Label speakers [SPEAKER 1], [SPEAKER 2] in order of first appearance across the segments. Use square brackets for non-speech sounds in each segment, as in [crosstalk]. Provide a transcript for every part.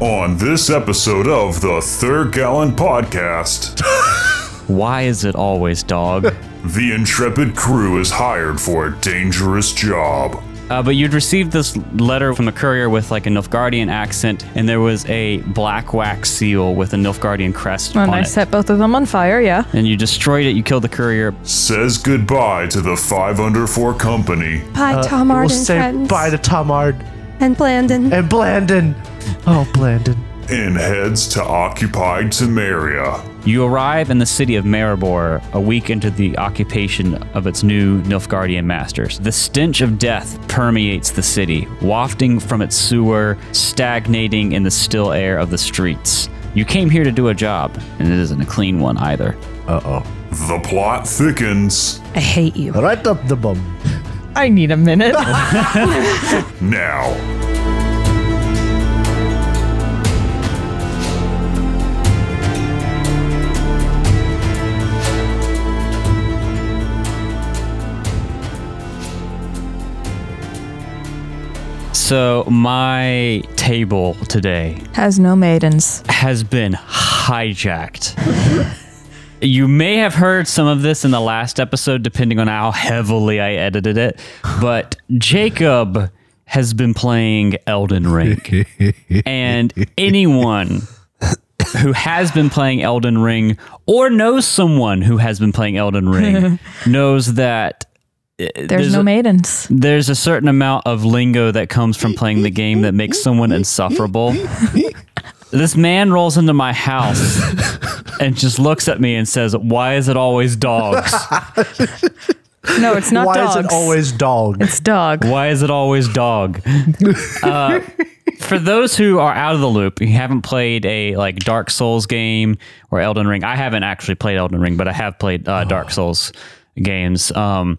[SPEAKER 1] on this episode of the Third Gallon Podcast.
[SPEAKER 2] Why is it always dog?
[SPEAKER 1] The intrepid crew is hired for a dangerous job.
[SPEAKER 2] Uh, but you'd received this letter from a courier with like a Nilfgaardian accent, and there was a black wax seal with a Nilfgaardian crest
[SPEAKER 3] And
[SPEAKER 2] on
[SPEAKER 3] I
[SPEAKER 2] it.
[SPEAKER 3] set both of them on fire, yeah.
[SPEAKER 2] and you destroyed it. You killed the courier.
[SPEAKER 1] Says goodbye to the 5 Under 4 company.
[SPEAKER 4] Bye, Tom
[SPEAKER 5] We'll
[SPEAKER 4] Art and
[SPEAKER 5] say
[SPEAKER 4] friends.
[SPEAKER 5] bye to Tomard
[SPEAKER 3] [laughs]
[SPEAKER 4] and Blandon.
[SPEAKER 5] and Blandon. Oh, Blandon.
[SPEAKER 1] and heads to occupied Tamaria.
[SPEAKER 2] You arrive in the city of Maribor a week into the occupation of its new Nilfgaardian masters. The stench of death permeates the city, wafting from its sewer, stagnating in the still air of the streets. You came here to do a job, and it isn't a clean one either.
[SPEAKER 1] The plot thickens.
[SPEAKER 3] I hate you.
[SPEAKER 5] Right up the bum.
[SPEAKER 3] I need a
[SPEAKER 5] [laughs]
[SPEAKER 3] minute.
[SPEAKER 1] Now,
[SPEAKER 2] So, my table today
[SPEAKER 3] Has no maidens.
[SPEAKER 2] has been hijacked. [laughs] you may have heard some of this in the last episode, depending on how heavily I edited it, but Jacob has been playing Elden Ring. and anyone who has been playing Elden Ring or knows someone who has been playing Elden Ring knows that
[SPEAKER 3] There's, no
[SPEAKER 2] a-
[SPEAKER 3] maidens.
[SPEAKER 2] there's a certain amount of lingo that comes from playing the game that makes someone insufferable. this man rolls into my house and just looks at me and says, Why is it always dogs?
[SPEAKER 3] No, it's not
[SPEAKER 5] [laughs] Why
[SPEAKER 3] dogs.
[SPEAKER 5] is it always dog?
[SPEAKER 3] It's dog.
[SPEAKER 2] Why is it always dog? Uh, for those who are out of the loop, you haven't played a like Dark Souls game or Elden Ring. I haven't actually played Elden Ring, but I have played uh, Dark Souls games. Um,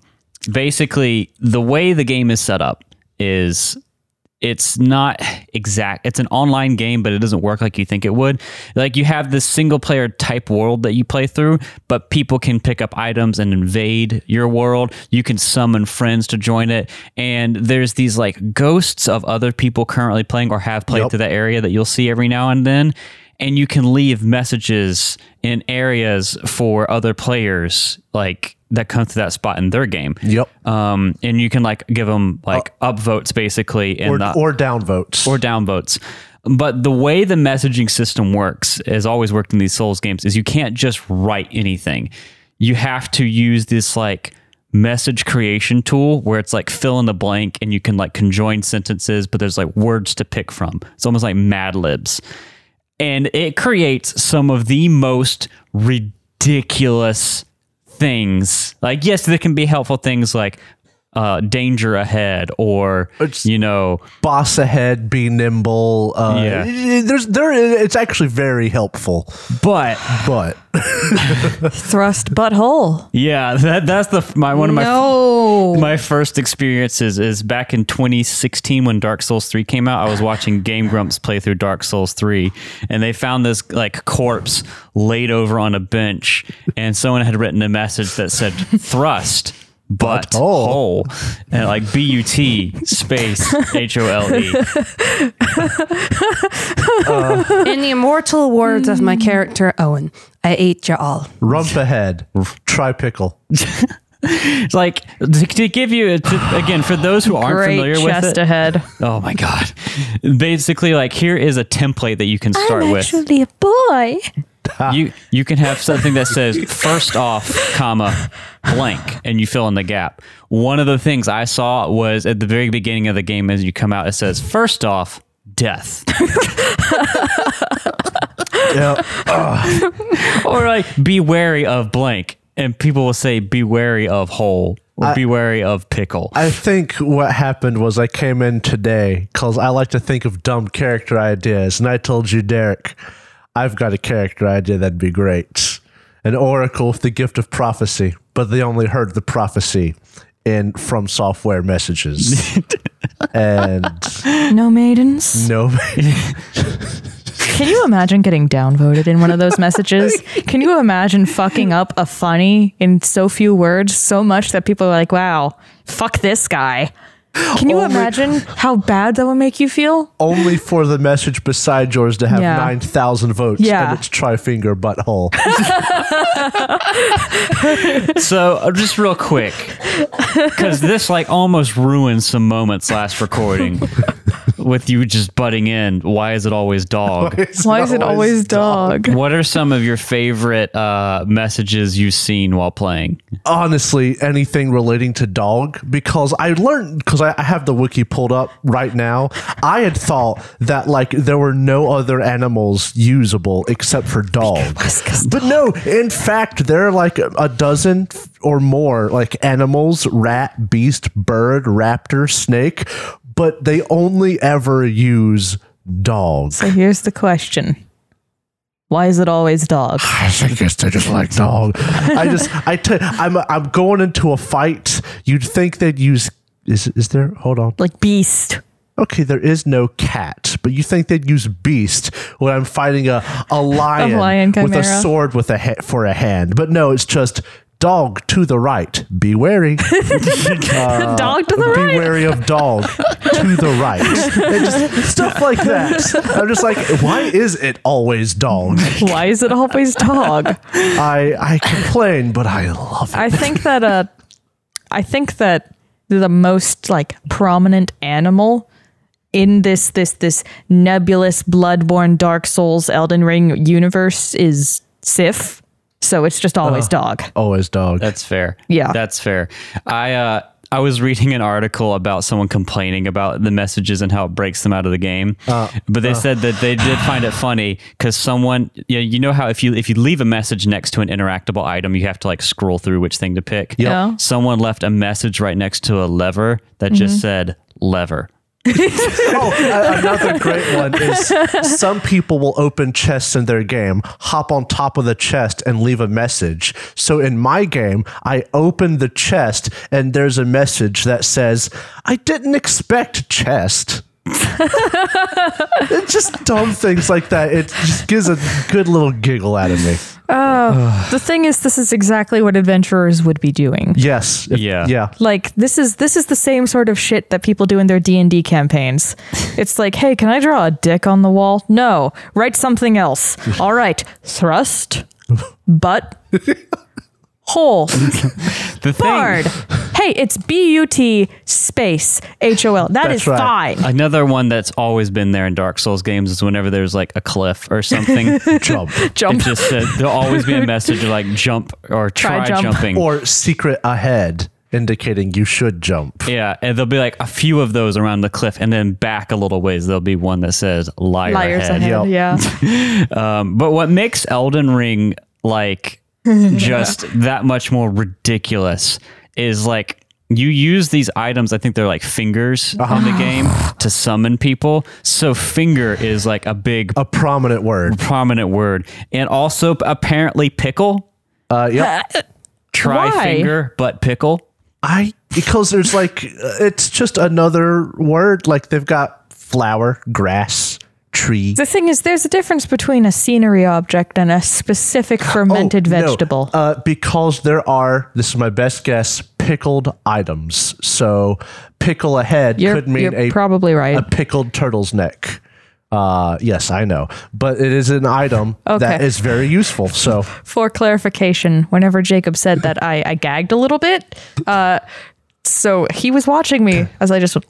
[SPEAKER 2] basically, the way the game is set up is it's not exact it's an online game but it doesn't work like you think it would like you have this single player type world that you play through but people can pick up items and invade your world you can summon friends to join it and there's these like ghosts of other people currently playing or have played
[SPEAKER 5] Yep.
[SPEAKER 2] through that area that you'll see every now and then and you can leave messages in areas for other players like that come to that spot in their game
[SPEAKER 5] Yep.
[SPEAKER 2] um, and you can like give them like upvotes basically in
[SPEAKER 5] Or,
[SPEAKER 2] the,
[SPEAKER 5] or downvotes.
[SPEAKER 2] or downvotes. But the way the messaging system works, has always worked in these Souls games, is you can't just write anything. You have to use this like message creation tool where it's like fill in the blank and you can like conjoin sentences, but there's like words to pick from. It's almost like Mad Libs. And it creates some of the most ridiculous things. Like, yes, there can be helpful things like uh, danger ahead or,
[SPEAKER 5] It's-
[SPEAKER 2] you know,
[SPEAKER 5] boss ahead, be nimble. Uh,
[SPEAKER 2] Yeah.
[SPEAKER 5] There's there. It's actually very helpful,
[SPEAKER 2] But
[SPEAKER 5] [laughs] but
[SPEAKER 3] Thrust butthole.
[SPEAKER 2] yeah, [laughs] that that's the my one of my
[SPEAKER 3] no.
[SPEAKER 2] my first experiences is back in 2016 when Dark Souls 3 came out. I was watching Game Grumps play through Dark Souls 3 and they found this like corpse laid over on a bench and someone had written a message that said thrust but hole and like B U T space H O L E.
[SPEAKER 4] In the immortal words of my character, Owen, I ate you all.
[SPEAKER 5] rump ahead, try pickle.
[SPEAKER 2] It's like to, to give you to, again for those who aren't
[SPEAKER 3] Great
[SPEAKER 2] familiar with it. [laughs]
[SPEAKER 3] chest ahead.
[SPEAKER 2] Oh my god. Basically like here is a template that you can start
[SPEAKER 4] I'm
[SPEAKER 2] with.
[SPEAKER 4] actually a boy.
[SPEAKER 2] you you can have something that says first off comma blank and you fill in the gap one of the things i saw was at the very beginning of the game as you come out it says first off death
[SPEAKER 5] Yeah.
[SPEAKER 2] or like be wary of blank and people will say be wary of whole or be wary of pickle
[SPEAKER 5] I think what happened was I came in today because I like to think of dumb character ideas, and I told you, Derek, I've got a character idea that'd be great. An oracle with the gift of prophecy, but they only heard the prophecy in from
[SPEAKER 3] [laughs]
[SPEAKER 5] software messages. and
[SPEAKER 3] No maidens.
[SPEAKER 5] no
[SPEAKER 3] Can you imagine getting downvoted in one of
[SPEAKER 2] [laughs]
[SPEAKER 3] those messages? Can you imagine fucking up a funny in so few words so much that people are like, wow, fuck this guy? Can
[SPEAKER 5] Oh
[SPEAKER 3] you imagine how bad that would make you feel?
[SPEAKER 5] Only for the message beside yours to have
[SPEAKER 3] Yeah.
[SPEAKER 5] 9,000 votes.
[SPEAKER 3] Yeah.
[SPEAKER 5] And it's try finger butthole.
[SPEAKER 2] So uh, just real quick, because this like almost ruined some moments last recording with you just butting in. Why is it always dog?
[SPEAKER 5] Oh
[SPEAKER 3] Why is it always dog?
[SPEAKER 2] What are some of your favorite uh, messages you've seen while playing?
[SPEAKER 5] honestly anything relating to dog because I learned because I, I have the wiki pulled up right now. I had thought that like there were no other animals usable except for dog, but no. In fact, there are like a dozen or more like animals: rat, beast, bird, raptor, snake. But they only ever use dog.
[SPEAKER 3] So here's the question. Why is it always dog?
[SPEAKER 5] I guess they just like dog. I just I t- I'm I'm going into a fight. You'd think they'd use is is there hold on.
[SPEAKER 3] Like beast.
[SPEAKER 5] Okay, there is no cat, but you think they'd use beast when I'm fighting a a lion,
[SPEAKER 3] lion
[SPEAKER 5] with a
[SPEAKER 3] chimera.
[SPEAKER 5] sword with a ha- for a hand. But no, it's just dog to the right. Be
[SPEAKER 3] [laughs]
[SPEAKER 5] wary.
[SPEAKER 3] dog to the
[SPEAKER 5] Be
[SPEAKER 3] right.
[SPEAKER 5] wary of dog to the right. It just, stuff like that. I'm just like, why is it always dog?
[SPEAKER 3] [laughs] Why is it always dog?
[SPEAKER 5] I I complain, but I love it.
[SPEAKER 3] I think that uh I think that the most like prominent animal in this this this nebulous bloodborne Dark Souls Elden Ring universe is Sif. So it's just always dog.
[SPEAKER 5] always dog.
[SPEAKER 2] That's fair.
[SPEAKER 3] Yeah.
[SPEAKER 2] that's fair. I uh, I was reading an article about someone complaining about the messages and how it breaks them out of the game. but they said that they did find it funny because someone, you know, you know how if you if you leave a message next to an interactable item, you have to like scroll through which thing to pick.
[SPEAKER 3] Yeah.
[SPEAKER 2] Someone left a message right next to a lever that just
[SPEAKER 3] Mm-hmm.
[SPEAKER 2] said lever.
[SPEAKER 5] oh, a- another great one is some people will open chests in their game, hop on top of the chest, and leave a message. So in my game, I open the chest, and there's a message that says, "I didn't expect chest." it's just dumb things like that. It just gives a good little giggle out of me.
[SPEAKER 3] The thing is this is exactly what adventurers would be doing.
[SPEAKER 5] Yes. If-
[SPEAKER 2] Yeah.
[SPEAKER 5] Yeah.
[SPEAKER 3] like this is this is the same sort of shit that people do in their d&d
[SPEAKER 5] [laughs]
[SPEAKER 3] campaigns it's like hey can i draw a dick on the wall no write something
[SPEAKER 5] [laughs]
[SPEAKER 3] else all right thrust butt hole
[SPEAKER 2] The thing.
[SPEAKER 3] bard hey it's b-u-t space h-o-l
[SPEAKER 5] That's
[SPEAKER 3] That's
[SPEAKER 5] right.
[SPEAKER 3] fine
[SPEAKER 2] Another one that's always been there in Dark Souls games is whenever there's like a cliff or
[SPEAKER 3] [laughs]
[SPEAKER 2] something,
[SPEAKER 5] Jump.
[SPEAKER 3] jump
[SPEAKER 2] It just said there'll always be a message like jump or try,
[SPEAKER 3] Try jump.
[SPEAKER 2] jumping.
[SPEAKER 5] Or secret ahead, indicating you should jump.
[SPEAKER 2] yeah, and there'll be like a few of those around the cliff, and then back a little ways there'll be one that says liar
[SPEAKER 3] liars
[SPEAKER 2] head.
[SPEAKER 3] ahead yeah
[SPEAKER 5] [laughs]
[SPEAKER 2] Um, but what makes Elden Ring
[SPEAKER 3] [laughs]
[SPEAKER 2] like just that much more ridiculous is like you use these items. I think they're like fingers in the game to summon people. So finger is like a big
[SPEAKER 5] A prominent word.
[SPEAKER 2] prominent word, and also apparently pickle.
[SPEAKER 5] Uh, yep.
[SPEAKER 2] [laughs] Try
[SPEAKER 3] Why?
[SPEAKER 2] finger, but pickle.
[SPEAKER 5] I because there's like uh, it's just another word. Like they've got flower, grass, tree.
[SPEAKER 3] the thing is there's a difference between a scenery object and a specific fermented
[SPEAKER 5] [gasps] Oh, no.
[SPEAKER 3] vegetable
[SPEAKER 5] Uh, because there are this is my best guess pickled items. So pickle ahead
[SPEAKER 3] You're-
[SPEAKER 5] could mean
[SPEAKER 3] you're
[SPEAKER 5] a
[SPEAKER 3] probably right.
[SPEAKER 5] a pickled turtle's neck. Uh, yes, I know, but it is an item
[SPEAKER 3] [laughs]
[SPEAKER 5] that
[SPEAKER 3] Okay.
[SPEAKER 5] is very useful. So
[SPEAKER 3] for clarification, whenever Jacob said that, I, I gagged a little bit. Uh, so he was watching me as I just went,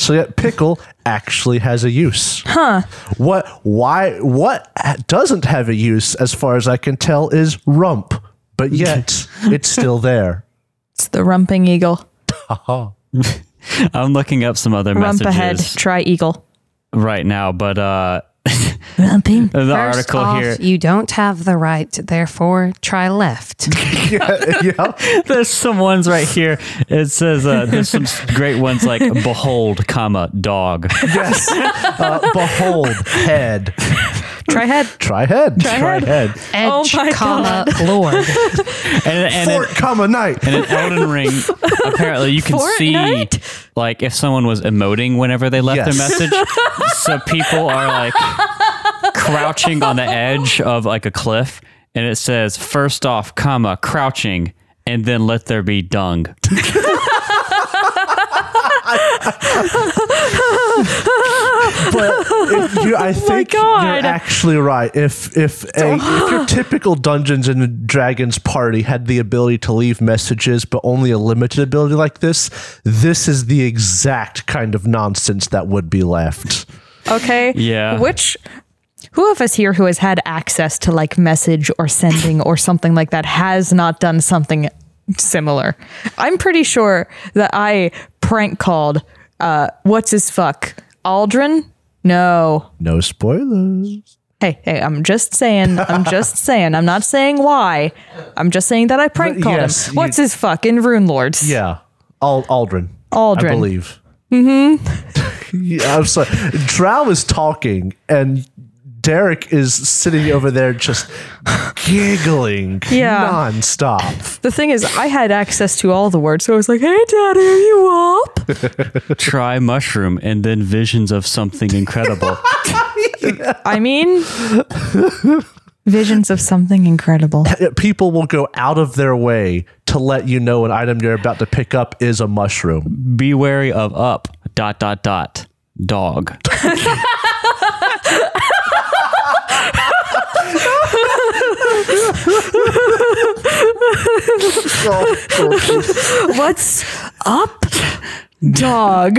[SPEAKER 5] So yeah, pickle actually has a use. Huh. What why what doesn't have a use as far as I can tell is rump, but yet [laughs] it's still there. [laughs]
[SPEAKER 3] it's the rumping eagle.
[SPEAKER 2] I'm looking up some other
[SPEAKER 3] Rump ahead,
[SPEAKER 2] messages
[SPEAKER 3] try eagle.
[SPEAKER 2] right now, but uh, [laughs]
[SPEAKER 3] Rumping.
[SPEAKER 2] the
[SPEAKER 4] First
[SPEAKER 2] article
[SPEAKER 4] off,
[SPEAKER 2] here.
[SPEAKER 4] You don't have the right, therefore try left.
[SPEAKER 2] [laughs] There's some ones right here. It says uh, there's
[SPEAKER 3] [laughs]
[SPEAKER 2] some great ones like behold, comma dog.
[SPEAKER 5] Yes. uh, behold head.
[SPEAKER 3] try head.
[SPEAKER 5] Try head. Try, head.
[SPEAKER 4] Edge,
[SPEAKER 3] [laughs] Oh my
[SPEAKER 4] comma,
[SPEAKER 3] [laughs]
[SPEAKER 4] lord.
[SPEAKER 2] And, and,
[SPEAKER 5] Fort
[SPEAKER 2] in,
[SPEAKER 5] comma knight.
[SPEAKER 2] and in Elden
[SPEAKER 3] [laughs]
[SPEAKER 2] Ring, apparently you can
[SPEAKER 3] Fortnite?
[SPEAKER 2] see like if someone was emoting whenever they left
[SPEAKER 5] Yes.
[SPEAKER 2] their message. so people are like crouching on the edge of like a cliff, and it says first off, comma crouching, and then let there be dung.
[SPEAKER 5] but if
[SPEAKER 3] [laughs]
[SPEAKER 5] you, I think
[SPEAKER 3] Oh God.
[SPEAKER 5] you're actually right. If if a,
[SPEAKER 3] [laughs]
[SPEAKER 5] if your typical Dungeons and Dragons party had the ability to leave messages, but only a limited ability like this, this is the exact kind of nonsense that would be left.
[SPEAKER 3] Okay.
[SPEAKER 2] [laughs] Yeah.
[SPEAKER 3] Which, who of us here who has had access to like message or sending or something like that has not done something similar? I'm pretty sure that I prank called, uh, what's his fuck? Aldrin? No.
[SPEAKER 5] No spoilers.
[SPEAKER 3] Hey, hey, I'm just saying. I'm
[SPEAKER 5] [laughs]
[SPEAKER 3] just saying. I'm not saying why. I'm just saying that I prank
[SPEAKER 5] But
[SPEAKER 3] called
[SPEAKER 5] yes,
[SPEAKER 3] him.
[SPEAKER 5] you-
[SPEAKER 3] What's his fuck in Rune Lords?
[SPEAKER 5] Yeah, Al- Aldrin.
[SPEAKER 3] Aldrin.
[SPEAKER 5] I believe. Mm-hmm. [laughs] yeah, I'm sorry. Drow is talking, and Derek is sitting over there just giggling
[SPEAKER 3] Yeah.
[SPEAKER 5] nonstop.
[SPEAKER 3] The thing is, I had access to all the words, so I was like, "Hey, Daddy, are you up?"
[SPEAKER 2] Try mushroom and then visions of something incredible.
[SPEAKER 3] I
[SPEAKER 5] [laughs]
[SPEAKER 3] mean, visions of something incredible.
[SPEAKER 5] People will go out of their way to let you know an item you're about to pick up is a [laughs] mushroom.
[SPEAKER 2] Be wary of up dot dot dot dog.
[SPEAKER 3] What's up, dog?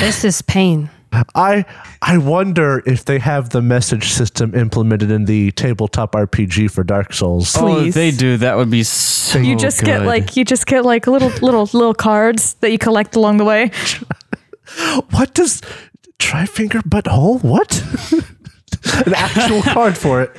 [SPEAKER 4] This is pain.
[SPEAKER 5] I I wonder if they have the message system implemented in the tabletop RPG for Dark Souls.
[SPEAKER 2] Oh, if
[SPEAKER 3] Please.
[SPEAKER 2] they do. That would be so.
[SPEAKER 5] Oh,
[SPEAKER 3] You just get
[SPEAKER 2] good.
[SPEAKER 3] like you just get like little little little cards that you collect along the way.
[SPEAKER 5] What does try finger butthole? What? [laughs] An actual card for it.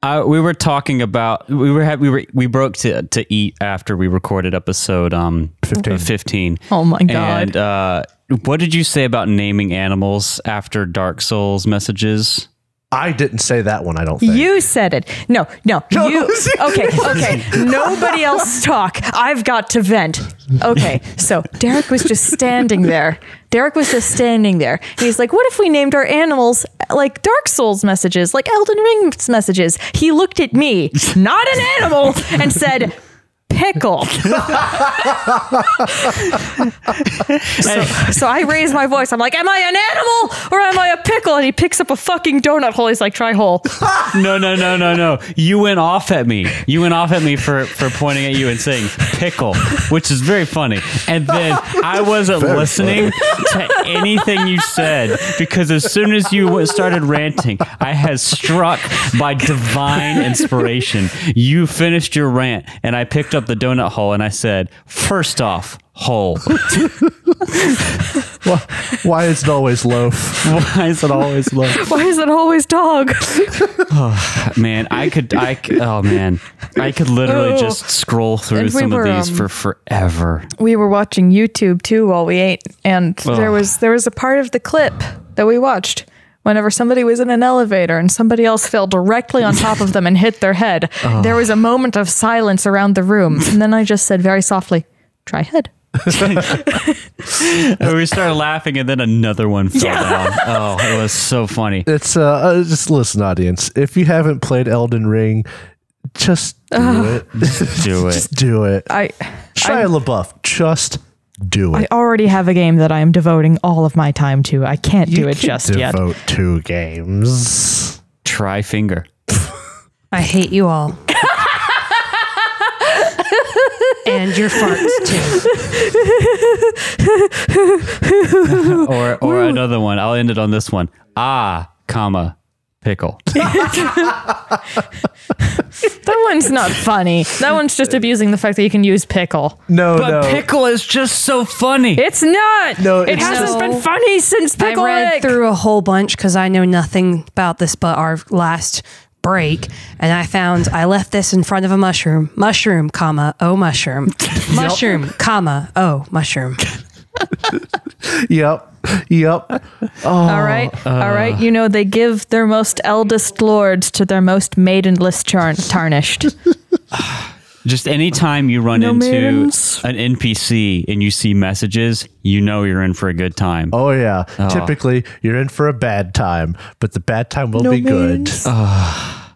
[SPEAKER 2] I, we were talking about we were ha- we were we broke to to eat after we recorded episode um 15.
[SPEAKER 3] Oh my God.
[SPEAKER 2] And uh, what did you say about naming animals after Dark Souls messages?
[SPEAKER 5] I didn't say that one. I don't think.
[SPEAKER 3] You said it. No, no, you. Okay, okay. Nobody else talk. I've got to vent. Okay, so Derek was just standing there. Derek was just standing there. He's like, "What if we named our animals like Dark Souls messages, like Elden Ring's messages?" He looked at me, not an animal, and said. Pickle. [laughs] so, so I raise my voice. I'm like, "Am I an animal or am I a pickle?" And he picks up a fucking donut hole. He's like, "Try hole."
[SPEAKER 2] No, no, no, no, no. You went off at me. You went off at me for for pointing at you and saying pickle, which is very funny. And then I wasn't listening to anything you said because as soon as you went- started ranting, I had struck by divine inspiration. You finished your rant, and I picked up the donut hole and I said, first off, [laughs] hole.
[SPEAKER 5] Why, why is it always loaf?
[SPEAKER 2] Why is it always low?
[SPEAKER 3] Why is it always dog?
[SPEAKER 2] Man, I could, I could, oh man, I could literally
[SPEAKER 3] Oh.
[SPEAKER 2] just scroll through
[SPEAKER 3] And we
[SPEAKER 2] some
[SPEAKER 3] were,
[SPEAKER 2] of these
[SPEAKER 3] um,
[SPEAKER 2] for forever.
[SPEAKER 3] [laughs] We were watching YouTube too while we ate, and there
[SPEAKER 2] Ugh.
[SPEAKER 3] was there was a part of the clip that we watched whenever somebody was in an elevator and somebody else fell directly on top of them and hit their
[SPEAKER 5] [laughs]
[SPEAKER 3] head. There was a moment of silence around the room, and then I just said very softly, "Try head."
[SPEAKER 2] And we started laughing, and then another one fell down. Oh, it was so funny.
[SPEAKER 5] It's uh, uh, just listen, audience. If you haven't played Elden Ring, just do it. [laughs]
[SPEAKER 2] Do it.
[SPEAKER 5] just do it.
[SPEAKER 3] I
[SPEAKER 5] Shia LaBeouf, just do
[SPEAKER 3] I
[SPEAKER 5] it.
[SPEAKER 3] already have a game that I am devoting all of my time to. I can't do it just yet.
[SPEAKER 5] Devote two games.
[SPEAKER 2] Try finger.
[SPEAKER 4] I hate you
[SPEAKER 3] [laughs]
[SPEAKER 4] all. and your
[SPEAKER 3] [laughs]
[SPEAKER 4] farts too.
[SPEAKER 2] Or or another one. I'll end it on this one. Ah, comma, pickle.
[SPEAKER 3] [laughs] That one's not funny. That one's just abusing the fact that you can use pickle.
[SPEAKER 5] No, no.
[SPEAKER 2] pickle is just so funny.
[SPEAKER 3] It's not.
[SPEAKER 5] No,
[SPEAKER 3] it
[SPEAKER 5] it's
[SPEAKER 3] hasn't
[SPEAKER 4] not.
[SPEAKER 3] been funny since
[SPEAKER 4] I
[SPEAKER 3] pickle.
[SPEAKER 4] read through a whole bunch because I know nothing about this but our last break. And I found I left this in front of a mushroom. Mushroom, comma, oh
[SPEAKER 3] [laughs]
[SPEAKER 4] mushroom. Mushroom, comma, oh mushroom.
[SPEAKER 5] yep. Yep.
[SPEAKER 3] All right, all right. You know they give their most eldest lords to their most maidenless char- tarnished.
[SPEAKER 2] Just anytime you run
[SPEAKER 3] No
[SPEAKER 2] into
[SPEAKER 3] maidens.
[SPEAKER 2] an NPC and you see messages, you know you're in for a good time.
[SPEAKER 5] Oh yeah. Typically, you're in for a bad time, but the bad time will be good.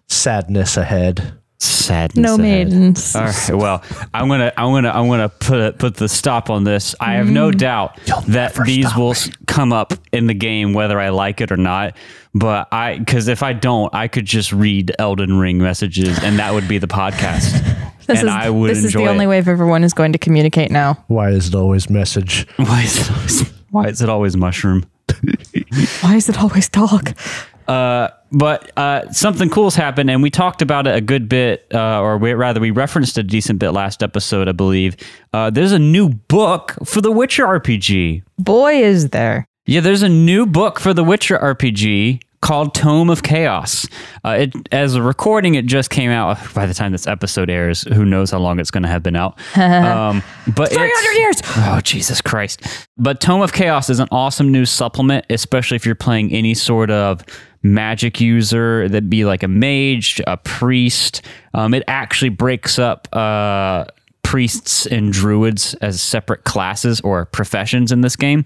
[SPEAKER 5] Sadness ahead.
[SPEAKER 2] Sadness.
[SPEAKER 3] No
[SPEAKER 2] ahead.
[SPEAKER 3] maidens.
[SPEAKER 2] All right. Well, I'm gonna, I'm gonna, I'm gonna put a, put the stop on this. I have
[SPEAKER 3] Mm.
[SPEAKER 2] no doubt that these will s come up in the game, whether I like it or not. But I, because if I don't, I could just read Elden Ring messages, and that would be the podcast.
[SPEAKER 3] [laughs] This
[SPEAKER 2] and
[SPEAKER 3] is
[SPEAKER 2] I would
[SPEAKER 3] this is
[SPEAKER 2] enjoy
[SPEAKER 3] the only
[SPEAKER 2] it.
[SPEAKER 3] way everyone is going to communicate now.
[SPEAKER 5] Why is it always message?
[SPEAKER 2] [laughs] Why is it always, why is it always mushroom?
[SPEAKER 3] Why is it always dog?
[SPEAKER 2] but uh, something cool's happened, and we talked about it a good bit, uh, or we, rather, we referenced a decent bit last episode, I believe. Uh, there's a new book for the Witcher RPG.
[SPEAKER 3] Boy, is there.
[SPEAKER 2] Yeah, there's a new book for the Witcher RPG called Tome of Chaos. Uh, it, as a recording, it just came out. By the time this episode airs, who knows how long it's going to have been out? um, but
[SPEAKER 3] 300 years!
[SPEAKER 2] Oh, Jesus Christ. But Tome of Chaos is an awesome new supplement, especially if you're playing any sort of magic user that'd be like a mage, a priest. Um, it actually breaks up uh, priests and druids as separate classes or professions in this game.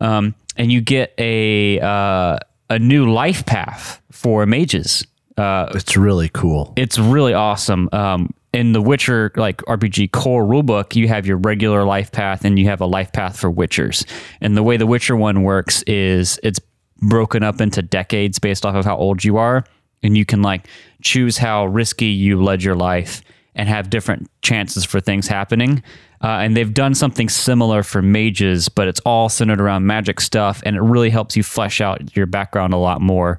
[SPEAKER 2] Um, and you get a, uh, a new life path for mages. Uh,
[SPEAKER 5] It's really cool.
[SPEAKER 2] it's really awesome. Um, in the Witcher like RPG core rulebook, you have your regular life path and you have a life path for Witchers. And the way the Witcher one works is it's broken up into decades based off of how old you are, and you can like choose how risky you led your life and have different chances for things happening. Uh, and they've done something similar for mages, but it's all centered around magic stuff, and it really helps you flesh out your background a lot more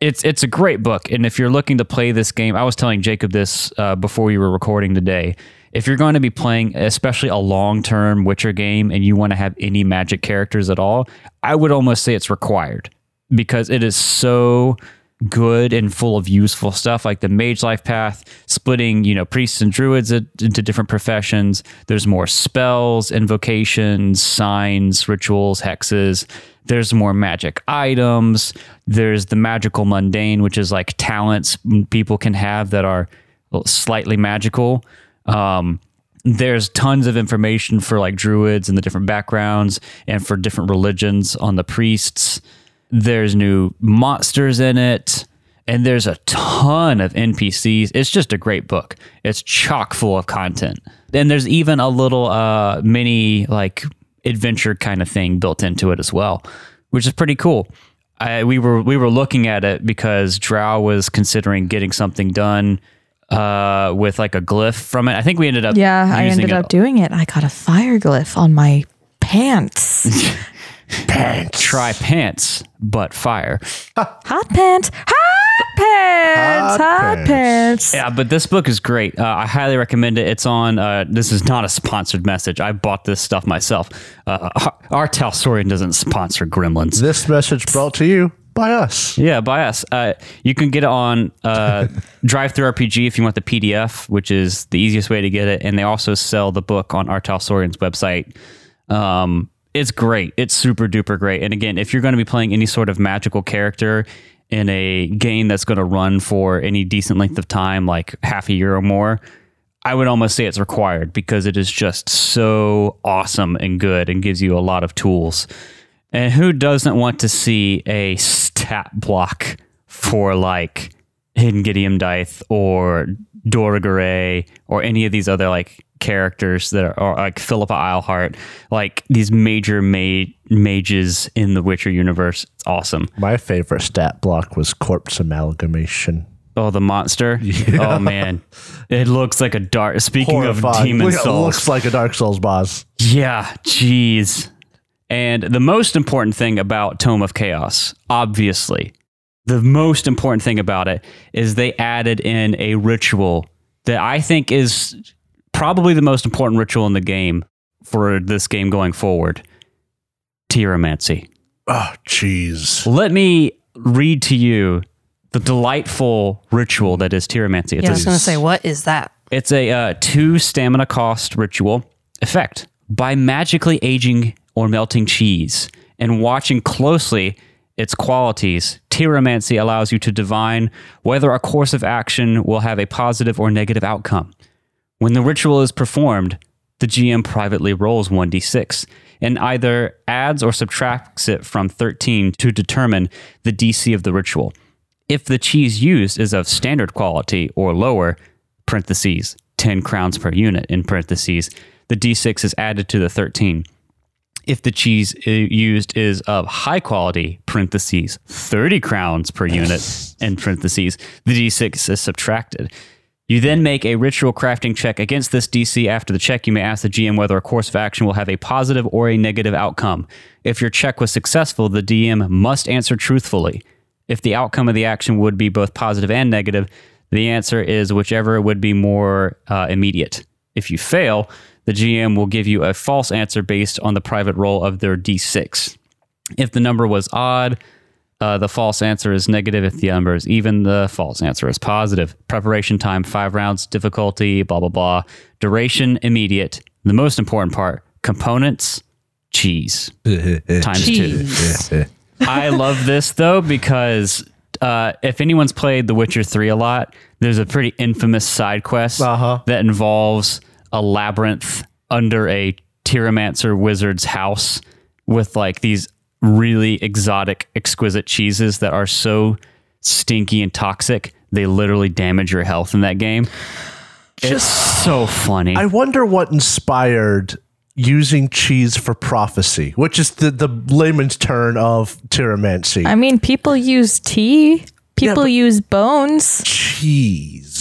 [SPEAKER 2] it's it's a great book, and if you're looking to play this game, I was telling Jacob this uh, before we were recording today. If you're going to be playing, especially a long-term Witcher game, and you want to have any Magic characters at all, I would almost say it's required because it is so good and full of useful stuff like the mage life path splitting you know priests and druids i- into different professions there's more spells invocations signs rituals hexes there's more magic items there's the magical mundane which is like talents m- people can have that are slightly magical um, there's tons of information for like druids and the different backgrounds and for different religions on the priests there's new monsters in it and there's a ton of npcs it's just a great book it's chock full of content and there's even a little uh mini like adventure kind of thing built into it as well which is pretty cool I, we were we were looking at it because drow was considering getting something done uh with like a glyph from it i think we ended up
[SPEAKER 3] Yeah, I
[SPEAKER 2] using
[SPEAKER 3] ended
[SPEAKER 2] it
[SPEAKER 3] up doing it. I got a fire glyph on my pants.
[SPEAKER 2] try pants but fire
[SPEAKER 3] Hot pants. Hot pants. Hot,
[SPEAKER 5] Hot
[SPEAKER 3] pants.
[SPEAKER 2] Yeah, but this book is great. Uh, I highly recommend it. It's on. Uh, this is not a sponsored message. I bought this stuff myself. Uh, our Talsorian doesn't sponsor Gremlins.
[SPEAKER 5] This message brought to you by us.
[SPEAKER 2] Yeah, by us. Uh, you can get it on uh, Drive Through RPG if you want the PDF, which is the easiest way to get it. And they also sell the book on Artal Sorian's website. Um, it's great. It's super duper great. And again, if you're going to be playing any sort of magical character in a game that's going to run for any decent length of time, like half a year or more, I would almost say it's required because it is just so awesome and good and gives you a lot of tools. And who doesn't want to see a stat block for like Hidden Gideon Dythe or Doragore or any of these other like characters that are or, like Philippa Eilhart, like these major ma- mages in the Witcher universe? It's awesome.
[SPEAKER 5] My favorite stat block was corpse amalgamation.
[SPEAKER 2] Oh, the
[SPEAKER 5] [laughs]
[SPEAKER 2] monster. Oh, man. It looks like a dark. Speaking of
[SPEAKER 5] Horrifying.
[SPEAKER 2] demon
[SPEAKER 5] Look, it
[SPEAKER 2] souls.
[SPEAKER 5] looks like a Dark Souls boss.
[SPEAKER 2] Yeah, jeez. And the most important thing about Tome of Chaos, obviously, the most important thing about it is they added in a ritual that I think is probably the most important ritual in the game for this game going forward. Tyromancy.
[SPEAKER 5] Oh, jeez.
[SPEAKER 2] Let me read to you the delightful ritual that is Tyromancy. It's
[SPEAKER 4] Yeah,
[SPEAKER 2] a
[SPEAKER 4] I was going to say, what is that?
[SPEAKER 2] it's a uh, two stamina cost ritual effect by magically aging or melting cheese and watching closely its qualities. Tyromancy allows you to divine whether a course of action will have a positive or negative outcome. When the ritual is performed, the GM privately rolls 1d6 and either adds or subtracts it from 13 to determine the DC of the ritual. If the cheese used is of standard quality or lower, parentheses, 10 crowns per unit, in parentheses. The D6 is added to the 13. If the cheese i- used is of high quality, parentheses, 30 crowns per unit, in parentheses, the D6 is subtracted. You then make a ritual crafting check against this DC. After the check, you may ask the GM whether a course of action will have a positive or a negative outcome. If your check was successful, the DM must answer truthfully. If the outcome of the action would be both positive and negative, the answer is whichever would be more uh, immediate. If you fail, the GM will give you a false answer based on the private roll of their D6. If the number was odd, uh, the false answer is negative. If the number is even, the false answer is positive. Preparation time five rounds, difficulty, blah, blah, blah. Duration immediate. The most important part components, cheese. Times two. [laughs] I love this though because uh, if anyone's played The Witcher 3 a lot, there's a pretty infamous side quest that involves a labyrinth under a Tyromancer wizard's house with like these really exotic, exquisite cheeses that are so stinky and toxic, they literally damage your health in that game. it's so funny.
[SPEAKER 5] I wonder what inspired using cheese for prophecy, which is the, the layman's turn of tyromancy.
[SPEAKER 3] I mean, people use tea. People use bones.
[SPEAKER 5] cheese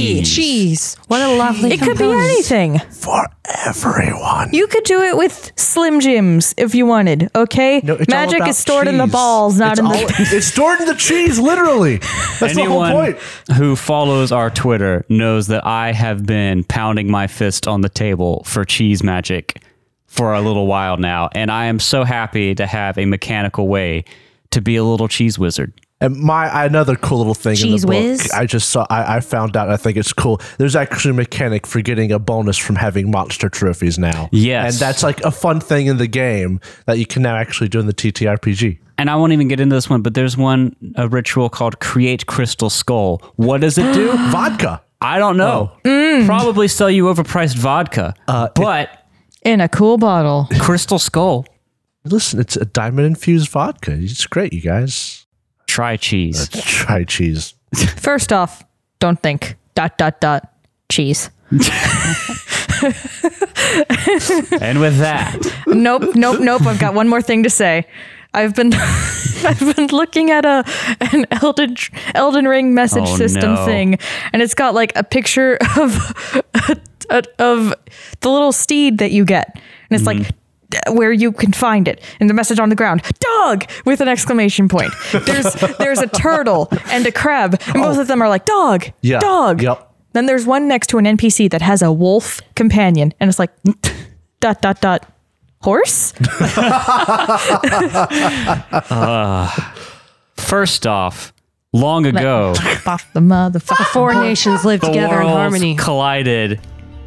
[SPEAKER 4] Cheese. What a lovely
[SPEAKER 3] It could be
[SPEAKER 4] component.
[SPEAKER 3] anything.
[SPEAKER 5] for everyone.
[SPEAKER 3] You could do it with Slim Jims if you wanted, okay?
[SPEAKER 5] No, it's all
[SPEAKER 3] Magic
[SPEAKER 5] about
[SPEAKER 3] is stored in the
[SPEAKER 5] cheese.
[SPEAKER 3] balls, not
[SPEAKER 5] It's
[SPEAKER 3] in the.
[SPEAKER 5] all- it's stored in the cheese, literally. That's the whole
[SPEAKER 2] Anyone
[SPEAKER 5] point.
[SPEAKER 2] who follows our Twitter knows that I have been pounding my fist on the table for cheese magic for a little while now, and I am so happy to have a mechanical way to be a little cheese wizard.
[SPEAKER 5] And my another cool little thing
[SPEAKER 4] Cheese
[SPEAKER 5] in the book,
[SPEAKER 4] whiz.
[SPEAKER 5] I just saw. I, I found out. I think it's cool. There's actually a mechanic for getting a bonus from having monster trophies now.
[SPEAKER 2] Yes.
[SPEAKER 5] and that's like a fun thing in the game that you can now actually do in the TTRPG.
[SPEAKER 2] And I won't even get into this one, but there's one a ritual called Create Crystal Skull. What does it
[SPEAKER 5] [gasps]
[SPEAKER 2] do?
[SPEAKER 5] Vodka.
[SPEAKER 2] I don't know.
[SPEAKER 5] Oh.
[SPEAKER 2] Probably sell you overpriced vodka,
[SPEAKER 5] Uh,
[SPEAKER 2] but
[SPEAKER 3] [laughs] In a cool bottle.
[SPEAKER 2] Crystal Skull.
[SPEAKER 5] Listen, it's a diamond infused vodka. It's great, you guys.
[SPEAKER 2] Try
[SPEAKER 5] [laughs]
[SPEAKER 2] cheese.
[SPEAKER 5] Try cheese.
[SPEAKER 3] First off, don't think. Dot, dot, dot. Cheese.
[SPEAKER 2] and with that,
[SPEAKER 3] nope, nope, nope. I've got one more thing to say. I've been [laughs] I've been looking at a an Elden Elden Ring message
[SPEAKER 2] Oh,
[SPEAKER 3] system
[SPEAKER 2] no.
[SPEAKER 3] thing, and it's got like a picture [laughs] of of the little steed that you get, and it's
[SPEAKER 5] Mm-hmm.
[SPEAKER 3] like where you can find it and the message on the ground dog with an exclamation
[SPEAKER 5] [laughs]
[SPEAKER 3] point there's there's a turtle and a crab and both of them are like dog
[SPEAKER 5] Oh. Yeah.
[SPEAKER 3] dog
[SPEAKER 5] Yep.
[SPEAKER 3] then there's one next to an npc that has a wolf companion and it's like [laughs] dot dot dot
[SPEAKER 5] [laughs]
[SPEAKER 3] horse
[SPEAKER 2] first off, long ago.
[SPEAKER 3] off the motherfucker
[SPEAKER 4] Four nations live together in
[SPEAKER 2] worlds
[SPEAKER 4] harmony. [laughs]
[SPEAKER 2] collided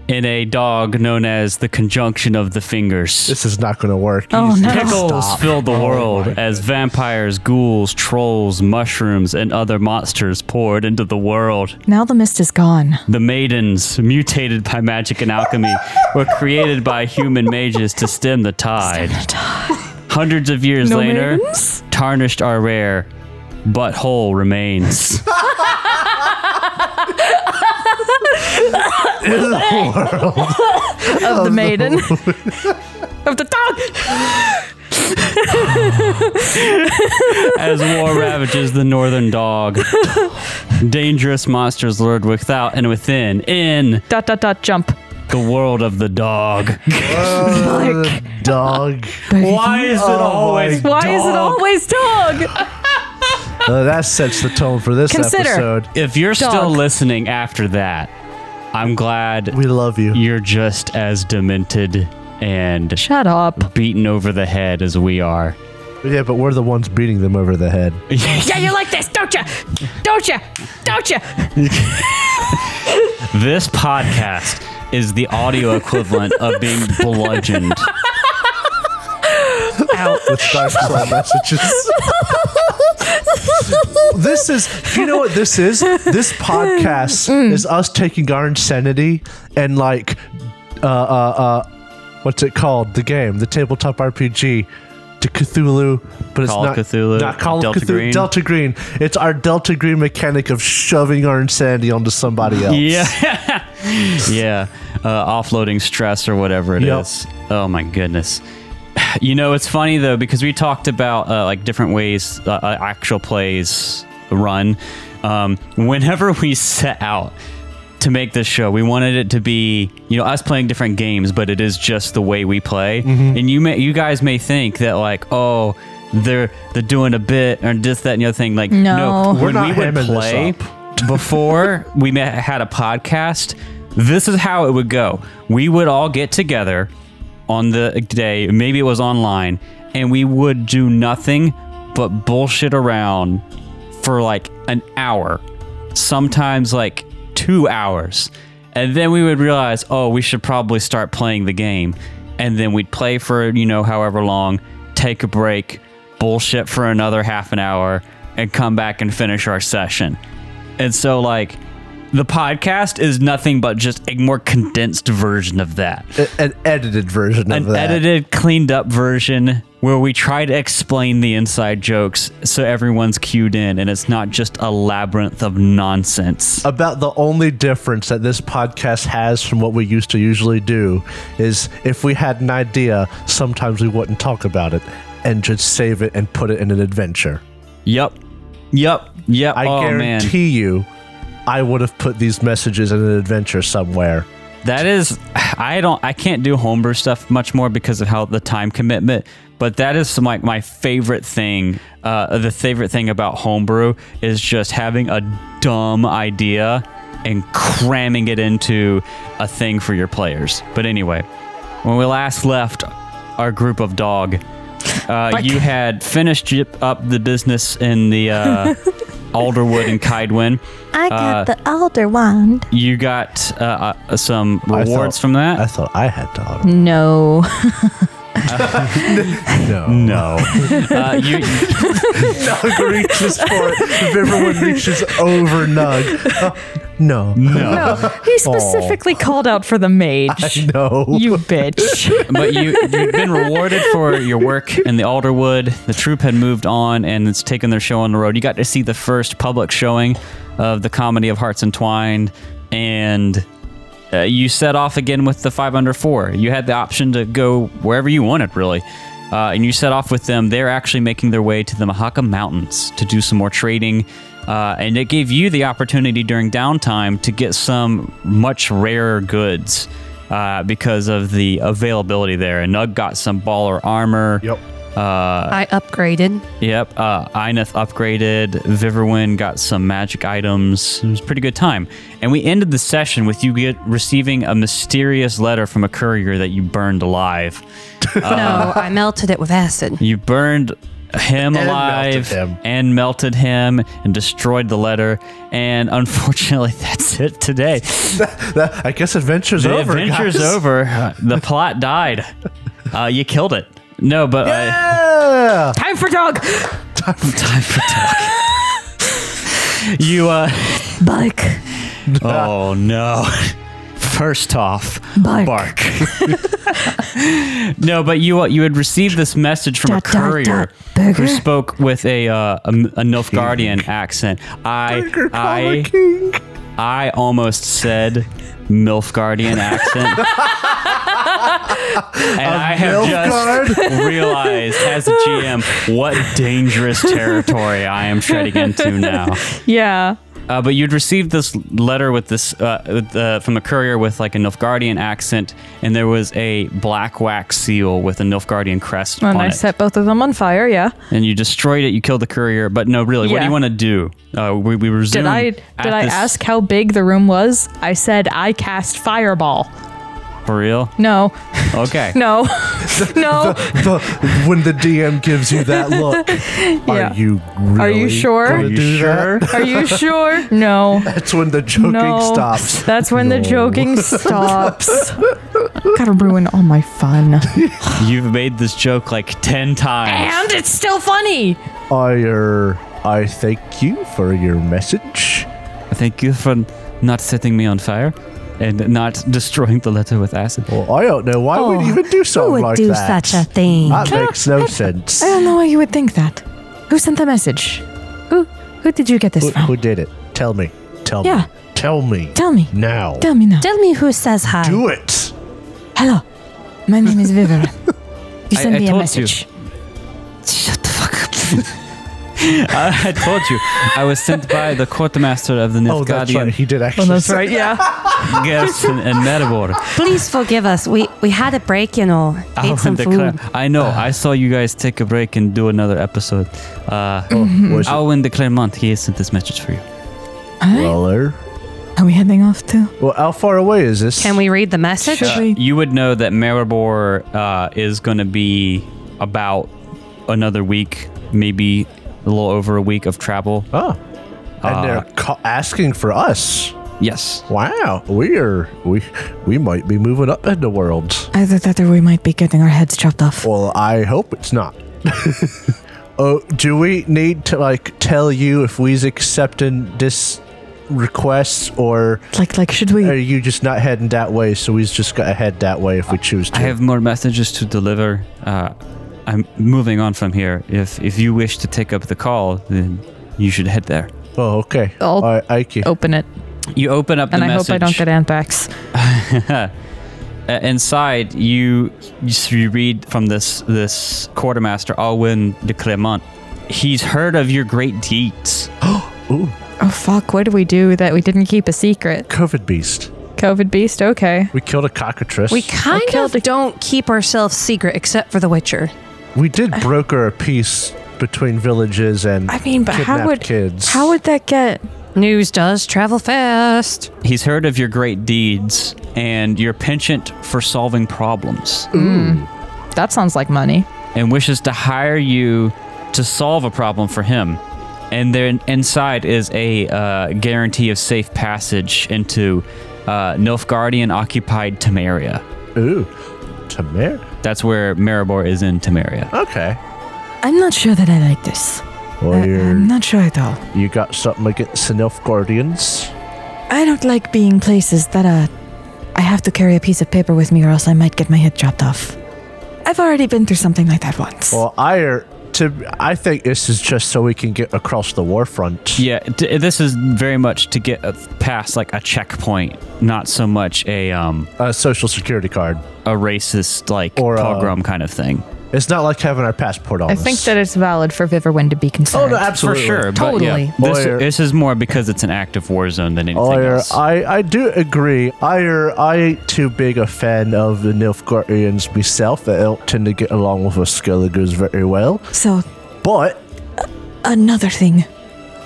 [SPEAKER 2] in a dog known as the conjunction of the fingers.
[SPEAKER 5] This is not going to work.
[SPEAKER 3] Oh,
[SPEAKER 5] [laughs] You-
[SPEAKER 3] no.
[SPEAKER 2] Pickles
[SPEAKER 5] Stop. Oh
[SPEAKER 2] filled the world as vampires, ghouls, trolls, mushrooms, and other monsters poured into the world.
[SPEAKER 3] now the mist is gone
[SPEAKER 5] [laughs]
[SPEAKER 2] The maidens, mutated by magic and alchemy, were created by human mages to stem the tide. Hundreds of years
[SPEAKER 3] No
[SPEAKER 2] later,
[SPEAKER 3] maidens?
[SPEAKER 2] tarnished are rare, but whole remains.
[SPEAKER 3] of the
[SPEAKER 5] [laughs]
[SPEAKER 3] maiden of the dog
[SPEAKER 2] as
[SPEAKER 3] [laughs]
[SPEAKER 2] war ravages the northern dog. Dangerous monsters lured without and within in
[SPEAKER 3] dot dot dot jump
[SPEAKER 2] the world of the dog.
[SPEAKER 3] like
[SPEAKER 5] [laughs] Dog.
[SPEAKER 2] Why is it always
[SPEAKER 3] Oh why is it
[SPEAKER 2] dog?
[SPEAKER 3] always dog
[SPEAKER 5] Uh, that sets the tone for this
[SPEAKER 3] Consider.
[SPEAKER 5] episode.
[SPEAKER 2] If you're still
[SPEAKER 3] Dog.
[SPEAKER 2] listening after that, I'm glad
[SPEAKER 5] We love you.
[SPEAKER 2] you're just as demented and
[SPEAKER 3] shut up
[SPEAKER 2] beaten over the head as we are.
[SPEAKER 5] Yeah, but we're the ones beating them over the head.
[SPEAKER 3] yeah you like this don't you don't you don't you
[SPEAKER 2] This podcast is the audio equivalent of
[SPEAKER 3] [laughs]
[SPEAKER 2] being bludgeoned.
[SPEAKER 5] with dark soul
[SPEAKER 3] [laughs]
[SPEAKER 5] messages. this is, you know what this is? This podcast is us taking our insanity and like, uh, uh, uh, what's it called? The game, the tabletop RPG, to Cthulhu, but it's
[SPEAKER 2] Call
[SPEAKER 5] not
[SPEAKER 2] Cthulhu,
[SPEAKER 5] Not Call of
[SPEAKER 2] Delta
[SPEAKER 5] Cthulhu.
[SPEAKER 2] Green.
[SPEAKER 5] Delta Green. It's our Delta Green mechanic of shoving our insanity onto somebody else.
[SPEAKER 2] [laughs] Yeah. [laughs] yeah. Uh, offloading stress or whatever it is.
[SPEAKER 5] Yep.
[SPEAKER 2] Oh my goodness. You know, it's funny though, because we talked about uh, like different ways uh, uh, actual plays run. Um, whenever [laughs] we set out to make this show, we wanted it to be, you know, us playing different games, but it is just the way we play. And you may, you guys may think that like, oh, they're they're doing a bit or just that and the other thing. Like,
[SPEAKER 3] No.
[SPEAKER 2] no,
[SPEAKER 3] We're
[SPEAKER 2] when
[SPEAKER 5] not
[SPEAKER 2] we would
[SPEAKER 5] hamming this
[SPEAKER 2] play
[SPEAKER 5] up.
[SPEAKER 2] [laughs] before we met, had a podcast, this is how it would go. We would all get together on the day, maybe it was online, and we would do nothing but bullshit around for like an hour, sometimes like two hours. And then we would realize, oh, we should probably start playing the game. And then we'd play for, you know, however long, take a break, bullshit for another half an hour, and come back and finish our session. And so, like, the podcast is nothing but just a more condensed version of that
[SPEAKER 5] A- An edited version
[SPEAKER 2] an
[SPEAKER 5] of that.
[SPEAKER 2] edited, cleaned up version where we try to explain the inside jokes so everyone's cued in and it's not just a labyrinth of nonsense.
[SPEAKER 5] about the only difference that this podcast has from what we used to usually do is if we had an idea, sometimes we wouldn't talk about it and just save it and put it in an adventure.
[SPEAKER 2] Yep. Yep. Yep.
[SPEAKER 5] I
[SPEAKER 2] oh man.
[SPEAKER 5] guarantee you, I would have put these messages in an adventure somewhere.
[SPEAKER 2] That is I don't I can't do homebrew stuff much more because of how the time commitment, but that is some, like my favorite thing. Uh the favorite thing about homebrew is just having a dumb idea and cramming it into a thing for your players. But anyway, when we last left our group of dog, uh, you had finished up the business in the
[SPEAKER 5] [laughs]
[SPEAKER 2] uh, Alderwood and Kydwin.
[SPEAKER 6] I
[SPEAKER 2] Uh,
[SPEAKER 6] got the elder wand.
[SPEAKER 2] You got uh, uh, some
[SPEAKER 5] I
[SPEAKER 2] rewards
[SPEAKER 5] thought-
[SPEAKER 2] from that.
[SPEAKER 5] I thought I had to. auto-
[SPEAKER 3] No.
[SPEAKER 5] [laughs] No, no. [laughs]
[SPEAKER 2] Uh, you,
[SPEAKER 5] Nug reaches for it. If everyone reaches over Nug,
[SPEAKER 2] [laughs]
[SPEAKER 5] Uh, no,
[SPEAKER 2] no,
[SPEAKER 3] [laughs] He specifically called out for the mage.
[SPEAKER 5] [laughs] no.
[SPEAKER 3] You bitch.
[SPEAKER 2] but you you've been rewarded for your work in the Alderwood. The troupe had moved on and it's taken their show on the road. You got to see the first public showing of the comedy of Hearts Entwined, and uh, you set off again with the five under four. You had the option to go wherever you wanted, really. Uh, and you set off with them. They're actually making their way to the Mahaka Mountains to do some more trading. Uh, and it gave you the opportunity during downtime to get some much rarer goods uh, because of the availability there. And Nug got some baller armor.
[SPEAKER 5] Yep.
[SPEAKER 4] I upgraded.
[SPEAKER 2] Yep. Uh, Ineth upgraded. Viverwin got some magic items. It was a pretty good time. And we ended the session with you get receiving a mysterious letter from a courier that you burned alive. Uh.
[SPEAKER 4] no, I melted it with acid.
[SPEAKER 2] You burned him
[SPEAKER 5] melted
[SPEAKER 2] alive
[SPEAKER 5] him.
[SPEAKER 2] and melted him and destroyed the letter. And [laughs] unfortunately, that's it
[SPEAKER 5] [laughs]
[SPEAKER 2] today.
[SPEAKER 5] That- I guess adventure's
[SPEAKER 2] The
[SPEAKER 5] over.
[SPEAKER 2] adventure's
[SPEAKER 5] guys.
[SPEAKER 2] over. Uh, The plot
[SPEAKER 5] [laughs]
[SPEAKER 2] died. Uh, you killed it. No, but I.
[SPEAKER 5] Yeah.
[SPEAKER 3] [laughs] Time for dog.
[SPEAKER 2] time for
[SPEAKER 5] [laughs]
[SPEAKER 2] talk. you uh
[SPEAKER 3] Bark.
[SPEAKER 2] oh no. [laughs] First off,
[SPEAKER 3] Bark. [laughs]
[SPEAKER 2] bark. no, but you uh, you had received this message from a
[SPEAKER 3] Dot, dot, dot.
[SPEAKER 2] courier who
[SPEAKER 3] Burger.
[SPEAKER 2] spoke with a uh, a, a Nilfgaardian accent. I I I almost said Milfgaardian accent. and I have just
[SPEAKER 5] Milfgaard?
[SPEAKER 2] realized as a GM what dangerous territory I am treading into now.
[SPEAKER 3] Yeah.
[SPEAKER 2] Uh, but you'd received this letter with this uh, with, uh, from a courier with like a Nilfgaardian accent, and there was a black wax seal with a Nilfgaardian crest on
[SPEAKER 3] And I
[SPEAKER 2] it.
[SPEAKER 3] set both of them on fire. Yeah.
[SPEAKER 2] and you destroyed it. You killed the courier. But no, really, what do
[SPEAKER 3] Yeah.
[SPEAKER 2] you want to do? Uh, we we resume.
[SPEAKER 3] Did I
[SPEAKER 2] at
[SPEAKER 3] did I
[SPEAKER 2] this-
[SPEAKER 3] ask how big the room was? I said I cast fireball.
[SPEAKER 2] for real?
[SPEAKER 3] No. [laughs]
[SPEAKER 2] Okay.
[SPEAKER 3] No. no.
[SPEAKER 5] The- when the DM gives you that look,
[SPEAKER 3] Yeah.
[SPEAKER 5] are you really
[SPEAKER 3] Are you sure?
[SPEAKER 5] gonna
[SPEAKER 3] Are
[SPEAKER 2] you
[SPEAKER 5] do
[SPEAKER 2] sure?
[SPEAKER 5] that?
[SPEAKER 3] Are you sure? [laughs] No.
[SPEAKER 5] That's when the joking
[SPEAKER 3] no.
[SPEAKER 5] stops.
[SPEAKER 3] That's when the
[SPEAKER 5] No.
[SPEAKER 3] joking [laughs] stops. Gotta ruin all my [laughs] fun. and
[SPEAKER 2] You've made this joke like ten times.
[SPEAKER 3] it's still funny.
[SPEAKER 5] I, er, I thank you for your message.
[SPEAKER 2] Thank you for not setting me on fire. and not [laughs] destroying the letter with
[SPEAKER 5] [laughs]
[SPEAKER 2] acid.
[SPEAKER 5] Well, I don't know why we'd
[SPEAKER 4] Oh,
[SPEAKER 5] even do something
[SPEAKER 4] Who would
[SPEAKER 5] like
[SPEAKER 4] do
[SPEAKER 5] that.
[SPEAKER 4] such a thing?
[SPEAKER 2] Uh.
[SPEAKER 5] that makes no sense.
[SPEAKER 3] I don't know why you would think that. Who sent the message? Who who did you get this
[SPEAKER 5] Who,
[SPEAKER 3] from?
[SPEAKER 5] who did it? Tell me. Tell
[SPEAKER 3] Yeah.
[SPEAKER 5] me. Tell me.
[SPEAKER 3] Tell me.
[SPEAKER 5] Now.
[SPEAKER 3] Tell me now.
[SPEAKER 4] Tell me who says hi.
[SPEAKER 5] do it.
[SPEAKER 3] Hello. My name is [laughs] Vivian. You
[SPEAKER 2] I-
[SPEAKER 3] sent
[SPEAKER 2] I
[SPEAKER 3] me a
[SPEAKER 2] told
[SPEAKER 3] message.
[SPEAKER 2] Shut the fuck up. I told you. I was sent by the quartermaster of the
[SPEAKER 5] Oh, that's right.
[SPEAKER 2] Nilfgaardian
[SPEAKER 5] He did actually. say-
[SPEAKER 2] [laughs]
[SPEAKER 3] right, yeah.
[SPEAKER 2] guests in, in Netherwater.
[SPEAKER 4] Please forgive us. We we had a break, you know.
[SPEAKER 2] I
[SPEAKER 4] Need some
[SPEAKER 2] would declare-
[SPEAKER 4] food.
[SPEAKER 2] I know. I saw you guys take a break and do another episode. Uh,
[SPEAKER 5] Was it
[SPEAKER 2] Alwyn de Clermont, he sent this message for you.
[SPEAKER 5] Weller?
[SPEAKER 3] Are we heading off too?
[SPEAKER 5] Well, how far away is this?
[SPEAKER 4] Can we read the message?
[SPEAKER 3] Should we?
[SPEAKER 2] You would know that Maribor uh, is going to be about another week, maybe a little over a week of travel.
[SPEAKER 5] Oh. And
[SPEAKER 2] Uh,
[SPEAKER 5] they're ca- asking for us.
[SPEAKER 2] Yes.
[SPEAKER 5] Wow, we are we we might be moving up in the world.
[SPEAKER 3] Either that or we might be getting our heads chopped off.
[SPEAKER 5] Well, I hope it's not. [laughs] oh, do we need to like tell you if we's accepting this request, or
[SPEAKER 3] Like like should we
[SPEAKER 5] are you just not heading that way? So we's just gotta head that way if we choose to.
[SPEAKER 2] I have more messages to deliver. Uh, I'm moving on from here. If if you wish to take up the call, then you should head there.
[SPEAKER 5] oh, okay.
[SPEAKER 3] I'll-
[SPEAKER 5] All right, Ike.
[SPEAKER 3] open it?
[SPEAKER 2] You open up the
[SPEAKER 3] And I
[SPEAKER 2] message.
[SPEAKER 3] hope I don't get anthrax.
[SPEAKER 2] Uh, inside, you you s- you read from this this quartermaster Alwyn de Clermont. He's heard of your great deeds.
[SPEAKER 3] Oh fuck, what did we do that we didn't keep a secret?
[SPEAKER 5] COVID beast.
[SPEAKER 3] COVID beast, okay.
[SPEAKER 5] We killed a cockatrice.
[SPEAKER 4] We
[SPEAKER 5] We,
[SPEAKER 4] kind of
[SPEAKER 3] killed the-
[SPEAKER 4] don't keep ourselves secret except for The Witcher.
[SPEAKER 5] did broker a peace between villages and
[SPEAKER 3] I mean, but
[SPEAKER 5] kidnapped
[SPEAKER 3] how would
[SPEAKER 5] kids.
[SPEAKER 3] how would that get
[SPEAKER 4] News does travel fast.
[SPEAKER 2] He's heard of your great deeds and your penchant for solving problems,
[SPEAKER 3] that sounds like money.
[SPEAKER 2] and wishes to hire you to solve a problem for him. And then inside is a uh, guarantee of safe passage into uh, Nilfgaardian occupied Tamaria.
[SPEAKER 5] Ooh, Tamir.
[SPEAKER 2] That's where Maribor is in Tamaria.
[SPEAKER 5] Okay.
[SPEAKER 3] I'm not sure that I like this. Uh,
[SPEAKER 5] Well, you're,
[SPEAKER 3] not sure at all.
[SPEAKER 5] you got something against the Nelf Guardians?
[SPEAKER 3] I don't like being places that uh I have to carry a piece of paper with me or else I might get my head chopped off. I've already been through something like that once.
[SPEAKER 5] Well, I are, to I think this is just so we can get across the war front.
[SPEAKER 2] Yeah, d- this is very much to get a- past like a checkpoint, not so much a um
[SPEAKER 5] A social security card.
[SPEAKER 2] a racist like
[SPEAKER 5] Or, uh,
[SPEAKER 2] pogrom kind of thing.
[SPEAKER 5] It's not like having our passport on.
[SPEAKER 3] I
[SPEAKER 5] us.
[SPEAKER 3] think that it's valid for Viverwin to be concerned.
[SPEAKER 5] Oh no, absolutely.
[SPEAKER 2] For sure,
[SPEAKER 4] Totally.
[SPEAKER 2] But yeah, this,
[SPEAKER 5] Or-
[SPEAKER 2] this is more because it's an active war zone than anything
[SPEAKER 5] I,
[SPEAKER 2] else.
[SPEAKER 5] I, I do agree. I are, I ain't too big a fan of the Nilfgaardians myself. They don't tend to get along with us Skelligers very well.
[SPEAKER 3] So
[SPEAKER 5] But
[SPEAKER 3] another thing.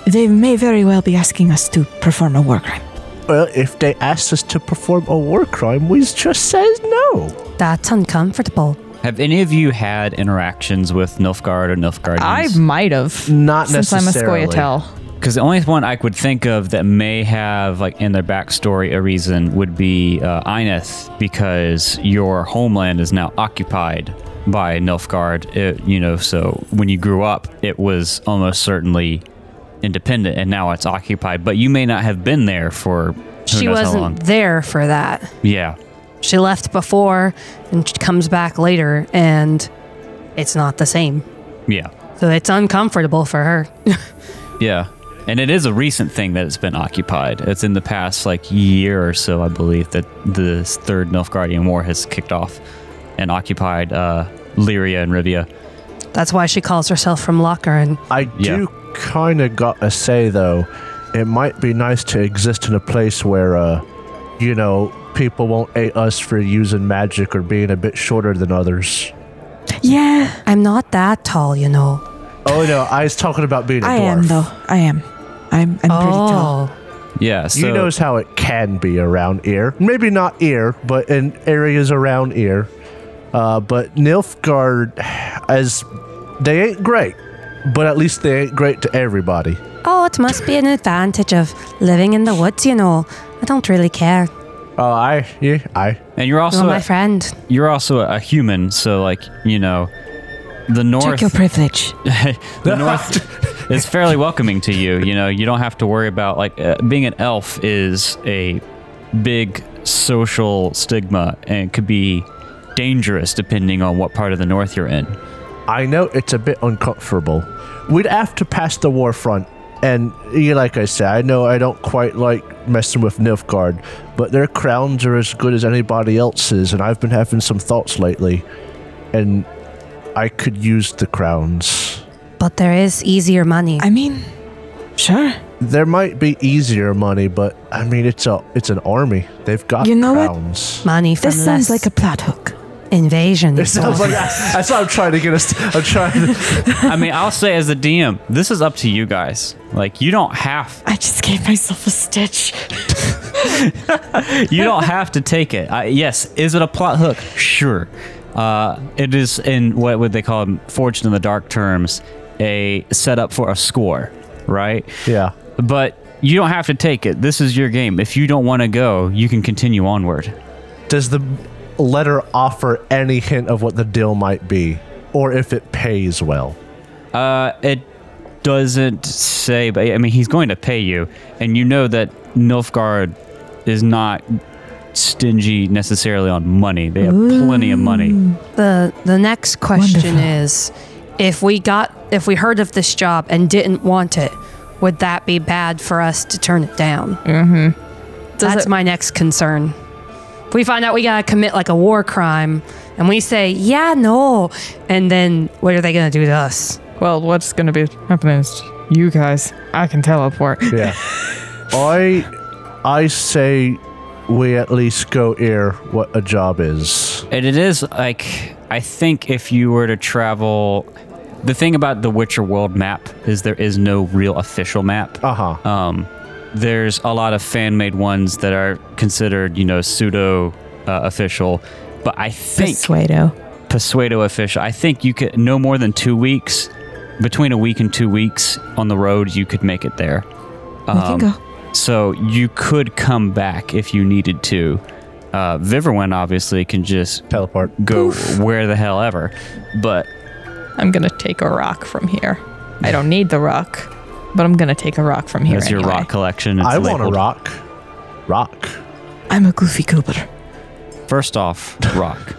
[SPEAKER 3] They may very well be asking us to perform a war crime.
[SPEAKER 5] well, if they asked us to perform a war crime, we just says no.
[SPEAKER 4] That's uncomfortable.
[SPEAKER 2] Have any of you had interactions with Nilfgaard or Nilfgaardians?
[SPEAKER 3] might have.
[SPEAKER 5] Not necessarily.
[SPEAKER 2] Because the only one I could think of that may have, like, in their backstory a reason would be uh, Ineth, because your homeland is now occupied by Nilfgaard. It, you know, so when you grew up, it was almost certainly independent, and now it's occupied. But you may not have been there for who
[SPEAKER 4] She
[SPEAKER 2] knows how
[SPEAKER 4] wasn't
[SPEAKER 2] long.
[SPEAKER 4] there for that.
[SPEAKER 2] Yeah.
[SPEAKER 4] She left before and she comes back later, and it's not the same.
[SPEAKER 2] Yeah.
[SPEAKER 4] So it's uncomfortable for her.
[SPEAKER 2] Yeah. And it is a recent thing that it's been occupied. It's in the past like year or so, I believe, that the third Nilfgaardian War has kicked off and occupied uh, Lyria and Rivia.
[SPEAKER 4] That's why she calls herself from Locker. And
[SPEAKER 5] I do kind of got to say though, it might be nice to exist in a place where, uh, you know, people won't hate us for using magic or being a bit shorter than others.
[SPEAKER 3] Yeah,
[SPEAKER 4] I'm not that tall, you know.
[SPEAKER 5] Oh no, I was talking about being a
[SPEAKER 3] I
[SPEAKER 5] dwarf.
[SPEAKER 3] am though. I am. I'm. I'm pretty tall.
[SPEAKER 4] Oh,
[SPEAKER 2] Yeah. So
[SPEAKER 5] you knows how it can be around here. Maybe not here, but in areas around here. Uh, but Nilfgaard, as they ain't great, but at least they ain't great to everybody.
[SPEAKER 4] oh, it must be an advantage of living in the woods, you know. I don't really care.
[SPEAKER 5] Oh, I, yeah, I.
[SPEAKER 2] and you're
[SPEAKER 4] You're
[SPEAKER 2] also
[SPEAKER 4] my
[SPEAKER 2] a,
[SPEAKER 4] friend.
[SPEAKER 2] you're also a human, so like, you know, the
[SPEAKER 3] Check
[SPEAKER 2] north
[SPEAKER 3] your privilege.
[SPEAKER 2] [laughs] the north is fairly welcoming to you, you know, you don't have to worry about like uh, being an elf is a big social stigma and could be dangerous depending on what part of the North you're in.
[SPEAKER 5] I know it's a bit uncomfortable. We'd have to pass the war front. And yeah, like I said, I know I don't quite like messing with Nilfgaard, but their crowns are as good as anybody else's, and I've been having some thoughts lately. And I could use the crowns.
[SPEAKER 4] But there is easier money.
[SPEAKER 3] I mean, sure.
[SPEAKER 5] There might be easier money, but I mean it's a it's an army. They've got
[SPEAKER 3] You know what?
[SPEAKER 5] crowns. [laughs]
[SPEAKER 4] money from
[SPEAKER 3] This sounds
[SPEAKER 4] less
[SPEAKER 3] like a plot hook.
[SPEAKER 4] invasion.
[SPEAKER 5] It sounds like that's what I'm trying to get us. I'm trying. To,
[SPEAKER 2] I mean, I'll say as a DM, this is up to you guys. Like, you don't have
[SPEAKER 3] I just gave myself a stitch.
[SPEAKER 2] you don't have to take it. I, yes, is it a plot hook? Sure. Uh, it is in what would they call them, forged in the dark terms, a setup for a score, right?
[SPEAKER 5] yeah,
[SPEAKER 2] But you don't have to take it. This is your game. If you don't want to go, you can continue onward.
[SPEAKER 5] does the letter offer any hint of what the deal might be, or if it pays well?
[SPEAKER 2] Uh, it doesn't say, but I mean, he's going to pay you, and you know that Nilfgaard is not stingy necessarily on money. They have plenty of money.
[SPEAKER 4] the the next question
[SPEAKER 3] Wonderful.
[SPEAKER 4] is if we got if we heard of this job and didn't want it, would that be bad for us to turn it down? That's
[SPEAKER 3] it-
[SPEAKER 4] my next concern. If we find out we gotta commit like a war crime and we say, yeah, no, and then what are they gonna do to us?
[SPEAKER 3] Well, what's going to be happening is you guys. I can teleport.
[SPEAKER 5] Yeah,
[SPEAKER 2] [laughs]
[SPEAKER 5] I I say we at least go ear what a job is.
[SPEAKER 2] And it is like, I think if you were to travel. The thing about the Witcher world map is there is no real official map.
[SPEAKER 5] Uh huh.
[SPEAKER 2] Um, there's a lot of fan made ones that are considered, you know, pseudo uh, official. But I think
[SPEAKER 3] Persuado.
[SPEAKER 2] Pasueto official. I think you could no more than two weeks, between a week and two weeks on the road, you could make it there.
[SPEAKER 3] We
[SPEAKER 5] Um,
[SPEAKER 3] can go.
[SPEAKER 2] So you could come back if you needed to. Uh, Viverwin obviously can just
[SPEAKER 5] Teleport.
[SPEAKER 2] go where the hell ever, but
[SPEAKER 3] I'm going to take a rock from here. I don't need the rock, but I'm going to take a rock from here.
[SPEAKER 2] that's your
[SPEAKER 3] anyway.
[SPEAKER 2] rock collection. It's
[SPEAKER 5] I want to
[SPEAKER 2] labeled.
[SPEAKER 5] rock. Rock.
[SPEAKER 3] I'm a goofy goober.
[SPEAKER 2] First
[SPEAKER 5] [laughs]
[SPEAKER 2] off, rock.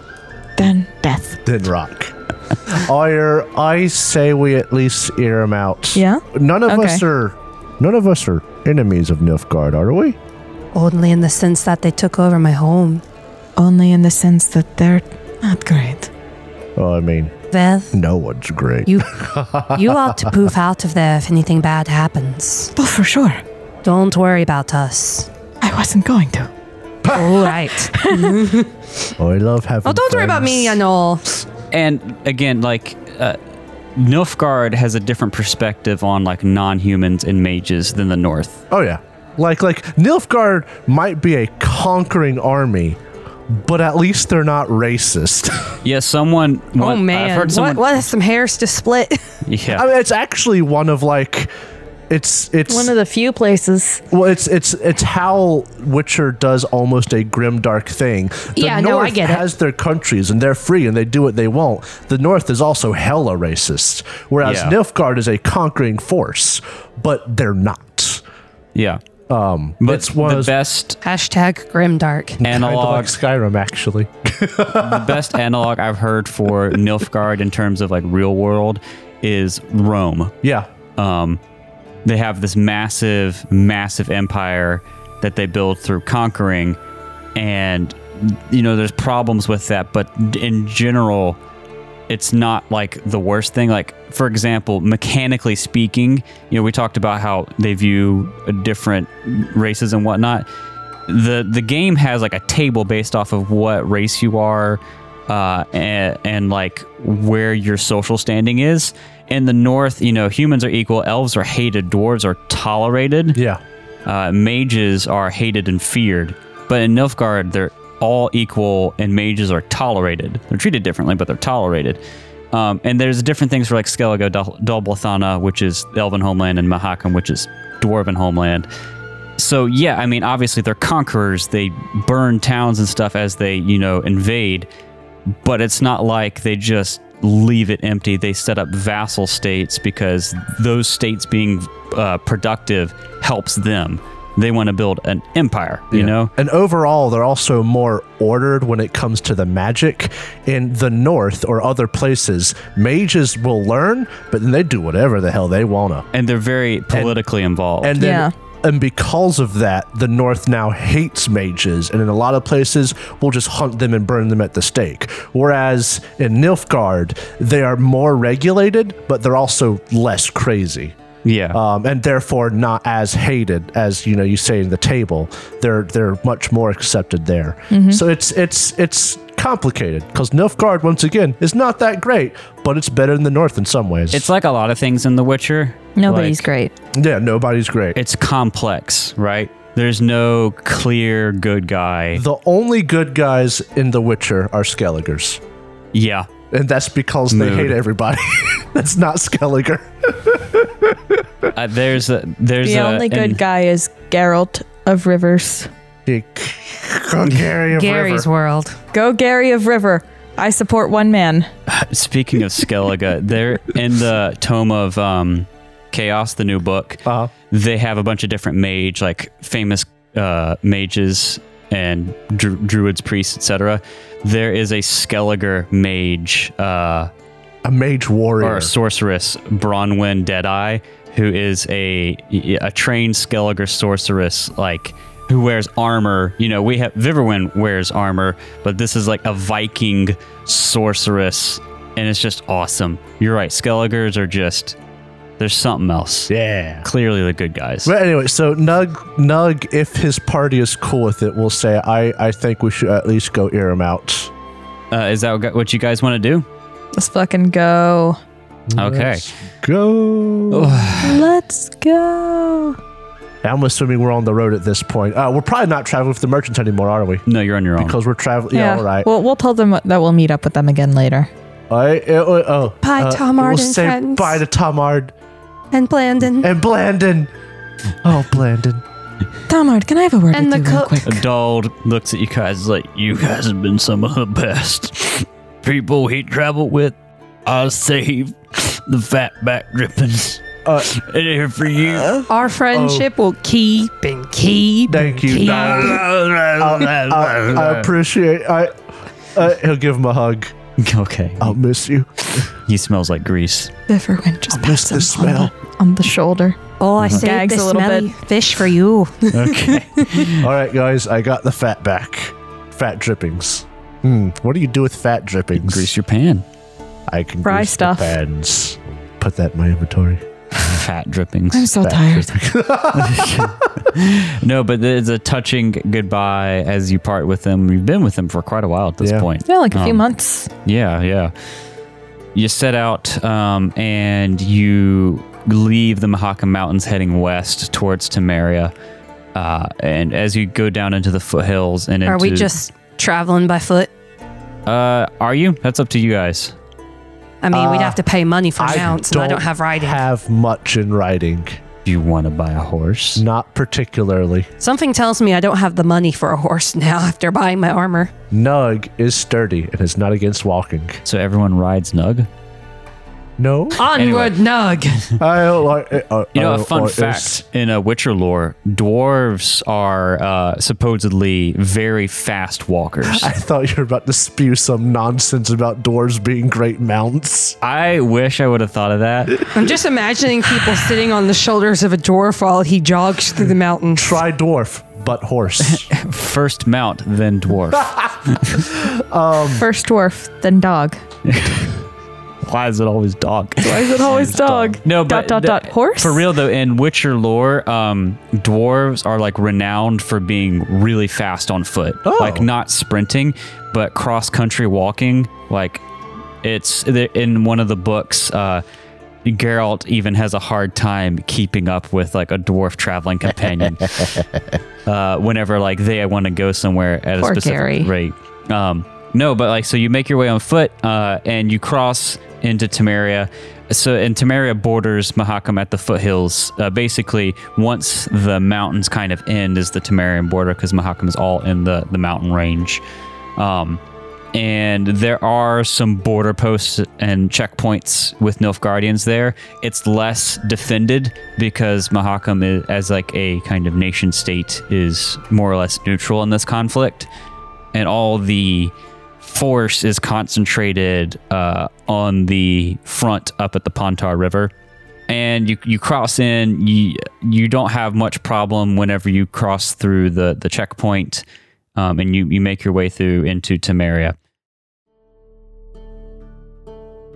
[SPEAKER 3] Then death.
[SPEAKER 5] Then rock. [laughs] I I say we at least ear him out.
[SPEAKER 3] Yeah?
[SPEAKER 5] None of us
[SPEAKER 3] Okay.
[SPEAKER 5] are. None of us are enemies of Nilfgaard, are we?
[SPEAKER 4] Only in the sense that they took over my home.
[SPEAKER 3] Only in the sense that they're not great.
[SPEAKER 5] Well, Oh, I mean,
[SPEAKER 4] Veth,
[SPEAKER 5] no one's great.
[SPEAKER 4] you you ought to poof out of there if anything bad happens.
[SPEAKER 3] Well, for sure.
[SPEAKER 4] Don't worry about us.
[SPEAKER 3] I wasn't going to.
[SPEAKER 4] All right.
[SPEAKER 5] Oh, I love having.
[SPEAKER 4] Oh, don't worry about me, I know.
[SPEAKER 2] And again, like uh, Nilfgaard has a different perspective on like non-humans and mages than the North.
[SPEAKER 5] Oh yeah, like like Nilfgaard might be a conquering army, but at least they're not racist. [laughs]
[SPEAKER 2] Yeah, someone.
[SPEAKER 4] Oh
[SPEAKER 2] one-
[SPEAKER 4] man,
[SPEAKER 2] I've heard someone.
[SPEAKER 4] what, what if some hairs just split?
[SPEAKER 2] Yeah.
[SPEAKER 5] I mean, it's actually one of like, it's it's
[SPEAKER 3] One of the few places.
[SPEAKER 5] well, it's it's it's how Witcher does almost a grim dark thing. The
[SPEAKER 4] Yeah,
[SPEAKER 5] North
[SPEAKER 4] no, I get it.
[SPEAKER 5] has their countries and they're free and they do what they want. The North is also hella racist, whereas
[SPEAKER 2] Yeah.
[SPEAKER 5] Nilfgaard is a conquering force, but they're not.
[SPEAKER 2] Yeah.
[SPEAKER 5] Um,
[SPEAKER 2] But
[SPEAKER 5] it's one
[SPEAKER 2] the
[SPEAKER 5] of those
[SPEAKER 2] best
[SPEAKER 4] Hashtag grimdark.
[SPEAKER 5] kinda like
[SPEAKER 2] analog,
[SPEAKER 5] Skyrim actually.
[SPEAKER 2] the
[SPEAKER 5] [laughs]
[SPEAKER 2] best analog I've heard for Nilfgaard in terms of like real world is Rome.
[SPEAKER 5] Yeah,
[SPEAKER 2] Um, they have this massive, massive empire that they build through conquering, and you know there's problems with that. But in general, it's not like the worst thing. Like for example, mechanically speaking, you know we talked about how they view different races and whatnot. the The game has like a table based off of what race you are, uh, and, and like where your social standing is. In the North, you know, humans are equal. Elves are hated. Dwarves are tolerated.
[SPEAKER 5] yeah.
[SPEAKER 2] Uh, mages are hated and feared. But in Nilfgaard, they're all equal, and mages are tolerated. They're treated differently, but they're tolerated. Um, and there's different things for like Skellige Dol- Dolblathana, which is Elven homeland, and Mahakam, which is Dwarven homeland. So yeah, I mean, obviously they're conquerors. They burn towns and stuff as they, you know, invade. But it's not like they just leave it empty. They set up vassal states because those states being uh, productive helps them. They want to build an empire, you know?
[SPEAKER 5] And overall, they're also more ordered when it comes to the magic. In the North or other places, mages will learn, but then they do whatever the hell they wanna.
[SPEAKER 2] And they're very politically involved.
[SPEAKER 5] And then,
[SPEAKER 3] Yeah.
[SPEAKER 5] and because of that, the North now hates mages, and in a lot of places, will just hunt them and burn them at the stake. Whereas in Nilfgaard, they are more regulated, but they're also less crazy.
[SPEAKER 2] yeah.
[SPEAKER 5] Um, and therefore not as hated as you know you say in the table. They're they're much more accepted there. So it's it's it's complicated because Nilfgaard once again is not that great, but it's better than the North in some ways.
[SPEAKER 2] it's like a lot of things in The Witcher.
[SPEAKER 3] Nobody's
[SPEAKER 2] Like,
[SPEAKER 3] great.
[SPEAKER 5] yeah, nobody's great.
[SPEAKER 2] It's complex, right? There's no clear good guy.
[SPEAKER 5] the only good guys in The Witcher are Skelligers.
[SPEAKER 2] Yeah.
[SPEAKER 5] And that's because they
[SPEAKER 2] Mood.
[SPEAKER 5] hate everybody. [laughs] that's
[SPEAKER 2] [laughs]
[SPEAKER 5] not Skelliger.
[SPEAKER 2] Uh, there's a, there's
[SPEAKER 3] The
[SPEAKER 2] a,
[SPEAKER 3] only good
[SPEAKER 2] and-
[SPEAKER 3] guy is Geralt of Rivers.
[SPEAKER 5] Gary of
[SPEAKER 4] Gary's
[SPEAKER 5] River.
[SPEAKER 4] world.
[SPEAKER 3] Go Gary of River. I support one man.
[SPEAKER 2] Speaking of Skellige, they're in the tome of um, Chaos, the new book.
[SPEAKER 5] Uh-huh.
[SPEAKER 2] They have a bunch of different mage, like famous uh, mages and dru- druids, priests, etc. There is a Skellige mage uh,
[SPEAKER 5] A mage warrior.
[SPEAKER 2] or sorceress, Bronwyn Deadeye, who is a a trained Skellige sorceress, like who wears armor. You know, we have Viverwin wears armor, but this is like a Viking sorceress, and it's just awesome. You're right, Skelligers are just there's something else.
[SPEAKER 5] yeah.
[SPEAKER 2] Clearly, the good guys.
[SPEAKER 5] But anyway, so Nug, Nug, if his party is cool with it, will say, I, I think we should at least go ear him out.
[SPEAKER 2] Uh, is that what- what you guys want to do?
[SPEAKER 3] Let's fucking go.
[SPEAKER 2] Okay.
[SPEAKER 5] Go.
[SPEAKER 3] Let's go.
[SPEAKER 5] I'm assuming we're on the road at this point. Uh, we're probably not traveling with the merchants anymore, are we?
[SPEAKER 2] No, you're on your own.
[SPEAKER 5] Because we're traveling. Yeah, all right.
[SPEAKER 3] Well, we'll tell them that we'll meet up with them again later.
[SPEAKER 5] I, uh, uh, oh,
[SPEAKER 4] Bye,
[SPEAKER 5] uh,
[SPEAKER 4] Tomard
[SPEAKER 5] We'll
[SPEAKER 4] and
[SPEAKER 5] say
[SPEAKER 4] friends.
[SPEAKER 5] bye to Tomard
[SPEAKER 4] And Blandon.
[SPEAKER 5] and Blandon. Oh, Blandon.
[SPEAKER 3] Tomard, can I have a word
[SPEAKER 4] And
[SPEAKER 3] with
[SPEAKER 4] the
[SPEAKER 3] you
[SPEAKER 4] cook.
[SPEAKER 3] real quick?
[SPEAKER 2] Adult looks at you guys like, you guys have been some of the best people he traveled with. I saved the fat back drippings.
[SPEAKER 5] Uh,
[SPEAKER 2] And here for you. [laughs]
[SPEAKER 4] Our friendship will keep and keep.
[SPEAKER 5] Thank you.
[SPEAKER 4] Keep.
[SPEAKER 5] Nug. I, I appreciate I. Uh, he'll give him a hug.
[SPEAKER 2] okay.
[SPEAKER 5] I'll miss you.
[SPEAKER 2] He smells like grease.
[SPEAKER 3] Viverwin just
[SPEAKER 5] I'll miss
[SPEAKER 3] pats him
[SPEAKER 5] the smell. Mm-hmm.
[SPEAKER 3] On, the, on the shoulder.
[SPEAKER 4] Oh, I
[SPEAKER 3] Gags
[SPEAKER 4] saved
[SPEAKER 3] a
[SPEAKER 4] this
[SPEAKER 3] little
[SPEAKER 4] smelly fish for you.
[SPEAKER 2] Okay.
[SPEAKER 5] All right, guys, I got the fat back. Fat drippings. Hmm. What do you do with fat drippings?
[SPEAKER 2] Grease your pan.
[SPEAKER 5] I can
[SPEAKER 3] Fry
[SPEAKER 5] grease the
[SPEAKER 3] stuff.
[SPEAKER 5] pans. Put that in my inventory.
[SPEAKER 2] Fat drippings.
[SPEAKER 3] I'm so
[SPEAKER 5] Fat
[SPEAKER 3] tired.
[SPEAKER 5] drippings.
[SPEAKER 2] no, but there's a touching goodbye as you part with them. You've been with them for quite a while at this
[SPEAKER 5] Yeah.
[SPEAKER 2] point.
[SPEAKER 3] Yeah, like a few
[SPEAKER 2] Um,
[SPEAKER 3] months.
[SPEAKER 2] Yeah, yeah. You set out um, and you leave the Mahakam Mountains heading west towards Tamaria. Uh, and as you go down into the foothills and into,
[SPEAKER 4] Are we just traveling by foot?
[SPEAKER 2] uh, are you? That's up to you guys.
[SPEAKER 4] I mean, we'd have to pay money for
[SPEAKER 5] I
[SPEAKER 4] mounts, and I don't have riding.
[SPEAKER 5] Have much in writing.
[SPEAKER 2] Do you want to buy a horse?
[SPEAKER 5] Not particularly.
[SPEAKER 4] Something tells me I don't have the money for a horse [laughs] now after buying my armor.
[SPEAKER 5] Nug is sturdy and is not against walking.
[SPEAKER 2] So everyone rides Nug.
[SPEAKER 5] No,
[SPEAKER 4] Onward, Nug.
[SPEAKER 5] I don't like. It. Uh,
[SPEAKER 2] You know,
[SPEAKER 5] uh,
[SPEAKER 2] a fun
[SPEAKER 5] uh,
[SPEAKER 2] fact in a Witcher lore: dwarves are uh, supposedly very fast [laughs] walkers.
[SPEAKER 5] I thought you were about to spew some nonsense about doors being great mounts.
[SPEAKER 2] I wish I would have thought of that.
[SPEAKER 4] I'm just imagining people sitting on the shoulders of a dwarf while he jogs through the mountain.
[SPEAKER 5] Try dwarf, but horse.
[SPEAKER 2] First mount, then [laughs] dwarf.
[SPEAKER 3] First dwarf, then dog.
[SPEAKER 2] Why is it always dog?
[SPEAKER 3] Why is it always dog?
[SPEAKER 2] No,
[SPEAKER 3] dot
[SPEAKER 2] but
[SPEAKER 3] dot
[SPEAKER 2] the-
[SPEAKER 3] dot horse.
[SPEAKER 2] For real though, in Witcher lore, um, dwarves are like renowned for being really fast on foot, like not sprinting, but cross country walking. Like it's in one of the books. Uh, Geralt even has a hard time keeping up with like a dwarf traveling companion. uh, whenever like they want to go somewhere at
[SPEAKER 3] Poor
[SPEAKER 2] a specific
[SPEAKER 3] Gary.
[SPEAKER 2] rate. Um, no, but like so you make your way on foot uh, and you cross into Tamaria. So and Tamaria borders Mahakam at the foothills. Uh, basically, once the mountains kind of end is the Tamarian border because Mahakam is all in the the mountain range. Um, and there are some border posts and checkpoints with Nilfgaardians there. It's less defended because Mahakam, is, as like a kind of nation state, is more or less neutral in this conflict, and all the force is concentrated uh, on the front up at the Pontar River. And you, you cross in, you, you don't have much problem whenever you cross through the, the checkpoint um, and you, you make your way through into Tamaria.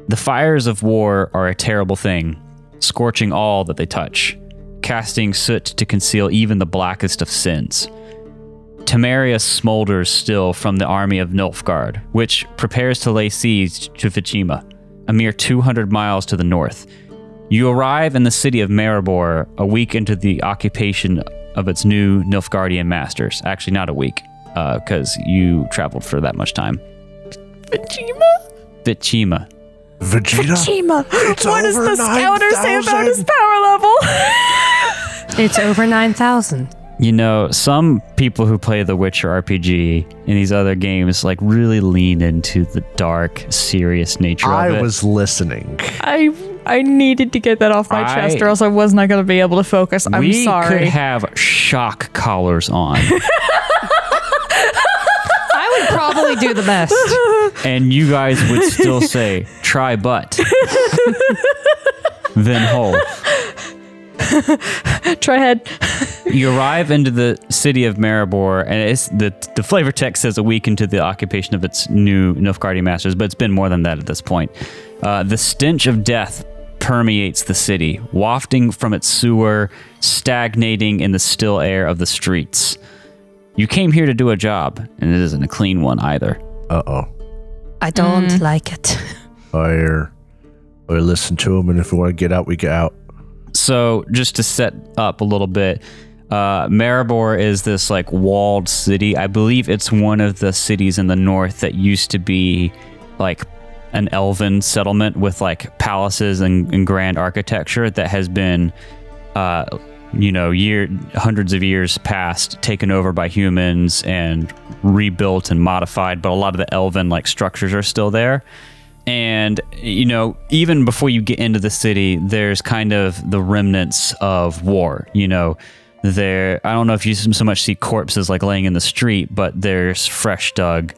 [SPEAKER 2] The fires of war are a terrible thing, scorching all that they touch, casting soot to conceal even the blackest of sins. Tamaria smolders still from the army of Nilfgaard, which prepares to lay siege to Fichima, a mere 200 miles to the north. You arrive in the city of Maribor a week into the occupation of its new Nilfgaardian masters. Actually, not a week, because you traveled for that much time. Fichima? Fichima.
[SPEAKER 5] Vegeta?
[SPEAKER 6] Chima,
[SPEAKER 5] It's
[SPEAKER 6] what does
[SPEAKER 5] over
[SPEAKER 6] the scouter say about his
[SPEAKER 5] 9,000.
[SPEAKER 6] power level?
[SPEAKER 3] [laughs]
[SPEAKER 4] It's over 9,000.
[SPEAKER 2] You know, some people who play The Witcher RPG and these other games like really lean into the dark, serious nature of
[SPEAKER 5] I
[SPEAKER 2] it.
[SPEAKER 5] was listening.
[SPEAKER 3] I I needed to get that off my
[SPEAKER 2] I-
[SPEAKER 3] chest, or else I was not going to be able to focus. I'm
[SPEAKER 2] we could
[SPEAKER 3] sorry.
[SPEAKER 2] have shock collars on,
[SPEAKER 4] I would probably do the best.
[SPEAKER 2] and you guys would still say, "Try
[SPEAKER 3] [laughs]
[SPEAKER 2] butt, then hole."
[SPEAKER 3] [laughs] Try head.
[SPEAKER 2] You arrive into the city of Maribor, and it's the the flavor text says a week into the occupation of its new Nilfgaardian masters, but it's been more than that at this point. Uh, the stench of death permeates the city, wafting from its sewer, stagnating in the still air of the streets. You came here to do a job, and it isn't a clean one either.
[SPEAKER 5] Uh oh.
[SPEAKER 4] I don't like it.
[SPEAKER 5] Or, or listen to him, and if we want to get out, we get out.
[SPEAKER 2] So, just to set up a little bit, uh, Maribor is this like walled city. I believe it's one of the cities in the north that used to be like an elven settlement with like palaces and, and grand architecture that has been, uh, you know, year hundreds of years past taken over by humans and rebuilt and modified. But a lot of the elven like structures are still there and you know even before you get into the city there's kind of the remnants of war you know there i don't know if you so much see corpses like laying in the street but there's fresh dug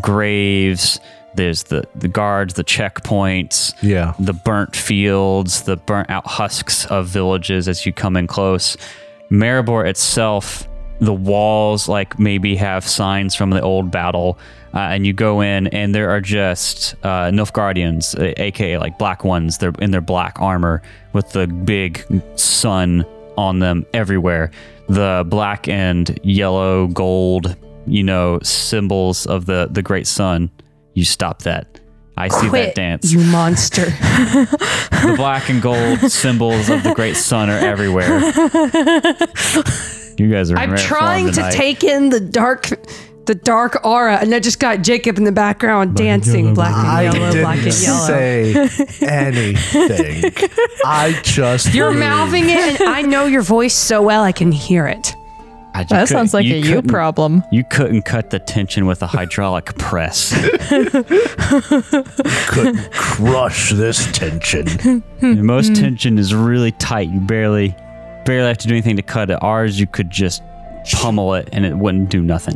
[SPEAKER 2] graves there's the the guards the checkpoints
[SPEAKER 5] Yeah.
[SPEAKER 2] the burnt fields, the burnt out husks of villages as you come in close. Maribor itself, the walls like maybe have signs from the old battle, uh, and you go in and there are just uh, Nilfgaardians, a- aka like black ones. They're in their black armor with the big sun on them everywhere. The black and yellow, gold, you know, symbols of the the great sun. You stop that. I see that
[SPEAKER 4] Quit,
[SPEAKER 2] dance
[SPEAKER 4] you monster.
[SPEAKER 2] the black and gold [laughs] symbols of the great sun are everywhere. You guys are. in
[SPEAKER 4] I'm
[SPEAKER 2] rare form
[SPEAKER 4] trying to
[SPEAKER 2] tonight.
[SPEAKER 4] take in the dark the dark aura and I just got Jacob in the background dancing black
[SPEAKER 5] I
[SPEAKER 4] and yellow,
[SPEAKER 5] didn't
[SPEAKER 4] black and yellow.
[SPEAKER 5] say anything. I just.
[SPEAKER 4] You're
[SPEAKER 5] heard.
[SPEAKER 4] mouthing it and I know your voice so well I can hear it.
[SPEAKER 2] I just
[SPEAKER 3] That
[SPEAKER 2] couldn't-
[SPEAKER 3] sounds like a you
[SPEAKER 2] couldn't-
[SPEAKER 3] problem.
[SPEAKER 2] You couldn't cut the tension [laughs] with a hydraulic [laughs] press.
[SPEAKER 5] Couldn't crush this tension.
[SPEAKER 3] Mm.
[SPEAKER 2] Most tension is really tight. You barely, barely have to do anything to cut it. Ours, you could just pummel it and it wouldn't do [laughs] nothing.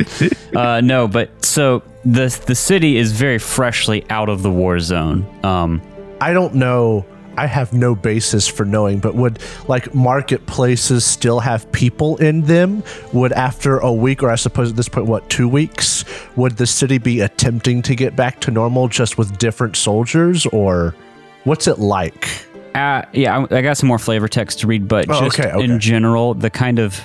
[SPEAKER 2] uh, no, but so the the city is very freshly out of the war zone. Um,
[SPEAKER 5] I don't know. I have no basis for knowing, but would like marketplaces still have people in them? Would after a week, or I suppose at this point, what, two weeks, would the city be attempting to get back to normal just with different soldiers, or what's it like?
[SPEAKER 2] Uh, yeah, I, I got some more flavor text to read, but
[SPEAKER 5] Oh,
[SPEAKER 2] just
[SPEAKER 5] okay, okay.
[SPEAKER 2] in general, the kind of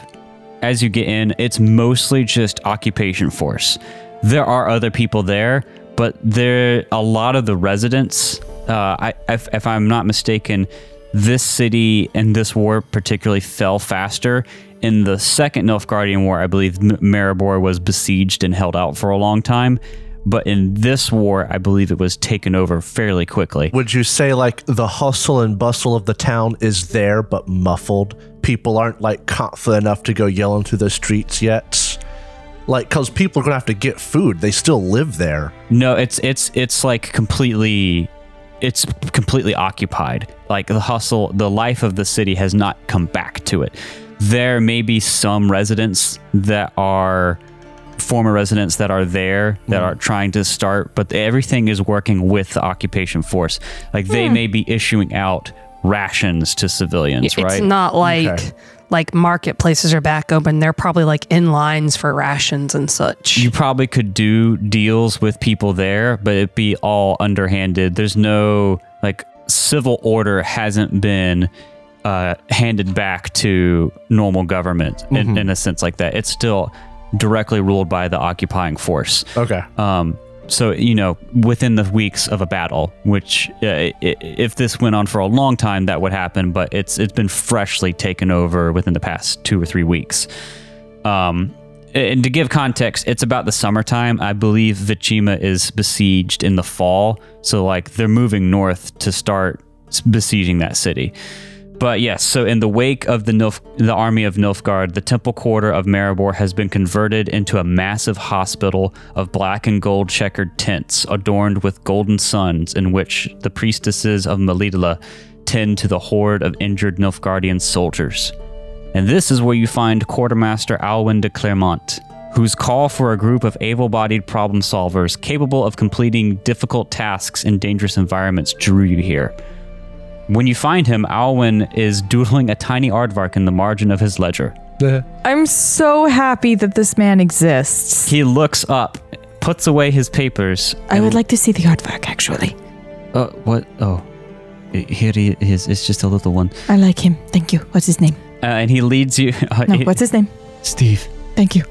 [SPEAKER 2] as you get in, it's mostly just occupation force. There are other people there, but there a lot of the residents. Uh, I, if, if I'm not mistaken, this city and this war particularly fell faster. In the second Nilfgaardian War, I believe M- Maribor was besieged and held out for a long time. But in this war, I believe it was taken over fairly quickly.
[SPEAKER 5] Would you say like the hustle and bustle of the town is there but muffled? People aren't like confident enough to go yelling through the streets yet. Like, because people are going to have to get food. They still live there.
[SPEAKER 2] No, it's it's it's like completely it's completely occupied. Like the hustle, the life of the city has not come back to it. There may be some residents that are former residents that are there that are trying to start, but everything is working with the occupation force. Like they may be issuing out rations to civilians,
[SPEAKER 4] it's
[SPEAKER 2] right?
[SPEAKER 4] not like
[SPEAKER 5] Okay.
[SPEAKER 4] like marketplaces are back open. They're probably like in lines for rations and such.
[SPEAKER 2] you probably could do deals with people there, but it'd be all underhanded. There's no like civil order hasn't been uh, handed back to normal government in, in a sense like that. It's still directly ruled by the occupying force.
[SPEAKER 5] Okay.
[SPEAKER 2] Um, so you know, within the weeks of a battle, which uh, i- i- if this went on for a long time, that would happen. But it's it's been freshly taken over within the past two or three weeks. Um, and to give context, it's about the summertime. I believe Vichima is besieged in the fall, so like they're moving north to start s- besieging that city. But yes, so in the wake of the Nilf- the army of Nilfgaard, the temple quarter of Maribor has been converted into a massive hospital of black and gold checkered tents adorned with golden suns, in which the priestesses of Melidla tend to the horde of injured Nilfgaardian soldiers. And this is where you find Quartermaster Alwyn de Clermont, whose call for a group of able bodied problem solvers capable of completing difficult tasks in dangerous environments drew you here. When you find him, Alwyn is doodling a tiny aardvark in the margin of his ledger.
[SPEAKER 3] I'm so happy that this man exists.
[SPEAKER 2] He looks up, puts away his papers.
[SPEAKER 3] I would like to see the aardvark, actually.
[SPEAKER 2] Uh, what? Oh. Here he is. It's just a little one.
[SPEAKER 3] I like him. Thank you. What's his name?
[SPEAKER 2] Uh, and he leads you. [laughs]
[SPEAKER 3] No, what's his name?
[SPEAKER 2] Steve.
[SPEAKER 3] Thank you.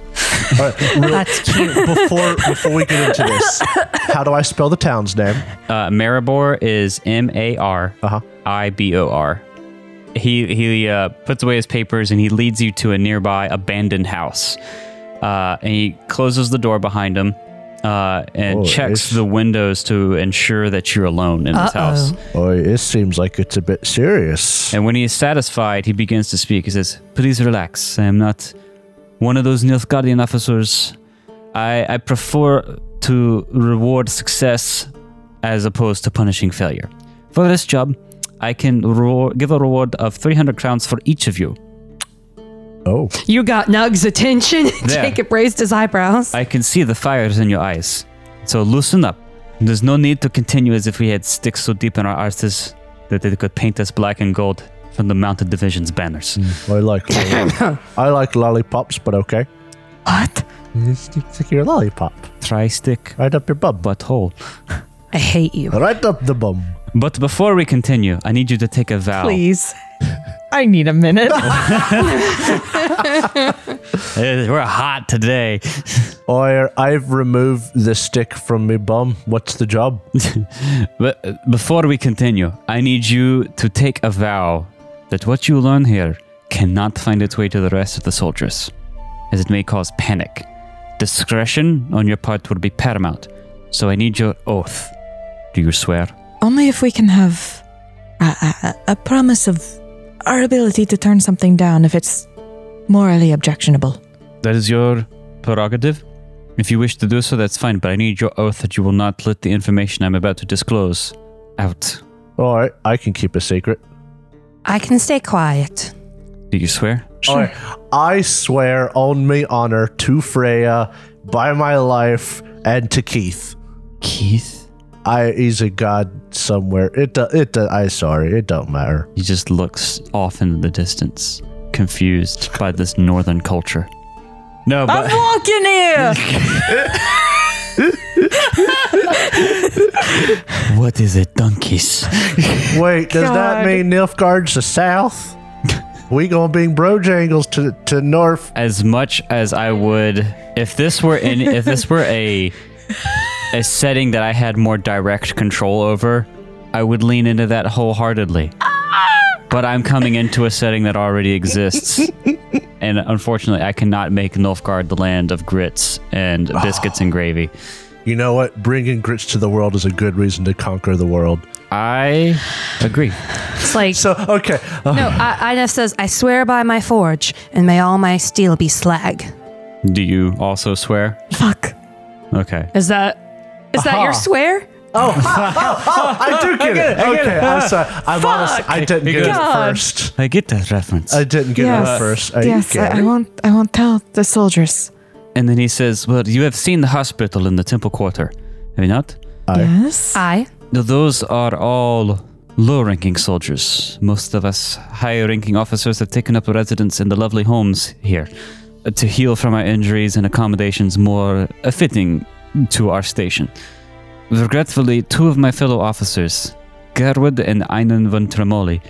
[SPEAKER 5] All right, real-
[SPEAKER 4] That's cute.
[SPEAKER 5] [laughs] before before we get into this, how do I spell the town's name?
[SPEAKER 2] Uh, Maribor is M A R
[SPEAKER 5] Uh huh.
[SPEAKER 2] I B O R. He he uh, puts away his papers and he leads you to a nearby abandoned house. Uh, and he closes the door behind him uh, and
[SPEAKER 5] Oh,
[SPEAKER 2] checks
[SPEAKER 5] it's-
[SPEAKER 2] the windows to ensure that you're alone in this house.
[SPEAKER 4] Uh-oh.
[SPEAKER 5] Oh, it seems like it's a bit serious.
[SPEAKER 2] And when he is satisfied, he begins to speak. He says, "Please relax. I am not one of those Nilfgaardian officers. I I prefer to reward success as opposed to punishing failure. For this job, I can rewar- give a reward of 300 crowns for each of you.
[SPEAKER 5] Oh,
[SPEAKER 4] You got Nug's attention. [laughs]
[SPEAKER 2] There.
[SPEAKER 4] Jacob raised his eyebrows.
[SPEAKER 2] I can see the fires in your eyes. So loosen up. There's no need to continue as if we had sticks so deep in our arses that they could paint us black and gold from the mounted division's banners.
[SPEAKER 5] I like lolli- I like lollipops, but okay.
[SPEAKER 3] What?
[SPEAKER 5] You stick stick your lollipop
[SPEAKER 2] Try stick,
[SPEAKER 5] right up your bum,
[SPEAKER 2] butthole.
[SPEAKER 4] I hate you.
[SPEAKER 5] right up the bum.
[SPEAKER 2] But before we continue, I need you to take a vow. [laughs]
[SPEAKER 3] Please. I need a minute.
[SPEAKER 2] Uh, We're hot today.
[SPEAKER 5] Or I've removed the stick from me bum. What's the job?
[SPEAKER 2] But uh, before we continue, I need you to take a vow that what you learn here cannot find its way to the rest of the soldiers, as it may cause panic. Discretion on your part would be paramount, so I need your oath. Do you swear?
[SPEAKER 3] [laughs] Only if we can have a, a, a a promise of our ability to turn something down if it's morally objectionable.
[SPEAKER 2] That is your prerogative. If you wish to do so, that's fine, but I need your oath that you will not let the information I'm about to disclose out.
[SPEAKER 5] All right, I can keep a secret.
[SPEAKER 4] I can stay quiet.
[SPEAKER 2] Do you swear?
[SPEAKER 5] All right, I swear on me honor to Freya, by my life, and to Keith.
[SPEAKER 2] Keith?
[SPEAKER 5] I he's a god somewhere. It do, it do, I sorry, it don't matter.
[SPEAKER 2] He just looks off into the distance, confused by this northern culture. No, but
[SPEAKER 3] I'm walking here!
[SPEAKER 2] [laughs] what is it, donkeys?
[SPEAKER 5] Wait, does
[SPEAKER 3] God.
[SPEAKER 5] that mean Nilfgaard's the [laughs] south? we gonna bring Brojangles to to north.
[SPEAKER 2] As much as I would, if this were in, if this were a a setting that I had more direct control over, I would lean into that wholeheartedly. But I'm coming into a setting that already exists. And unfortunately, I cannot make Nilfgaard the land of grits and biscuits and gravy.
[SPEAKER 5] You know what? Bringing grits to the world is a good reason to conquer the world.
[SPEAKER 2] I agree.
[SPEAKER 4] It's like
[SPEAKER 5] So okay, uh,
[SPEAKER 4] no. I, Inef says, "I swear by my forge, and may all my steel be slag."
[SPEAKER 2] Do you also swear?
[SPEAKER 3] Fuck.
[SPEAKER 2] Okay.
[SPEAKER 4] Is that is that your swear?
[SPEAKER 5] I do get, it. okay, I'm sorry. I'm honest. I didn't
[SPEAKER 2] You
[SPEAKER 5] get it
[SPEAKER 3] God.
[SPEAKER 5] first.
[SPEAKER 2] I get that reference.
[SPEAKER 5] I didn't get
[SPEAKER 3] Yes.
[SPEAKER 5] it first. I
[SPEAKER 3] yes,
[SPEAKER 5] get
[SPEAKER 3] I, I
[SPEAKER 5] it.
[SPEAKER 3] won't. I won't tell the soldiers.
[SPEAKER 2] and then he says, "Well, you have seen the hospital in the temple quarter, have you not?
[SPEAKER 3] Yes.
[SPEAKER 4] I.
[SPEAKER 2] Now, Those are all low-ranking soldiers. Most of us high-ranking officers have taken up residence in the lovely homes here uh, to heal from our injuries and accommodations more uh, fitting to our station. Regretfully, two of my fellow officers, Gerwood and Einan von Tremoli,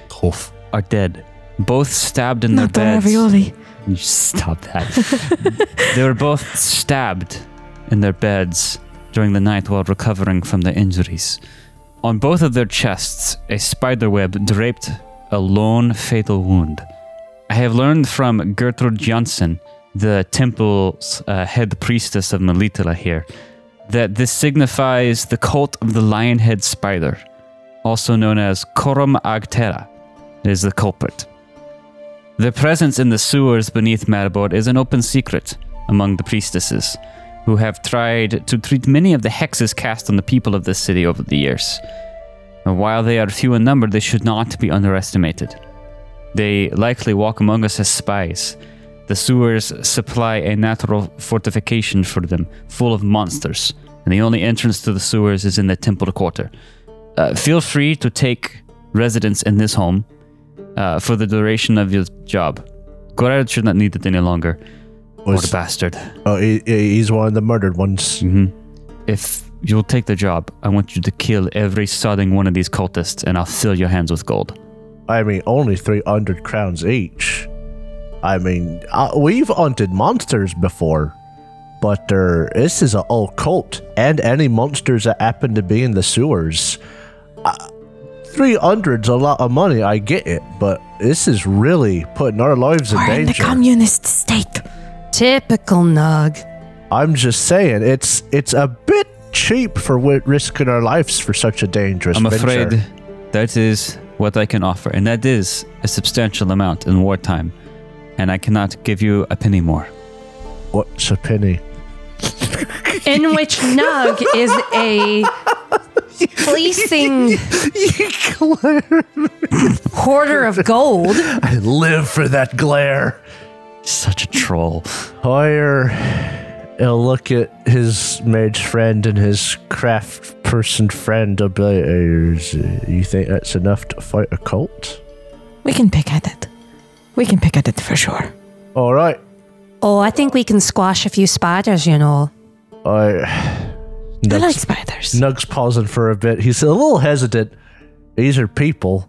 [SPEAKER 2] are dead. Both stabbed in
[SPEAKER 3] Not the
[SPEAKER 2] their beds.
[SPEAKER 3] ravioli.
[SPEAKER 2] You Stop that. [laughs] they were both stabbed in their beds during the night while recovering from their injuries. On both of their chests, a spider web draped a lone fatal wound. I have learned from Gertrude Johnson, the temple's uh, head priestess of Melitala here, that this signifies the cult of the lion head spider, also known as Coram Agtera, is the culprit. Their presence in the sewers beneath Maribor is an open secret among the priestesses, who have tried to treat many of the hexes cast on the people of this city over the years. And while they are few in number, they should not be underestimated. They likely walk among us as spies. The sewers supply a natural fortification for them, full of monsters, and the only entrance to the sewers is in the temple quarter. Uh, feel free to take residence in this home uh, for the duration of your job. Gorad should not need it any longer. Poor
[SPEAKER 5] Was-
[SPEAKER 2] bastard.
[SPEAKER 5] Oh, he, he- he's one of the murdered ones.
[SPEAKER 2] If you'll take the job, I want you to kill every sodding one of these cultists, and I'll fill your hands with gold.
[SPEAKER 5] I mean, only 300 crowns each. I mean, uh, we've hunted monsters before, but there, this is an old cult, and any monsters that happen to be in the sewers. Uh, 300's a lot of money, I get it, but this is really putting our lives in
[SPEAKER 6] We're in the
[SPEAKER 5] danger.
[SPEAKER 6] communist state.
[SPEAKER 4] Typical Nug.
[SPEAKER 5] I'm just saying, it's it's a bit cheap for wi- risking our lives for such a dangerous
[SPEAKER 2] I'm
[SPEAKER 5] venture.
[SPEAKER 2] afraid that is what I can offer, and that is a substantial amount in wartime, and I cannot give you a penny more.
[SPEAKER 5] What's a penny?
[SPEAKER 4] [laughs] In which Nug is a fleecing hoarder of gold.
[SPEAKER 5] I live for that glare.
[SPEAKER 2] Such a troll.
[SPEAKER 5] Hoyer, he'll look at his mage friend and his craft person friend. He'll be like, "Uh, is- you think that's enough to fight a cult?
[SPEAKER 3] We can pick at it. We can pick at it for sure.
[SPEAKER 5] All right.
[SPEAKER 4] Oh, I think we can squash a few spiders, you know.
[SPEAKER 5] I,
[SPEAKER 3] I like
[SPEAKER 5] Nugs,
[SPEAKER 3] spiders.
[SPEAKER 5] Nugs pausing for a bit. He's a little hesitant. These are people.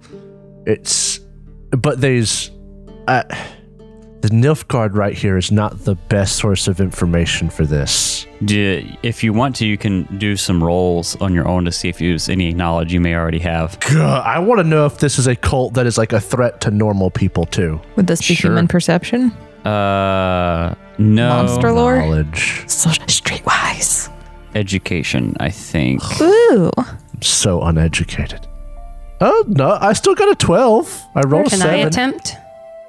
[SPEAKER 5] It's, but these, uh, the Nilfgaard right here is not the best source of information for this.
[SPEAKER 2] Do, if you want to, you can do some rolls on your own to see if you use any knowledge you may already have.
[SPEAKER 5] God, I want to know if this is a cult that is like a threat to normal people too.
[SPEAKER 3] Would this be
[SPEAKER 2] Sure.
[SPEAKER 3] human perception?
[SPEAKER 2] Uh, no.
[SPEAKER 3] Monster lore?
[SPEAKER 5] Knowledge.
[SPEAKER 3] So streetwise.
[SPEAKER 2] Education, I think.
[SPEAKER 3] Ooh.
[SPEAKER 5] so uneducated. Oh no, I still got a twelve. I rolled a
[SPEAKER 4] Can I
[SPEAKER 5] seven.
[SPEAKER 4] attempt?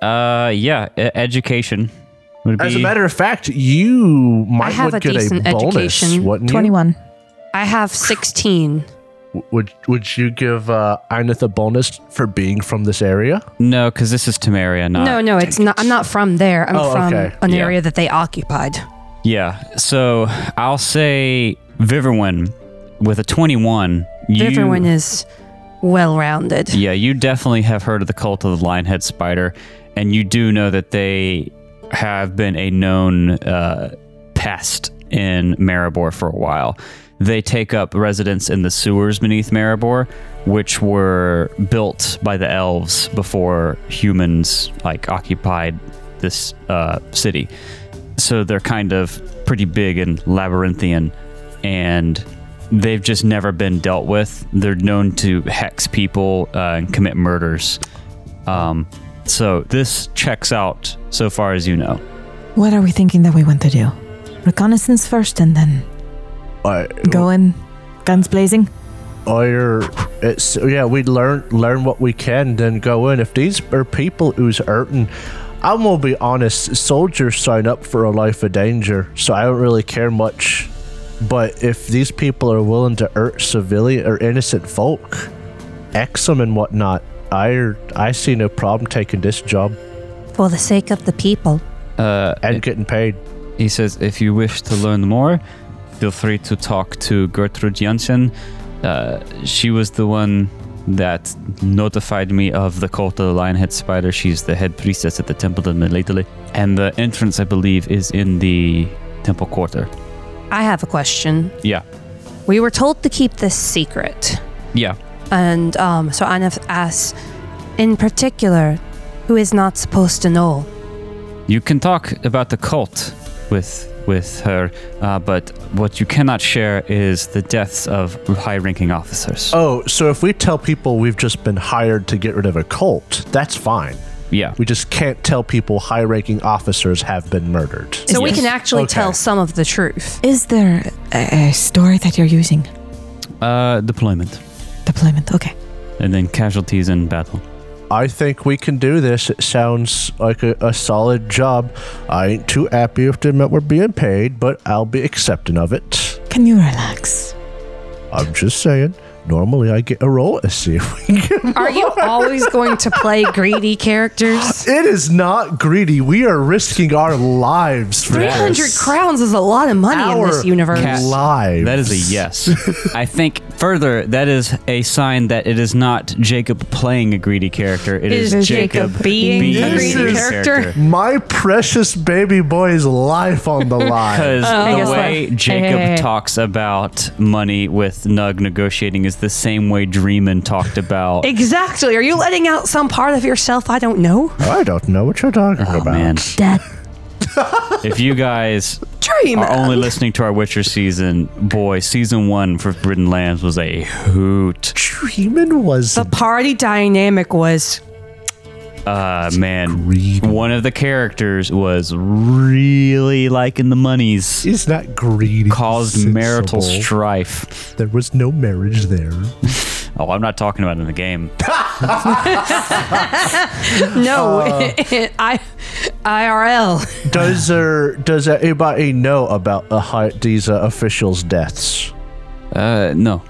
[SPEAKER 2] Uh, yeah, e- education would be.
[SPEAKER 5] As a matter of fact, you might
[SPEAKER 4] have
[SPEAKER 5] would
[SPEAKER 4] a
[SPEAKER 5] get a
[SPEAKER 4] decent
[SPEAKER 5] bonus,
[SPEAKER 4] education.
[SPEAKER 5] wouldn't you?
[SPEAKER 3] 21.
[SPEAKER 4] I have 16.
[SPEAKER 5] W- Would Would you give uh, Einith a bonus for being from this area?
[SPEAKER 2] no, because this is Tamaria, not.
[SPEAKER 4] No, no, it's not. I'm not from there. I'm
[SPEAKER 5] Oh,
[SPEAKER 4] from
[SPEAKER 5] okay.
[SPEAKER 4] an
[SPEAKER 2] Yeah.
[SPEAKER 4] area that they occupied.
[SPEAKER 2] Yeah, so I'll say Viverwin with a 21. You,
[SPEAKER 4] Everyone is well rounded.
[SPEAKER 2] Yeah, you definitely have heard of the cult of the Lionhead Spider, and you do know that they have been a known uh, pest in Maribor for a while. They take up residence in the sewers beneath Maribor, which were built by the elves before humans like occupied this uh, city. So they're kind of pretty big and labyrinthian, and they've just never been dealt with. They're known to hex people uh, and commit murders. Um, so this checks out so far as you know.
[SPEAKER 3] What are we thinking that we want to do? Reconnaissance first and then
[SPEAKER 5] I,
[SPEAKER 3] go in, guns blazing.
[SPEAKER 5] or it's yeah, we learn learn what we can, then go in. If these are people who's hurting, I'm gonna be honest. Soldiers sign up for a life of danger, so I don't really care much. But if these people are willing to hurt civilian or innocent folk, X 'em and whatnot, I I see no problem taking this job Uh,
[SPEAKER 4] For the sake of the people.
[SPEAKER 5] and getting paid.
[SPEAKER 2] He says, if you wish to learn more, feel free to talk to Gertrude Janssen. Uh, she was the one that notified me of the cult of the Lionhead Spider. She's the head priestess at the Temple of Milately. And the entrance, I believe, is in the temple quarter.
[SPEAKER 4] I have a question.
[SPEAKER 2] Yeah.
[SPEAKER 4] We were told to keep this secret.
[SPEAKER 2] Yeah.
[SPEAKER 4] And um, so Anna asks, in particular, who is not supposed to know?
[SPEAKER 2] You can talk about the cult with with her, uh, but what you cannot share is the deaths of high-ranking officers.
[SPEAKER 5] Oh, so if we tell people we've just been hired to get rid of a cult, that's fine.
[SPEAKER 2] yeah.
[SPEAKER 5] We just can't tell people high-ranking officers have been murdered.
[SPEAKER 4] So we
[SPEAKER 2] Yes.
[SPEAKER 4] can actually
[SPEAKER 5] Okay.
[SPEAKER 4] tell some of the truth.
[SPEAKER 6] Is there a, a story that you're using?
[SPEAKER 2] Uh, deployment,
[SPEAKER 6] Deployment. Okay.
[SPEAKER 2] and then casualties in battle.
[SPEAKER 5] I think we can do this. It sounds like a, a solid job. I ain't too happy with the amount we're being paid, but I'll be accepting of it.
[SPEAKER 6] Can you relax?
[SPEAKER 5] I'm just saying. Normally, I get a roll to see if we get.
[SPEAKER 4] Are [laughs] you always going to play greedy characters?
[SPEAKER 5] It is not greedy. We are risking our lives for
[SPEAKER 4] 300
[SPEAKER 5] this.
[SPEAKER 4] crowns is a lot of money in
[SPEAKER 5] Our
[SPEAKER 4] this universe.
[SPEAKER 2] cat-
[SPEAKER 5] Lives.
[SPEAKER 2] That is a yes. [laughs] I think further that is a sign that it is not Jacob playing a greedy character. It is,
[SPEAKER 3] Is
[SPEAKER 2] Jacob,
[SPEAKER 3] Jacob being
[SPEAKER 5] a greedy
[SPEAKER 4] character?
[SPEAKER 5] My precious baby boy's life
[SPEAKER 2] [laughs]
[SPEAKER 5] on the line.
[SPEAKER 2] Because
[SPEAKER 3] Hey, Oh, guess
[SPEAKER 2] the
[SPEAKER 3] what?
[SPEAKER 2] way
[SPEAKER 3] Hey,
[SPEAKER 2] Jacob
[SPEAKER 3] hey, hey.
[SPEAKER 2] talks about money with Nug negotiating is the same way Dreamin talked about.
[SPEAKER 4] Exactly. Are you letting out some part of yourself I don't know?
[SPEAKER 5] I don't know what you're talking
[SPEAKER 2] Oh,
[SPEAKER 5] about.
[SPEAKER 2] man.
[SPEAKER 6] Dad.
[SPEAKER 2] if you guys
[SPEAKER 4] Dream.
[SPEAKER 2] are only listening to our Witcher season, boy, season one for Forbidden Lands was a hoot.
[SPEAKER 5] Dreamin' was
[SPEAKER 4] the party dynamic was
[SPEAKER 2] Uh, man, one of the characters was really liking the monies,
[SPEAKER 5] is not greedy.
[SPEAKER 2] caused marital
[SPEAKER 5] sensible.
[SPEAKER 2] strife.
[SPEAKER 5] There was no marriage
[SPEAKER 2] [laughs]
[SPEAKER 5] there.
[SPEAKER 2] Oh, I'm not talking about in the game.
[SPEAKER 4] no
[SPEAKER 2] Uh.
[SPEAKER 4] [laughs] I IRL.
[SPEAKER 5] Does there, does anybody know about the hi- these uh, officials' deaths?
[SPEAKER 2] Uh, no,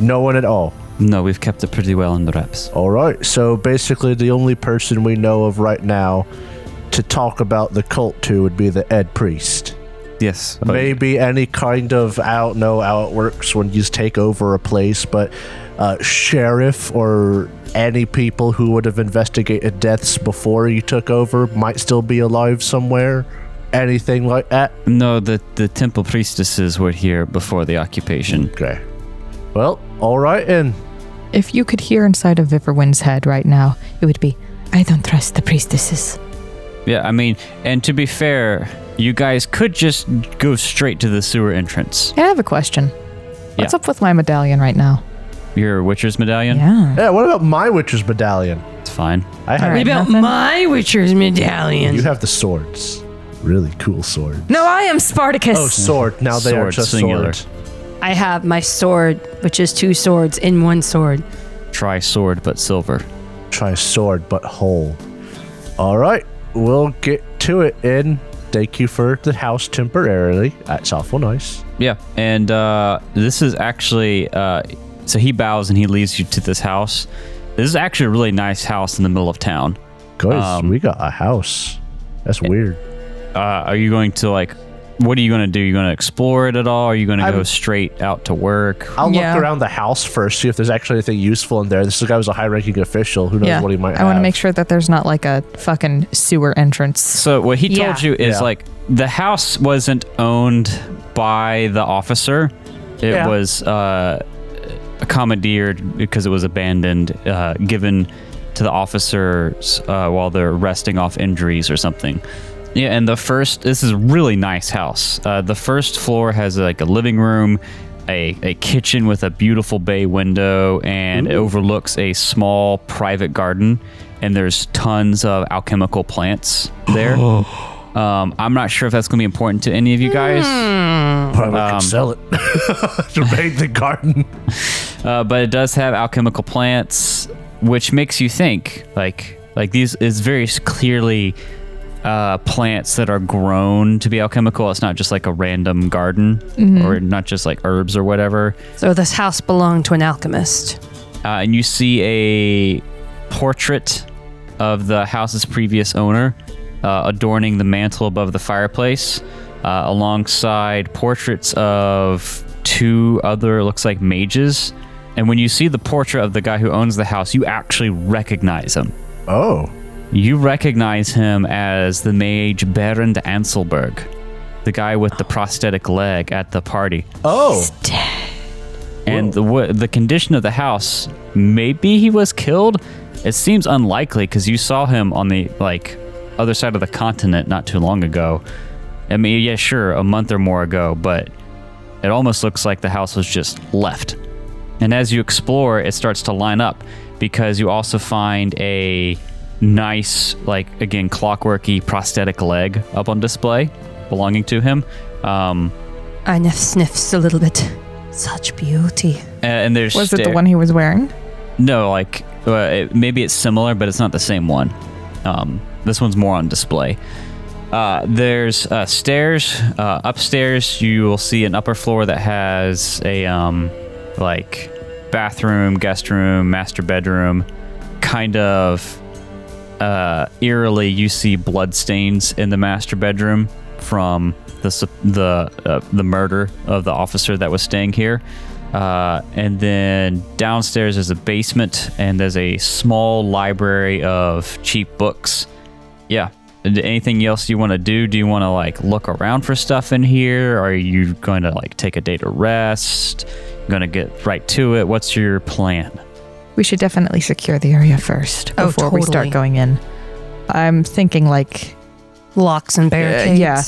[SPEAKER 5] No one at all.
[SPEAKER 2] no, we've kept it pretty well under wraps.
[SPEAKER 5] All right. So basically, the only person we know of right now to talk about the cult to would be the Ed Priest.
[SPEAKER 2] Yes, but
[SPEAKER 5] Maybe any kind of I don't know how it works when you take over a place, but uh, sheriff or any people who would have investigated deaths before you took over might still be alive somewhere. Anything like that.
[SPEAKER 2] no, the the temple priestesses were here before the occupation.
[SPEAKER 5] Okay. Well, all right, and
[SPEAKER 3] If you could hear inside of Viverwind's head right now, it would be,
[SPEAKER 6] I don't trust the priestesses.
[SPEAKER 2] Yeah, I mean, and to be fair, you guys could just go straight to the sewer entrance.
[SPEAKER 3] I have a question. What's
[SPEAKER 2] Yeah.
[SPEAKER 3] up with my medallion right now?
[SPEAKER 2] Your Witcher's medallion.
[SPEAKER 6] Yeah.
[SPEAKER 5] yeah. What about my witch's medallion?
[SPEAKER 2] it's fine.
[SPEAKER 5] I have.
[SPEAKER 3] All right.
[SPEAKER 4] about
[SPEAKER 3] nothing.
[SPEAKER 4] my Witcher's medallion?
[SPEAKER 5] You have the swords. Really cool sword.
[SPEAKER 6] No, I am Spartacus.
[SPEAKER 5] Oh, sword. Now they are
[SPEAKER 2] Sword,
[SPEAKER 5] just
[SPEAKER 2] singular.
[SPEAKER 5] sword.
[SPEAKER 4] I have my sword, which is two swords in one sword.
[SPEAKER 2] Try sword, but silver.
[SPEAKER 5] Try sword, but whole. All right, we'll get to it. In thank you for the house temporarily. That's awful nice.
[SPEAKER 2] Yeah, and uh, this is actually uh, so he bows and he leads you to this house. This is actually a really nice house in the middle of town.
[SPEAKER 5] Guys,
[SPEAKER 2] Um,
[SPEAKER 5] we got a house. That's weird.
[SPEAKER 2] Uh, are you going to like? What are you going to do? You going to explore it at all? Are you going to go
[SPEAKER 5] I'm-
[SPEAKER 2] straight out to work?
[SPEAKER 5] I'll
[SPEAKER 3] Yeah.
[SPEAKER 5] look around the house first, see if there's actually anything useful in there. This guy was a high-ranking official. Who knows what he might have?
[SPEAKER 3] I want to make sure that there's not like a fucking sewer entrance.
[SPEAKER 2] So what he
[SPEAKER 4] Yeah.
[SPEAKER 2] told you is
[SPEAKER 5] Yeah.
[SPEAKER 2] like the house wasn't owned by the officer. It
[SPEAKER 5] Yeah.
[SPEAKER 2] was uh, commandeered because it was abandoned, uh, given to the officers uh, while they're resting off injuries or something. Yeah, and the first this is a really nice house. Uh, the first floor has like a living room, a, a kitchen with a beautiful bay window, and it overlooks a small private garden. And there's tons of alchemical plants there. Um, I'm not sure if that's going to be important to any of you guys,
[SPEAKER 5] Probably could sell it [laughs] to raid the garden.
[SPEAKER 2] uh, but it does have alchemical plants, which makes you think like like these is very s- clearly uh, plants that are grown to be alchemical. It's not just like a random garden or not just like herbs or whatever.
[SPEAKER 4] So this house belonged to an alchemist.
[SPEAKER 2] Uh, and you see a portrait of the house's previous owner uh, adorning the mantle above the fireplace, uh, alongside portraits of two other, looks like mages. And when you see the portrait of the guy who owns the house, you actually recognize him.
[SPEAKER 5] Oh,
[SPEAKER 2] You recognize him as the mage Berend Anselberg, the guy with the prosthetic leg at the party.
[SPEAKER 5] oh,
[SPEAKER 2] And the w- the condition of the house, maybe he was killed. It seems unlikely because you saw him on the like other side of the continent not too long ago. I mean, yeah, sure, a month or more ago, but it almost looks like the house was just left. And as you explore, it starts to line up because you also find a nice, like again, clockworky prosthetic leg up on display belonging to him. Um,
[SPEAKER 4] I sniff sniffs a little bit. Such beauty.
[SPEAKER 2] and there's
[SPEAKER 3] Was it the
[SPEAKER 2] stair-
[SPEAKER 3] one he was wearing?
[SPEAKER 2] No, like uh, it, maybe it's similar, but it's not the same one. Um, this one's more on display. Uh, there's uh, stairs uh, upstairs. You will see an upper floor that has a um, like bathroom, guest room, master bedroom. Kind of uh, eerily, you see bloodstains in the master bedroom from the sup- the uh, the murder of the officer that was staying here. Uh, and then downstairs is a basement, and there's a small library of cheap books. Yeah. And Anything else you want to do? Do you want to like look around for stuff in here? Are you going to like take a day to rest? Going to get right to it? What's your plan?
[SPEAKER 3] We should definitely secure the area first
[SPEAKER 4] Oh,
[SPEAKER 3] before we
[SPEAKER 4] totally.
[SPEAKER 3] start going in. I'm thinking like
[SPEAKER 4] Locks and barricades.
[SPEAKER 3] yeah.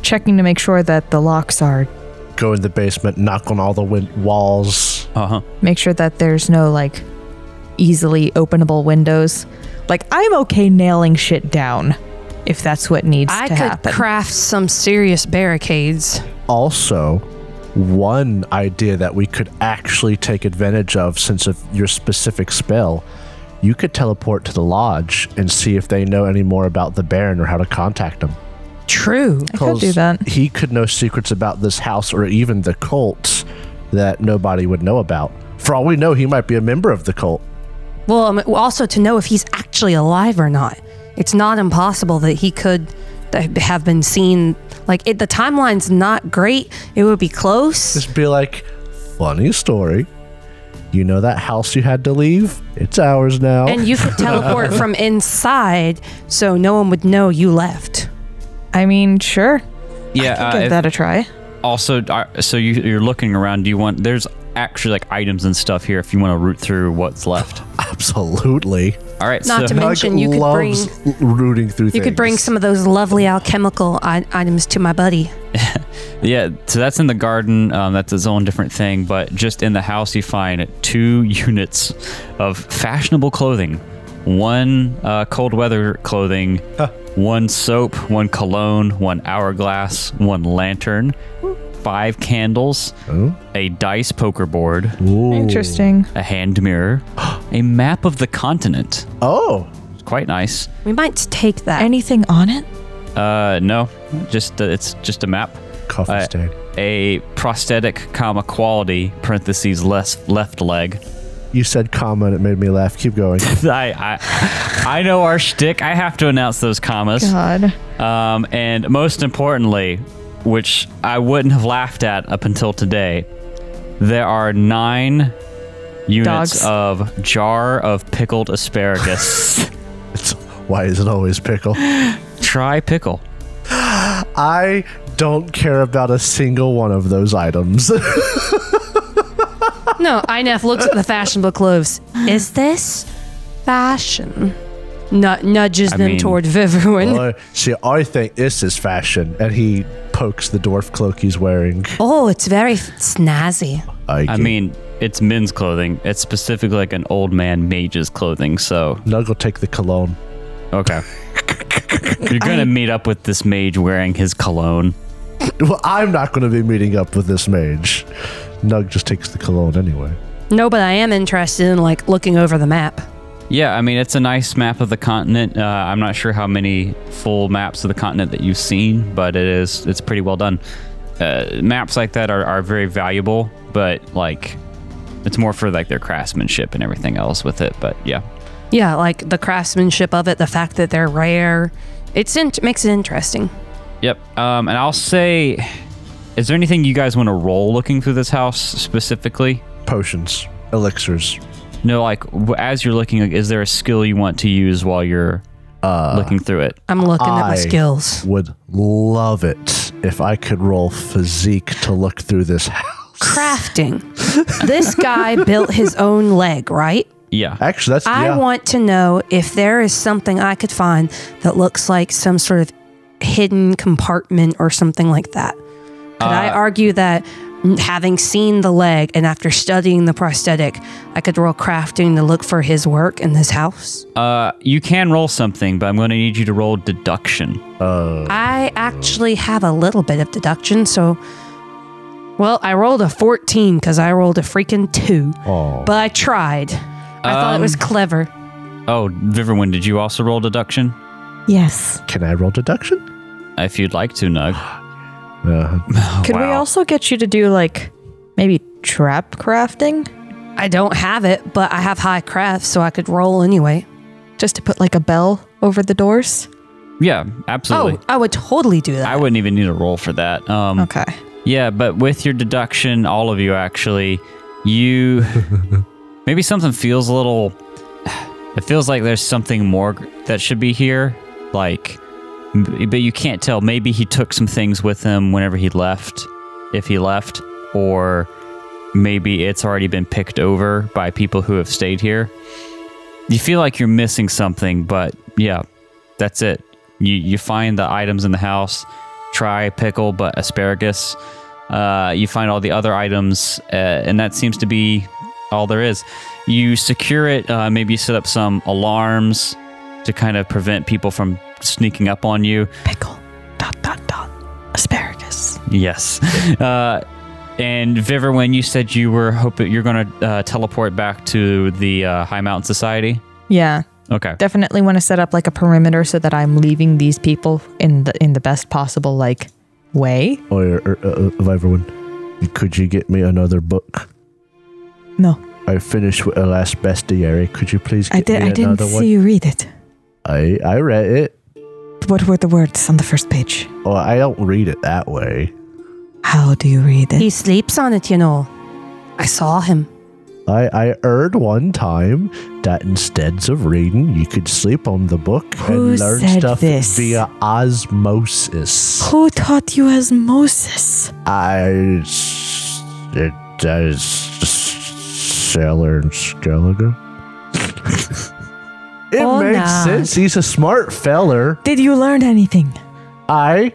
[SPEAKER 3] checking to make sure that the locks are
[SPEAKER 5] go in the basement, knock on all the win- walls.
[SPEAKER 2] Uh huh.
[SPEAKER 3] make sure that there's no like easily openable windows. Like I'm okay nailing shit down if that's what needs
[SPEAKER 4] I
[SPEAKER 3] to
[SPEAKER 4] could
[SPEAKER 3] happen.
[SPEAKER 4] craft some serious barricades.
[SPEAKER 5] Also, one idea that we could actually take advantage of, since of your specific spell, you could teleport to the lodge and see if they know any more about the Baron or how to contact him.
[SPEAKER 4] True.
[SPEAKER 3] I could do that.
[SPEAKER 5] He could know secrets about this house or even the cult that nobody would know about. For all we know, he might be a member of the cult.
[SPEAKER 4] Well, um, also to know if he's actually alive or not. It's not impossible that he could th- have been seen. Like it, the timeline's not great. It would be close.
[SPEAKER 5] Just be like, funny story. You know that house you had to leave? It's ours now.
[SPEAKER 4] And you could teleport from inside, so no one would know you left.
[SPEAKER 3] I mean, sure.
[SPEAKER 2] Yeah.
[SPEAKER 5] uh,
[SPEAKER 3] I'll give that a try.
[SPEAKER 2] also are- so you, you're looking around do you want there's actually like items and stuff here if you want to root through what's left
[SPEAKER 5] [laughs] Absolutely.
[SPEAKER 2] all right
[SPEAKER 4] Not
[SPEAKER 2] so
[SPEAKER 4] to mention,
[SPEAKER 5] Doug
[SPEAKER 4] you could bring
[SPEAKER 5] loves rooting through
[SPEAKER 4] you could bring
[SPEAKER 5] things.
[SPEAKER 4] some of those lovely alchemical I- items to my buddy.
[SPEAKER 2] yeah so that's in the garden um, that's its own different thing but just in the house you find two [laughs] units of fashionable clothing one uh, cold weather clothing one soap one cologne one hourglass one lantern five candles a dice poker board
[SPEAKER 3] Interesting.
[SPEAKER 2] a hand mirror [gasps] a map of the continent
[SPEAKER 5] Oh,
[SPEAKER 2] it's quite nice
[SPEAKER 4] We might take that.
[SPEAKER 6] Anything on it?
[SPEAKER 2] Uh, no, just uh, it's just a map.
[SPEAKER 5] coffee
[SPEAKER 2] Uh,
[SPEAKER 5] stain.
[SPEAKER 2] a prosthetic, comma quality parentheses less left leg. [laughs]
[SPEAKER 5] You said comma and it made me laugh. Keep going. [laughs]
[SPEAKER 2] I I, I know our shtick. I have to announce those commas.
[SPEAKER 3] God.
[SPEAKER 2] Um, and most importantly, which I wouldn't have laughed at up until today, there are nine units
[SPEAKER 3] Dogs.
[SPEAKER 2] of jar of pickled
[SPEAKER 3] [laughs]
[SPEAKER 2] asparagus.
[SPEAKER 5] It's, why is it always pickle?
[SPEAKER 2] Try pickle.
[SPEAKER 5] I don't care about a single one of those
[SPEAKER 4] [laughs]
[SPEAKER 5] items. [laughs]
[SPEAKER 4] No, Inef looks at the fashionable clothes. [gasps] Is this fashion? N- nudges
[SPEAKER 2] I
[SPEAKER 4] them
[SPEAKER 2] mean-
[SPEAKER 4] toward Vivian.
[SPEAKER 5] Uh, See, I think this is fashion. And he pokes the dwarf cloak he's wearing.
[SPEAKER 4] Oh, it's very f- snazzy.
[SPEAKER 2] I mean, it's men's clothing. It's specifically like an old man mage's clothing. So
[SPEAKER 5] Nug will take the cologne.
[SPEAKER 2] [laughs] Okay. You're gonna meet up with this mage wearing his cologne.
[SPEAKER 5] Well, I'm not going to be meeting up with this mage. Nug just takes the cologne anyway.
[SPEAKER 4] No, but I am interested in like looking over the map.
[SPEAKER 2] Yeah, I mean it's a nice map of the continent. Uh, I'm not sure how many full maps of the continent that you've seen, but it is it's pretty well done. Uh, maps like that are, are very valuable, but like it's more for like their craftsmanship and everything else with it. But yeah,
[SPEAKER 4] Yeah, like the craftsmanship of it, the fact that they're rare, it's in- makes it interesting.
[SPEAKER 2] yep. Um, and I'll say, is there anything you guys want to roll looking through this house specifically?
[SPEAKER 5] Potions, elixirs.
[SPEAKER 2] No, like w- as you're looking, like, is there a skill you want to use while you're looking through it?
[SPEAKER 4] I'm looking at
[SPEAKER 5] I
[SPEAKER 2] [laughs]
[SPEAKER 4] my skills.
[SPEAKER 5] would love it if I could roll physique to look through this house. [laughs]
[SPEAKER 4] Crafting. this guy built his own leg, right?
[SPEAKER 2] Yeah.
[SPEAKER 5] Actually, that's
[SPEAKER 4] I
[SPEAKER 5] yeah.
[SPEAKER 4] want to know if there is something I could find that looks like some sort of hidden compartment or something like that. Could I argue that mm, having seen the leg and after studying the prosthetic, I could roll crafting to look for his work in this house?
[SPEAKER 2] Uh, you can roll something, but I'm going to need you to roll deduction.
[SPEAKER 4] I actually have a little bit of deduction, so. Well, I rolled a 14 because I rolled a freaking 2. But I tried. I thought it was clever.
[SPEAKER 2] Oh, Viverwin, did you also roll deduction?
[SPEAKER 6] Yes.
[SPEAKER 5] Can I roll deduction?
[SPEAKER 2] If you'd like to, Nug.
[SPEAKER 5] Uh,
[SPEAKER 3] Could we
[SPEAKER 2] Wow.
[SPEAKER 3] also get you to do like maybe trap crafting?
[SPEAKER 4] I don't have it, but I have high craft, so I could roll anyway.
[SPEAKER 3] Just to put like a bell over the doors?
[SPEAKER 2] Yeah, absolutely.
[SPEAKER 4] Oh, I would totally do that.
[SPEAKER 2] I wouldn't even need a roll for that. Um,
[SPEAKER 3] Okay.
[SPEAKER 2] Yeah, but with your deduction, all of you actually, you maybe something feels a little. It feels like there's something more that should be here, like, m- but you can't tell. Maybe he took some things with him whenever he left, if he left, or maybe it's already been picked over by people who have stayed here. You feel like you're missing something, but yeah, that's it. You you find the items in the house. Try pickle, but asparagus. Uh, you find all the other items, uh, and that seems to be all there is. You secure it. Uh, maybe you set up some alarms to kind of prevent people from sneaking up on you.
[SPEAKER 6] Pickle. Dot, dot, dot. Asparagus.
[SPEAKER 2] Yes. [laughs] Uh, and Viverwin, you said you were hoping you're going to uh, teleport back to the uh, High Mountain Society.
[SPEAKER 3] Yeah.
[SPEAKER 2] Okay.
[SPEAKER 3] Definitely want to set up like a perimeter so that I'm leaving these people in the in the best possible like way.
[SPEAKER 5] or or, uh, of everyone, could you get me another book?
[SPEAKER 6] No.
[SPEAKER 5] I finished with the last bestiary. Could you please get
[SPEAKER 6] I, did,
[SPEAKER 5] me
[SPEAKER 6] I didn't
[SPEAKER 5] another
[SPEAKER 6] see
[SPEAKER 5] one?
[SPEAKER 6] you read it.
[SPEAKER 5] I I read it.
[SPEAKER 6] What were the words on the first page?
[SPEAKER 5] Oh, I don't read it that way.
[SPEAKER 6] How do you read it?
[SPEAKER 4] He sleeps on it, you know. I saw him.
[SPEAKER 5] I I heard one time that instead of reading, you could sleep on the book
[SPEAKER 6] Who
[SPEAKER 5] and learn
[SPEAKER 6] said
[SPEAKER 5] stuff
[SPEAKER 6] this?
[SPEAKER 5] via osmosis.
[SPEAKER 6] Who taught you osmosis?
[SPEAKER 5] I s- it does Sailor and Skellige. it
[SPEAKER 4] Oh,
[SPEAKER 5] makes
[SPEAKER 4] nah.
[SPEAKER 5] sense. He's a smart feller.
[SPEAKER 6] Did you learn anything?
[SPEAKER 5] I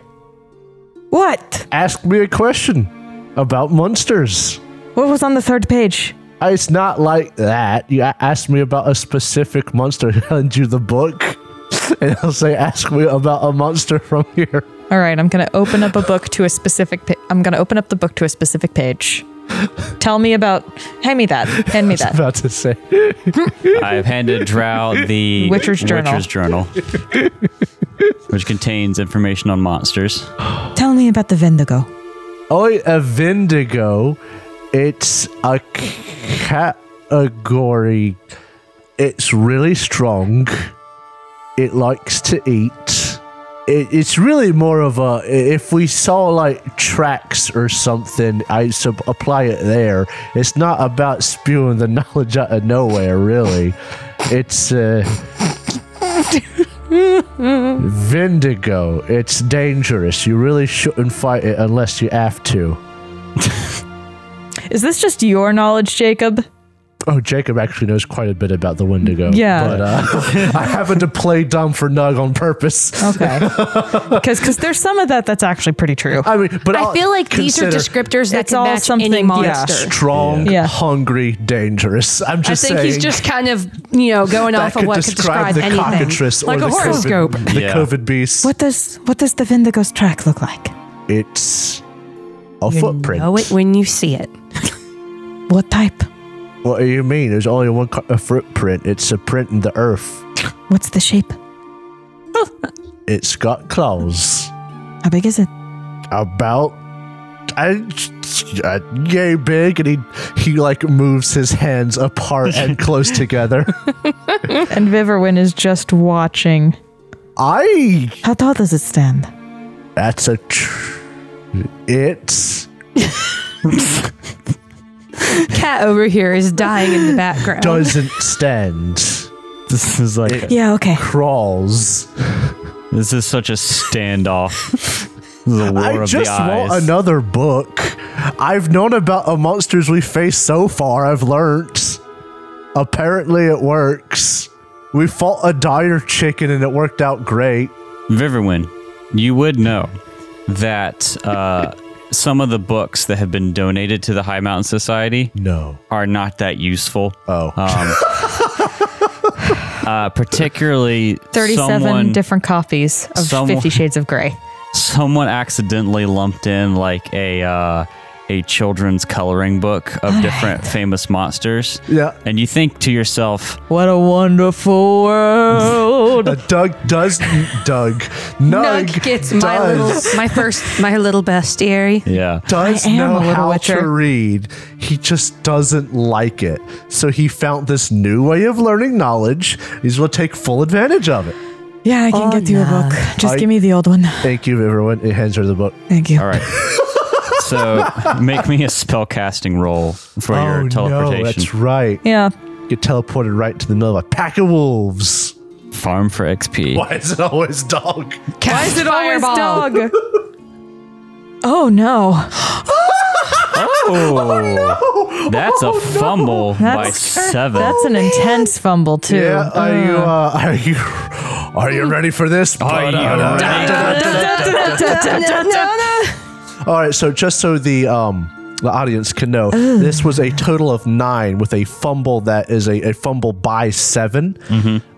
[SPEAKER 6] What?
[SPEAKER 5] asked me a question about monsters. Uh,
[SPEAKER 6] What was on the third page?
[SPEAKER 5] It's not like that. You a- asked me about a specific monster. [laughs] I lend you the book, [laughs] and I'll say, "Ask me about a monster from here." [laughs]
[SPEAKER 3] All right, I'm going to open up a book to a specific pa- I'm going to open up the book to a specific page. Tell me about hand me that. Hand me that.
[SPEAKER 5] About to say,
[SPEAKER 2] I've handed Drow
[SPEAKER 5] [laughs]
[SPEAKER 2] the
[SPEAKER 3] Witcher's Journal.
[SPEAKER 2] Witcher's Journal, which contains information on monsters.
[SPEAKER 6] Tell me about the Vendigo.
[SPEAKER 5] "Oi, a Vendigo. It's a category. It's really strong. It likes to eat." It, it's really more of a if we saw like tracks or something, I sub- apply it there. It's not about spewing the [laughs] knowledge out of nowhere, really. It's uh, Vindigo. It's dangerous. You really shouldn't fight it unless you have to.
[SPEAKER 3] Is this just your knowledge, Jacob?
[SPEAKER 5] Oh, Jacob actually knows quite a bit about the Wendigo.
[SPEAKER 3] Yeah.
[SPEAKER 5] But uh, [laughs] I happened to play dumb for Nug on purpose.
[SPEAKER 3] [laughs] Okay. Cuz cuz there's some of that that's actually pretty true.
[SPEAKER 5] I mean, but
[SPEAKER 4] I feel like these are
[SPEAKER 5] descriptive.
[SPEAKER 4] descriptors that
[SPEAKER 3] It's
[SPEAKER 4] can
[SPEAKER 3] all
[SPEAKER 4] match any
[SPEAKER 3] something- yeah.
[SPEAKER 4] monster.
[SPEAKER 5] strong,
[SPEAKER 3] Yeah.
[SPEAKER 5] hungry, dangerous. I'm
[SPEAKER 4] I
[SPEAKER 5] just
[SPEAKER 4] think
[SPEAKER 5] saying.
[SPEAKER 4] he's just kind of, you know, going
[SPEAKER 5] that
[SPEAKER 4] off of what could describe
[SPEAKER 5] the
[SPEAKER 4] anything.
[SPEAKER 5] cockatrice
[SPEAKER 4] like
[SPEAKER 5] or
[SPEAKER 4] a
[SPEAKER 5] the
[SPEAKER 4] horoscope.
[SPEAKER 5] COVID, the
[SPEAKER 2] Yeah.
[SPEAKER 5] COVID beast.
[SPEAKER 6] What does what does the Vendigo's track look like?
[SPEAKER 5] It's a footprint.
[SPEAKER 4] Know it when you see it.
[SPEAKER 6] What type?
[SPEAKER 5] What do you mean? There's only one co- a footprint. It's a print in the earth.
[SPEAKER 6] What's the shape?
[SPEAKER 5] It's got claws.
[SPEAKER 6] How big is it?
[SPEAKER 5] About. I, uh, yay big, and he he like moves his hands
[SPEAKER 2] [laughs]
[SPEAKER 5] apart and close together.
[SPEAKER 3] And Viverwin is just watching.
[SPEAKER 5] I
[SPEAKER 6] How tall does it stand?
[SPEAKER 5] That's a. Tr- it's
[SPEAKER 4] Cat over here is dying in
[SPEAKER 3] [laughs]
[SPEAKER 4] the
[SPEAKER 2] [laughs]
[SPEAKER 4] background.
[SPEAKER 5] doesn't stand.
[SPEAKER 2] This is like
[SPEAKER 6] Yeah, okay.
[SPEAKER 5] Crawls.
[SPEAKER 2] this is such a standoff. this is a war
[SPEAKER 5] I
[SPEAKER 2] of
[SPEAKER 5] just
[SPEAKER 2] the eyes.
[SPEAKER 5] want another book. I've known about the monsters we faced so far. I've learnt. Apparently, it works. We fought a dire chicken and it worked out great.
[SPEAKER 2] Viverwin, you would know that uh, some of the books that have been donated to the High Mountain Society
[SPEAKER 5] No.
[SPEAKER 2] are not that useful.
[SPEAKER 5] Oh.
[SPEAKER 2] Ah. Uh, particularly
[SPEAKER 3] 37
[SPEAKER 2] someone,
[SPEAKER 3] different copies of
[SPEAKER 2] someone-
[SPEAKER 3] Fifty Shades of Grey.
[SPEAKER 2] someone accidentally lumped in like a uh, a children's coloring book of different famous monsters.
[SPEAKER 5] Yeah.
[SPEAKER 2] And you think to yourself,
[SPEAKER 3] What a wonderful
[SPEAKER 6] Oh.
[SPEAKER 3] world.
[SPEAKER 5] Uh, Doug does. Doug. [laughs] Nug,
[SPEAKER 4] Nug gets my
[SPEAKER 5] does-
[SPEAKER 4] little, my first, my little bestiary.
[SPEAKER 2] yeah.
[SPEAKER 5] does
[SPEAKER 3] I am
[SPEAKER 5] know
[SPEAKER 3] a little
[SPEAKER 5] how to
[SPEAKER 3] witcher.
[SPEAKER 5] read. He just doesn't like it. So he found this new way of learning knowledge. He's will take full advantage of it.
[SPEAKER 6] Yeah, I can get you a book. Just
[SPEAKER 5] I-
[SPEAKER 6] give me the old one.
[SPEAKER 5] Thank you, everyone. It hands her the book.
[SPEAKER 6] Thank you.
[SPEAKER 2] All
[SPEAKER 5] [laughs]
[SPEAKER 2] right. so make me a spell casting roll for your teleportation.
[SPEAKER 5] Oh, no, that's right.
[SPEAKER 3] yeah.
[SPEAKER 5] Get teleported right to the middle of a pack of wolves.
[SPEAKER 2] Farm for XP.
[SPEAKER 5] [laughs] Why is it always dog?
[SPEAKER 4] Why is it always
[SPEAKER 3] dog. [laughs]
[SPEAKER 6] Oh no.
[SPEAKER 5] [laughs]
[SPEAKER 2] Oh, that's
[SPEAKER 5] Oh,
[SPEAKER 2] a fumble by
[SPEAKER 3] That's-
[SPEAKER 2] seven.
[SPEAKER 3] That's an intense fumble, too.
[SPEAKER 5] Yeah, are you uh, are you are you ready for this?
[SPEAKER 2] Are you
[SPEAKER 3] [laughs]
[SPEAKER 5] All right, so just so the um the audience can know, this was a total of nine with a fumble that is a, a fumble by 7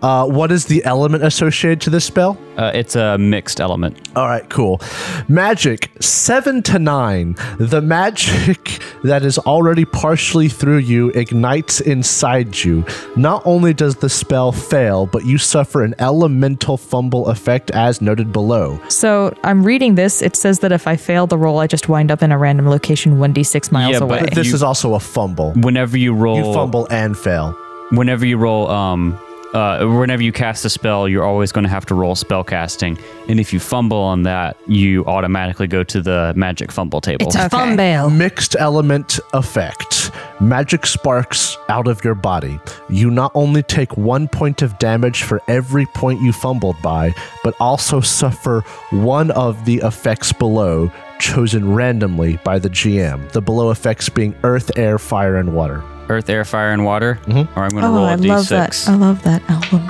[SPEAKER 5] Uh, what is the element associated to this spell?
[SPEAKER 2] Uh, it's a mixed element.
[SPEAKER 5] All right, cool. Magic seven to nine. The magic [laughs] that is already partially through you ignites inside you. Not only does the spell fail, but you suffer an elemental fumble effect as noted below.
[SPEAKER 3] So I'm reading this. It says that if I fail the roll, I just wind up in a random location 1d6 miles
[SPEAKER 2] Yeah,
[SPEAKER 3] away.
[SPEAKER 2] but
[SPEAKER 5] This
[SPEAKER 2] You-
[SPEAKER 5] is also a fumble.
[SPEAKER 2] Whenever you roll,
[SPEAKER 5] You fumble and fail.
[SPEAKER 2] whenever you roll, um, uh, whenever you cast a spell, you're always going to have to roll spell casting, and if you fumble on that, you automatically go to the magic fumble table.
[SPEAKER 4] It's a fun bale.
[SPEAKER 5] Mixed element effect. Magic sparks out of your body. You not only take one point of damage for every point you fumbled by, but also suffer one of the effects below, chosen randomly by the GM. The below effects being earth, air, fire, and water.
[SPEAKER 2] Earth, air, fire, and water. Or I'm going to
[SPEAKER 6] Oh,
[SPEAKER 2] roll a
[SPEAKER 6] I love that. I
[SPEAKER 2] 6
[SPEAKER 6] love that album.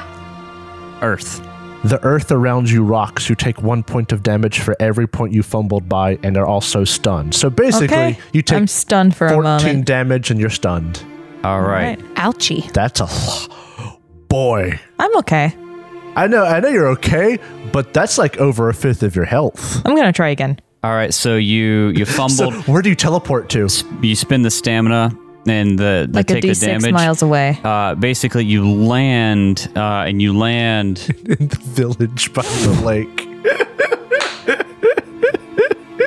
[SPEAKER 2] Earth.
[SPEAKER 5] The earth around you rocks. You take one point of damage for every point you fumbled by, and are also stunned. So basically,
[SPEAKER 3] Okay.
[SPEAKER 5] you take
[SPEAKER 3] I'm stunned for a
[SPEAKER 5] 14
[SPEAKER 3] moment.
[SPEAKER 5] damage and you're stunned.
[SPEAKER 2] All right.
[SPEAKER 4] Ouchie.
[SPEAKER 5] That's a lot. Boy.
[SPEAKER 3] I'm okay.
[SPEAKER 5] I know, I know you're okay, but that's like over a fifth of your health.
[SPEAKER 3] I'm going to try again.
[SPEAKER 2] All right. So you you
[SPEAKER 5] So
[SPEAKER 2] fumbled.
[SPEAKER 5] where do you teleport to?
[SPEAKER 2] you spend the stamina and the, the
[SPEAKER 3] Like
[SPEAKER 2] take
[SPEAKER 3] a
[SPEAKER 2] the
[SPEAKER 3] d6
[SPEAKER 2] damage.
[SPEAKER 3] miles away.
[SPEAKER 2] Uh, basically, you land uh, and you land.
[SPEAKER 5] [laughs] In the village by the lake.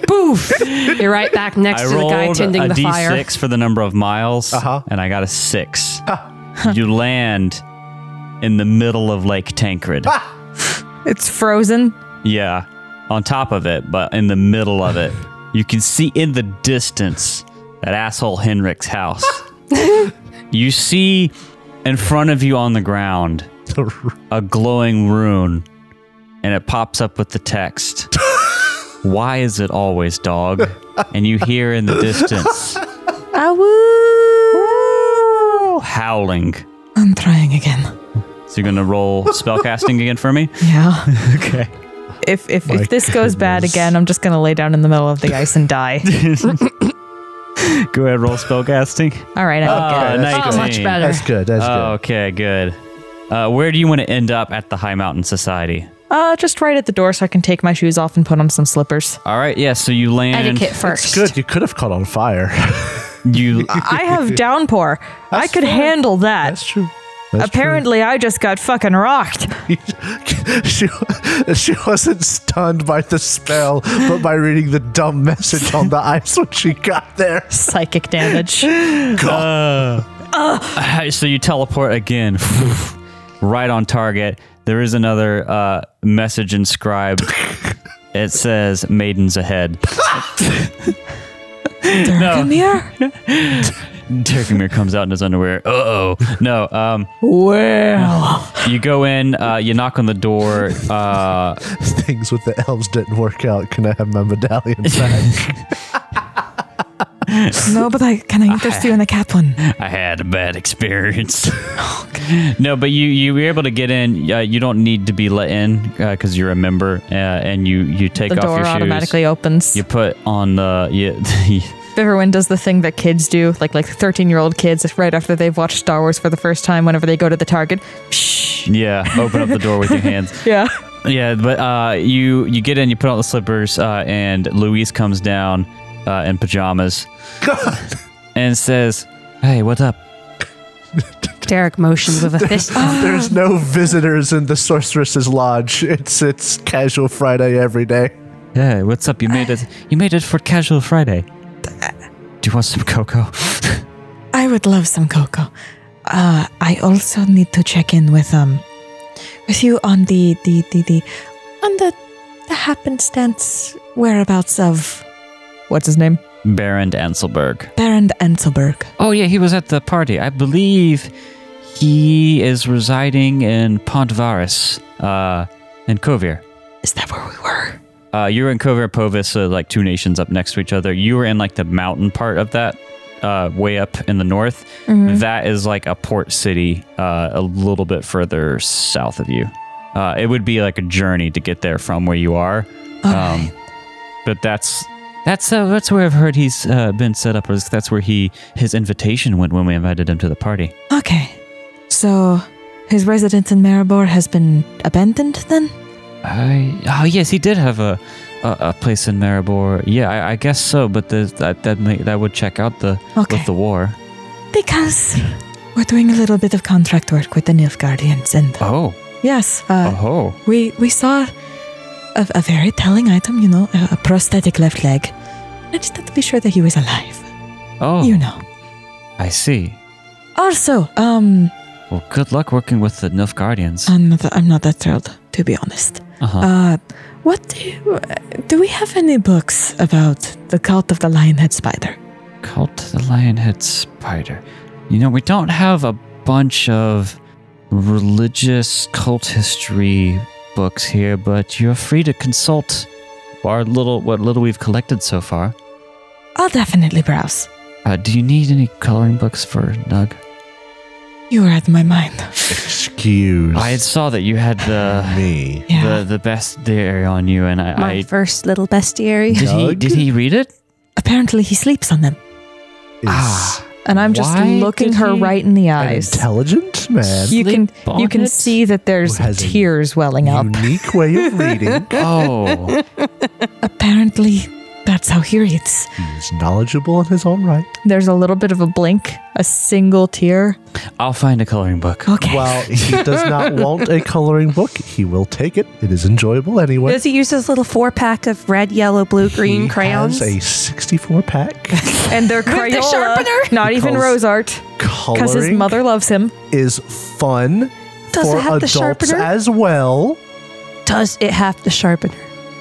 [SPEAKER 4] Boof. [laughs] You're right back next
[SPEAKER 2] I
[SPEAKER 4] to the
[SPEAKER 2] rolled
[SPEAKER 4] guy tending
[SPEAKER 2] a
[SPEAKER 4] the
[SPEAKER 2] 6
[SPEAKER 4] fire.
[SPEAKER 2] for the number of miles,
[SPEAKER 5] Uh-huh.
[SPEAKER 2] and I got a six. [laughs] you land in the middle of Lake Tancred.
[SPEAKER 3] It's frozen.
[SPEAKER 2] yeah, on top of it, but in the middle of it, you can see in the distance that asshole Henrik's house. you see in front of you on the ground a glowing rune and it pops up with the text why is it always dog and you hear in the distance howling
[SPEAKER 6] I'm trying again.
[SPEAKER 2] so you're gonna roll spellcasting again for me
[SPEAKER 6] Yeah.
[SPEAKER 2] okay
[SPEAKER 3] If if, if this goes bad again, I'm just going to lay down in the middle of the ice and
[SPEAKER 2] [laughs]
[SPEAKER 3] die.
[SPEAKER 2] [laughs] go ahead roll [laughs] spellcasting
[SPEAKER 3] All right, I think
[SPEAKER 2] Ah,
[SPEAKER 5] that's
[SPEAKER 2] 19.
[SPEAKER 4] Oh, much better.
[SPEAKER 5] That's good. That's
[SPEAKER 2] Oh, okay good uh, where do you want to end up at the high mountain society
[SPEAKER 3] Uh, just right at the door so I can take my shoes off and put on some slippers.
[SPEAKER 2] all right yeah so you land
[SPEAKER 4] Etiquette first.
[SPEAKER 5] good. Good. You could have caught on fire. [laughs]
[SPEAKER 2] You [laughs]
[SPEAKER 3] [laughs] I have downpour. I
[SPEAKER 5] That's
[SPEAKER 3] could
[SPEAKER 5] fine.
[SPEAKER 3] handle that.
[SPEAKER 5] That's true. That's true.
[SPEAKER 3] Apparently, I just got fucking rocked. [laughs]
[SPEAKER 5] [laughs] she, she wasn't stunned by the spell, but by reading the dumb message on the ice when she got there.
[SPEAKER 3] Psychic damage.
[SPEAKER 2] so you teleport again, [laughs] right on target. There is another uh, message [laughs] inscribed. It says "Maidens ahead."
[SPEAKER 6] Come here.
[SPEAKER 2] Terkamir comes out in his underwear. Uh oh. No. Um,
[SPEAKER 6] Well,
[SPEAKER 2] you go in. Uh, you knock on the door. Uh,
[SPEAKER 5] [laughs] Things with the elves didn't work out. Can I have my medallion [laughs] back?
[SPEAKER 6] no, but I
[SPEAKER 2] [laughs]
[SPEAKER 6] can I interest you in a Kaplan?
[SPEAKER 2] I had a bad
[SPEAKER 3] [laughs]
[SPEAKER 2] experience. [laughs] no, but you you were able to get in. Uh, you don't need to be let in because you're a member, uh, and you you take
[SPEAKER 3] the
[SPEAKER 2] off your
[SPEAKER 3] door
[SPEAKER 2] shoes.
[SPEAKER 3] automatically opens.
[SPEAKER 2] You put on the you,
[SPEAKER 3] Everyone does the thing that kids do, like like 13 year old kids, right after they've watched Star Wars for the first time, whenever they go to the Target. Psh,
[SPEAKER 2] [laughs] yeah. Open up the door
[SPEAKER 3] [laughs]
[SPEAKER 2] with your hands.
[SPEAKER 3] yeah.
[SPEAKER 2] Yeah, but uh, you you get in, you put on the slippers, uh, and Luis comes down uh, in pajamas and says, "Hey, what's up?"
[SPEAKER 4] Derek motions with a
[SPEAKER 5] [laughs]
[SPEAKER 4] fist. Oh,
[SPEAKER 5] There's no visitors in the sorceress's lodge. It's it's casual Friday every day.
[SPEAKER 2] Hey, what's up? You made it. You made it for Casual Friday. Do you want some cocoa? [laughs]
[SPEAKER 6] I would love some cocoa. Uh, I also need to check in with um with you on the the the, the on the the happenstance whereabouts of
[SPEAKER 3] What's his name?
[SPEAKER 2] Baron Anselberg.
[SPEAKER 6] Baron Anselberg.
[SPEAKER 2] Oh yeah, he was at the party. I believe he is residing in Pontvaris, uh, in Kovir.
[SPEAKER 6] Is that where we were?
[SPEAKER 2] Uh, you were in Kovir Povis, so like two nations up next to each other. You were in like the mountain part of that, uh, way up in the north. That is like a port city, uh, a little bit further south of you. Uh, it would be like a journey to get there from where you are. Um, but that's that's uh, that's where I've heard he's uh, been set up. Or that's where he his invitation went when we invited him to the party.
[SPEAKER 6] Okay. So his residence in Maribor has been abandoned then?
[SPEAKER 2] I oh yes, he did have a a, a place in Maribor. Yeah, I, I guess so. But there's- that that may, that would check out the
[SPEAKER 6] Okay.
[SPEAKER 2] with the war.
[SPEAKER 6] Because we're doing a little bit of contract work with the Nilfgaardians and
[SPEAKER 2] Oh,
[SPEAKER 6] yes, uh,
[SPEAKER 2] oh,
[SPEAKER 6] We we saw a, a very telling item, you know, a, a prosthetic left leg. I just had to be sure that he was alive,
[SPEAKER 2] oh!
[SPEAKER 6] you know.
[SPEAKER 2] I see.
[SPEAKER 6] Also, um,
[SPEAKER 2] Well, good luck working with the Nilf Guardians.
[SPEAKER 6] I'm not, I'm not that thrilled, to be honest.
[SPEAKER 2] Uh-huh.
[SPEAKER 6] Um, Uh, what do you, do we have any books about the cult of the lionhead spider?
[SPEAKER 2] Cult of the Lionhead Spider. You know, we don't have a bunch of religious cult history books here, but you're free to consult our little what little we've collected so far.
[SPEAKER 6] I'll definitely browse.
[SPEAKER 2] Uh, do you need any coloring books for Nug?
[SPEAKER 6] You read my mind.
[SPEAKER 5] Excuse
[SPEAKER 2] I saw that you had the
[SPEAKER 5] me.
[SPEAKER 6] Yeah.
[SPEAKER 2] the, the bestiary on you, and I,
[SPEAKER 4] My
[SPEAKER 2] I
[SPEAKER 4] first little bestiary.
[SPEAKER 2] did he
[SPEAKER 5] Nug?
[SPEAKER 2] did he read it?
[SPEAKER 6] Apparently, he sleeps on them.
[SPEAKER 5] Is
[SPEAKER 3] And I'm just
[SPEAKER 2] Why
[SPEAKER 3] looking
[SPEAKER 2] did
[SPEAKER 3] her
[SPEAKER 2] he-
[SPEAKER 3] right in the
[SPEAKER 5] an
[SPEAKER 3] eyes.
[SPEAKER 5] intelligent man.
[SPEAKER 3] You can
[SPEAKER 2] Sleep on
[SPEAKER 3] you can
[SPEAKER 2] it?
[SPEAKER 3] see that there's
[SPEAKER 5] Who has a
[SPEAKER 3] tears welling up.
[SPEAKER 5] Unique way of reading.
[SPEAKER 2] Oh,
[SPEAKER 6] Apparently, that's how he reads.
[SPEAKER 5] He's knowledgeable in his own right.
[SPEAKER 3] There's a little bit of a blink, a single tear.
[SPEAKER 2] I'll find a coloring book.
[SPEAKER 6] Okay.
[SPEAKER 5] While he does not want a coloring book, he will take it. It is enjoyable anyway.
[SPEAKER 4] Does he use his little four pack of red, yellow, blue, green
[SPEAKER 5] He
[SPEAKER 4] crayons?
[SPEAKER 5] Has a 64 pack.
[SPEAKER 3] And they're Crayola,
[SPEAKER 4] sharpener?
[SPEAKER 3] not even
[SPEAKER 5] Because-
[SPEAKER 3] rose art, because his
[SPEAKER 5] Coloring
[SPEAKER 3] mother loves him.
[SPEAKER 5] is fun
[SPEAKER 4] Does it
[SPEAKER 5] for
[SPEAKER 4] have the
[SPEAKER 5] adults
[SPEAKER 4] sharpener?
[SPEAKER 5] as well.
[SPEAKER 4] Does it have the sharpener?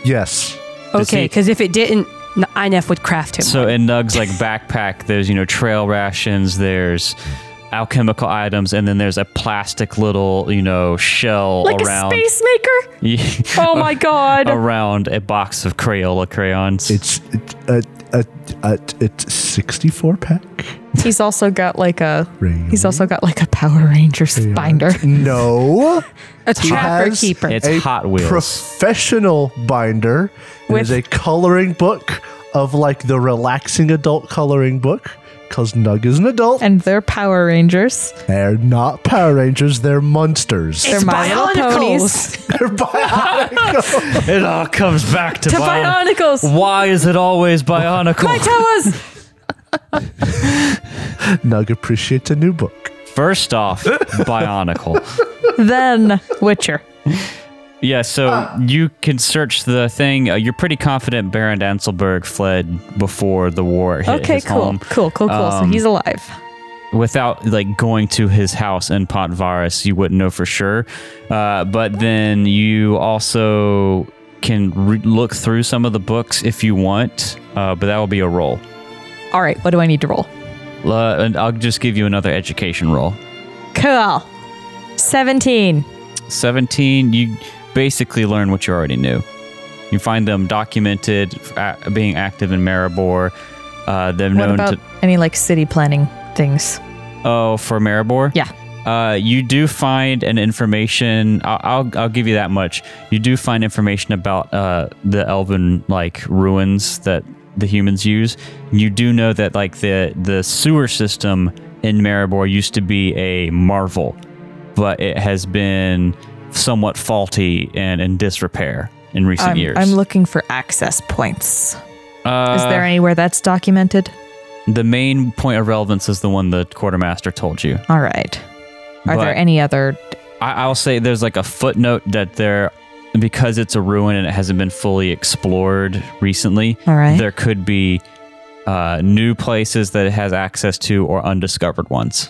[SPEAKER 5] Yes.
[SPEAKER 2] Does
[SPEAKER 4] Okay,
[SPEAKER 2] he-
[SPEAKER 4] because if it didn't, N- INF would craft him.
[SPEAKER 2] So in Nug's
[SPEAKER 3] [laughs]
[SPEAKER 2] like backpack, there's you know trail rations, there's alchemical items, and then there's a plastic little you know shell
[SPEAKER 3] Like
[SPEAKER 2] around [laughs]
[SPEAKER 3] a space maker? Oh my god.
[SPEAKER 2] around a box of Crayola crayons.
[SPEAKER 5] It's it, uh, uh, uh, it's 64 pack.
[SPEAKER 3] He's also got like a
[SPEAKER 5] Crayon.
[SPEAKER 3] he's also got like a Power Rangers binder.
[SPEAKER 5] No.
[SPEAKER 4] a
[SPEAKER 5] He
[SPEAKER 4] trapper
[SPEAKER 5] has
[SPEAKER 4] keeper.
[SPEAKER 2] It's
[SPEAKER 5] a
[SPEAKER 2] Hot Wheels.
[SPEAKER 5] professional binder. It is a coloring book of like the relaxing adult coloring book because Nug is an adult.
[SPEAKER 3] And they're Power Rangers.
[SPEAKER 5] they're not Power Rangers, they're
[SPEAKER 4] [laughs]
[SPEAKER 5] monsters.
[SPEAKER 3] They're My Little [laughs] Ponies.
[SPEAKER 5] they're bionic.
[SPEAKER 2] it all comes back to,
[SPEAKER 3] To
[SPEAKER 2] bion-
[SPEAKER 3] Bionicles! [laughs]
[SPEAKER 2] Why is it always bionicle?
[SPEAKER 3] Tell us!
[SPEAKER 5] [laughs] Nug appreciates a new book.
[SPEAKER 2] First
[SPEAKER 3] [laughs]
[SPEAKER 2] off, Bionicle.
[SPEAKER 3] then Witcher.
[SPEAKER 2] Yeah, so
[SPEAKER 3] Ah.
[SPEAKER 2] you can search the thing. Uh, you're pretty confident Baron Anselberg fled before the war hit
[SPEAKER 3] Okay,
[SPEAKER 2] his
[SPEAKER 3] cool.
[SPEAKER 2] home
[SPEAKER 3] cool, cool, cool, So
[SPEAKER 2] Um,
[SPEAKER 3] he's alive.
[SPEAKER 2] without like going to his house in Pontvaris, you wouldn't know for sure. Uh, but then you also can re- look through some of the books if you want, uh, but that will be a roll.
[SPEAKER 3] All right, what do I need to roll?
[SPEAKER 2] Uh, and I'll just give you another education roll.
[SPEAKER 3] Cool. Seventeen.
[SPEAKER 2] 17, you basically learn what you already knew. You find them documented, a- being active in Maribor. Uh, them
[SPEAKER 3] What
[SPEAKER 2] known
[SPEAKER 3] about
[SPEAKER 2] to
[SPEAKER 3] any like city planning things?
[SPEAKER 2] Oh, for Maribor?
[SPEAKER 3] Yeah.
[SPEAKER 2] Uh, you do find an information. I'll, I'll I'll give you that much. You do find information about uh, the elven like ruins that the humans use. You do know that like the the sewer system in Maribor used to be a marvel, but it has been somewhat faulty and in disrepair in recent
[SPEAKER 3] I'm,
[SPEAKER 2] years.
[SPEAKER 3] I'm looking for access points.
[SPEAKER 2] uh,
[SPEAKER 3] Is there anywhere that's documented?
[SPEAKER 2] the main point of relevance is the one the quartermaster told you.
[SPEAKER 3] All right. Are there
[SPEAKER 2] But-
[SPEAKER 3] any other?
[SPEAKER 2] I, I'll say there's like a footnote that there, because it's a ruin and it hasn't been fully explored recently.
[SPEAKER 3] All right.
[SPEAKER 2] There could be uh, new places that it has access to or undiscovered ones.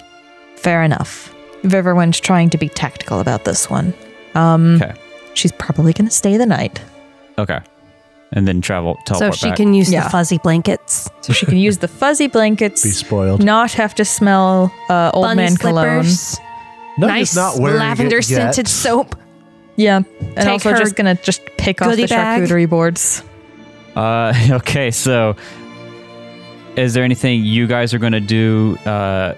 [SPEAKER 3] Fair enough. If everyone's trying to be tactical about this one,
[SPEAKER 4] Mm.
[SPEAKER 2] Okay.
[SPEAKER 3] she's probably going to stay the night.
[SPEAKER 2] Okay. And then travel,
[SPEAKER 4] So
[SPEAKER 2] teleport
[SPEAKER 4] she
[SPEAKER 2] back.
[SPEAKER 4] can use
[SPEAKER 3] Yeah.
[SPEAKER 4] the fuzzy blankets.
[SPEAKER 3] So
[SPEAKER 2] [laughs]
[SPEAKER 3] she can use the fuzzy blankets,
[SPEAKER 5] Be spoiled.
[SPEAKER 3] not have to smell uh, old
[SPEAKER 4] Bunny
[SPEAKER 3] man cologne.
[SPEAKER 4] slippers.
[SPEAKER 5] Nug
[SPEAKER 4] Nice
[SPEAKER 5] is not wearing it
[SPEAKER 4] lavender
[SPEAKER 5] yet.
[SPEAKER 4] scented soap.
[SPEAKER 3] Yeah, and
[SPEAKER 4] Take
[SPEAKER 3] also
[SPEAKER 4] her
[SPEAKER 3] just gonna just pick off
[SPEAKER 4] goodie
[SPEAKER 3] the
[SPEAKER 4] bag.
[SPEAKER 3] charcuterie boards.
[SPEAKER 2] Uh, [laughs] okay, so is there anything you guys are going to do uh,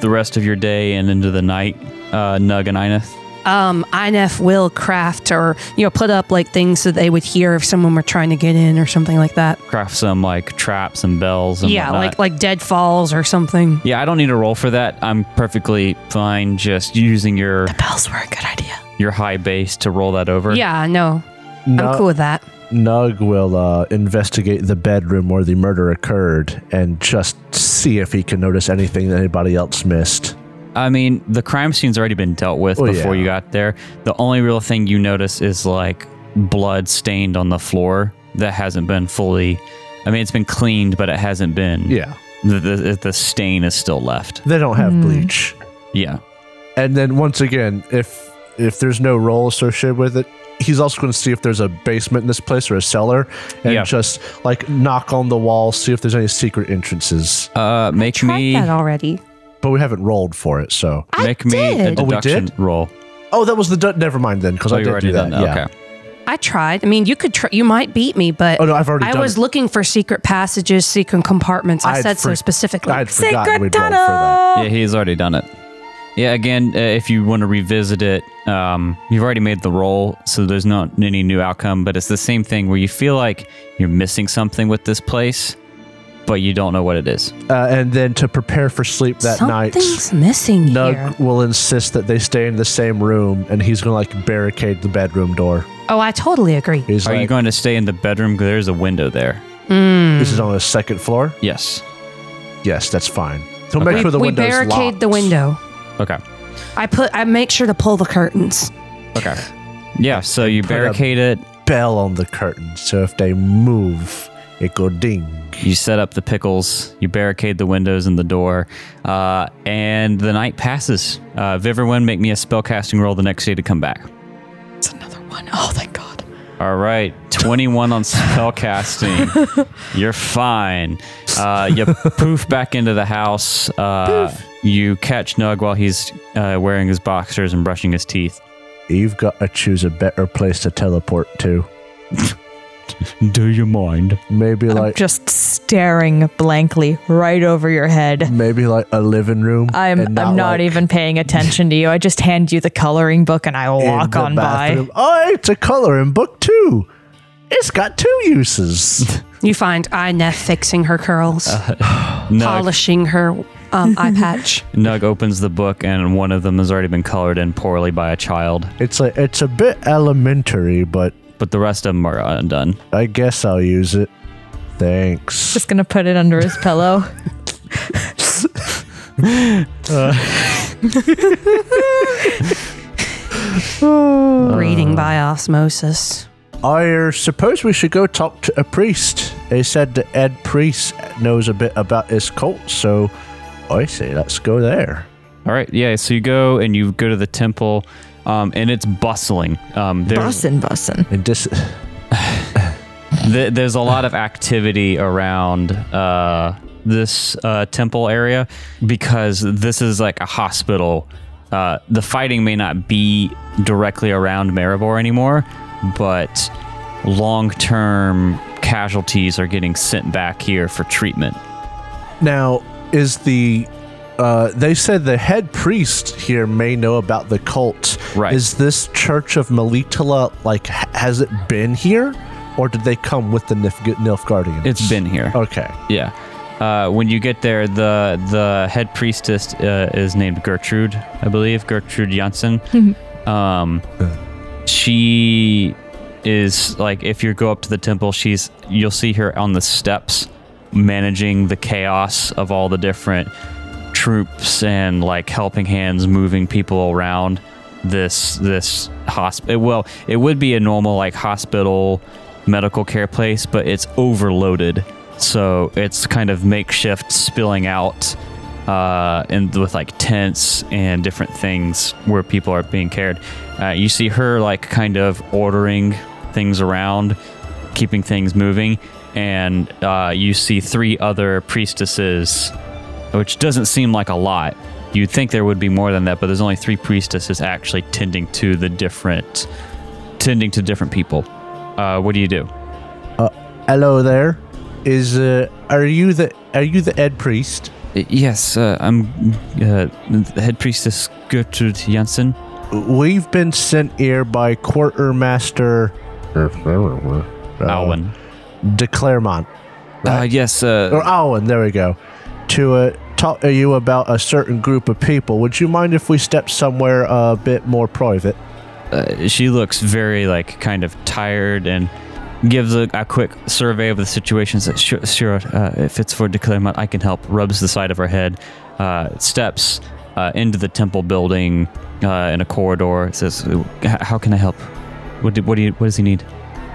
[SPEAKER 2] the rest of your day and into the night, uh, Nug and Ineth?
[SPEAKER 4] Um, INF will craft or you know put up like things so they would hear if someone were trying to get in or something like that.
[SPEAKER 2] Craft some like traps and bells and
[SPEAKER 4] yeah,
[SPEAKER 2] whatnot.
[SPEAKER 4] like like dead falls or something.
[SPEAKER 2] Yeah, I don't need a roll for that. I'm perfectly fine just using your
[SPEAKER 3] Bells were a good idea.
[SPEAKER 2] your high base to roll that over.
[SPEAKER 4] Yeah, no,
[SPEAKER 5] Nug,
[SPEAKER 4] I'm cool with that.
[SPEAKER 5] Nug will uh, investigate the bedroom where the murder occurred and just see if he can notice anything that anybody else missed.
[SPEAKER 2] I mean, the crime scene's already been dealt with
[SPEAKER 5] Oh,
[SPEAKER 2] before
[SPEAKER 5] yeah.
[SPEAKER 2] you got there. The only real thing you notice is like blood stained on the floor that hasn't been fully. I mean, it's been cleaned, but it hasn't been.
[SPEAKER 5] Yeah.
[SPEAKER 2] The, the, the stain is still left.
[SPEAKER 5] They don't
[SPEAKER 4] Hmm.
[SPEAKER 5] have bleach.
[SPEAKER 2] Yeah.
[SPEAKER 5] And then once again, if if there's no role associated with it, he's also going to see if there's a basement in this place or a cellar, and
[SPEAKER 2] Yeah.
[SPEAKER 5] just like knock on the wall, see if there's any secret entrances.
[SPEAKER 2] Uh, make me
[SPEAKER 4] Tried that already.
[SPEAKER 5] But we haven't rolled for it, so
[SPEAKER 2] make me a
[SPEAKER 4] did.
[SPEAKER 5] Oh, we
[SPEAKER 2] deduction
[SPEAKER 5] did?
[SPEAKER 2] roll.
[SPEAKER 5] oh, that was the du- never mind then because
[SPEAKER 2] Oh,
[SPEAKER 5] I
[SPEAKER 2] you
[SPEAKER 5] did
[SPEAKER 2] already
[SPEAKER 5] do
[SPEAKER 2] done
[SPEAKER 5] that.
[SPEAKER 2] that.
[SPEAKER 5] Yeah.
[SPEAKER 2] Okay.
[SPEAKER 4] I tried. I mean, you could. Tr- you might beat me, but
[SPEAKER 5] Oh, no, I've already
[SPEAKER 4] I
[SPEAKER 5] done
[SPEAKER 4] was
[SPEAKER 5] it.
[SPEAKER 4] looking for secret passages, secret compartments. I
[SPEAKER 5] I'd
[SPEAKER 4] said so
[SPEAKER 5] for-
[SPEAKER 4] specifically.
[SPEAKER 5] I'd forgotten we'd rolled for that.
[SPEAKER 2] Yeah, he's already done it. Yeah, again, uh, if you want to revisit it, um, you've already made the roll, so there's not any new outcome, but it's the same thing where you feel like you're missing something with this place, but you don't know what it is.
[SPEAKER 5] Uh, and then to prepare for sleep that night,
[SPEAKER 4] Something's missing
[SPEAKER 5] Nug
[SPEAKER 4] here.
[SPEAKER 5] will insist that they stay in the same room, and he's gonna like barricade the bedroom door.
[SPEAKER 4] Oh, I totally agree.
[SPEAKER 5] He's
[SPEAKER 2] Are
[SPEAKER 5] like,
[SPEAKER 2] you going to stay in the bedroom? 'Cause There's a window there.
[SPEAKER 5] "This is on the second floor."
[SPEAKER 2] Yes.
[SPEAKER 5] Yes, that's fine. He'll make
[SPEAKER 2] Okay.
[SPEAKER 5] sure the
[SPEAKER 4] we
[SPEAKER 5] window's
[SPEAKER 4] barricade
[SPEAKER 5] locked.
[SPEAKER 4] the window.
[SPEAKER 2] Okay.
[SPEAKER 4] I put. I make sure to pull the curtains.
[SPEAKER 2] Okay. Yeah, so you
[SPEAKER 5] a-
[SPEAKER 2] barricade it,
[SPEAKER 5] Bell on the curtain, so if they move, it go ding.
[SPEAKER 2] you set up the pickles, you barricade the windows and the door, uh, and the night passes. Uh, Viverwin, make me a spellcasting roll the next day to come back.
[SPEAKER 3] It's another one. Oh, thank God.
[SPEAKER 2] All right, 21 on
[SPEAKER 3] [laughs]
[SPEAKER 2] spellcasting. You're fine. Uh, you poof back into the house. Uh, you catch Nug while he's uh, wearing his boxers and brushing his teeth.
[SPEAKER 5] You've got to choose a better place to teleport to.
[SPEAKER 2] Do you mind?
[SPEAKER 5] Maybe like
[SPEAKER 3] Just staring blankly right over your head.
[SPEAKER 5] maybe like a living room.
[SPEAKER 3] I'm
[SPEAKER 5] and
[SPEAKER 3] I'm not
[SPEAKER 5] like,
[SPEAKER 3] even paying attention to you. I just hand you the coloring book and I
[SPEAKER 5] in
[SPEAKER 3] walk
[SPEAKER 5] the
[SPEAKER 3] on
[SPEAKER 5] bathroom. Oh, it's a coloring book too. It's got two uses.
[SPEAKER 3] [laughs]
[SPEAKER 4] You find Inef fixing her curls,
[SPEAKER 5] Uh,
[SPEAKER 2] Nug,
[SPEAKER 4] polishing her um, eye patch.
[SPEAKER 2] Nug opens the book, and one of them has already been colored in poorly by a child,
[SPEAKER 5] It's like it's a bit elementary, but
[SPEAKER 2] but the rest of them are undone.
[SPEAKER 5] I guess I'll use it. Thanks.
[SPEAKER 3] Just gonna put it under his pillow.
[SPEAKER 5] Uh,
[SPEAKER 4] Reading by osmosis.
[SPEAKER 5] I suppose we should go talk to a priest. They said that Ed Priest knows a bit about his cult, so I say let's go there.
[SPEAKER 2] All right, yeah. So you go and you go to the temple, um, and it's bustling. Um, there's
[SPEAKER 6] Bussin', bussin'.
[SPEAKER 5] And dis-
[SPEAKER 2] th- there's a lot of activity around uh, this uh, temple area because this is like a hospital. Uh, the fighting may not be directly around Maribor anymore, but long-term casualties are getting sent back here for treatment.
[SPEAKER 5] now, is the uh, they said the head priest here may know about the cult.
[SPEAKER 2] Right.
[SPEAKER 5] Is this Church of Melitala like h- has it been here, or did they come with the Nif- Nilfgaardians?
[SPEAKER 2] It's been here.
[SPEAKER 5] okay.
[SPEAKER 2] Yeah. Uh, when you get there, the the head priestess uh, is named Gertrude, I believe, Gertrude Janssen. um, she is like, if you go up to the temple, she's you'll see her on the steps, managing the chaos of all the different troops and like helping hands moving people around this this hospital. Well, it would be a normal like hospital medical care place, but it's overloaded, so it's kind of makeshift spilling out uh, and with like tents and different things where people are being cared. Uh, you see her like kind of ordering things around, keeping things moving, and uh, you see three other priestesses which doesn't seem like a lot. You'd think there would be more than that, but there's only three priestesses actually tending to the different, tending to different people. Uh, what do you do?
[SPEAKER 5] Hello there. Is uh, are you the are you the Ed priest?
[SPEAKER 2] Yes, uh, I'm uh, the head priestess Gertrude Janssen.
[SPEAKER 5] We've been sent here by Quartermaster uh,
[SPEAKER 2] Alwyn.
[SPEAKER 5] de Claremont
[SPEAKER 2] Uh, yes, uh,
[SPEAKER 5] or Alwyn. There we go. To uh, talk to you about a certain group of people. Would you mind if we step somewhere a bit more private?
[SPEAKER 2] uh, she looks very like kind of tired and gives a, a quick survey of the situation. Says, "Sure, sure uh, if it's for Declaremont, I can help." Rubs the side of her head. Uh, steps uh, into the temple building uh, in a corridor. Says, "H- "How can I help? What do, what do you What does he need?"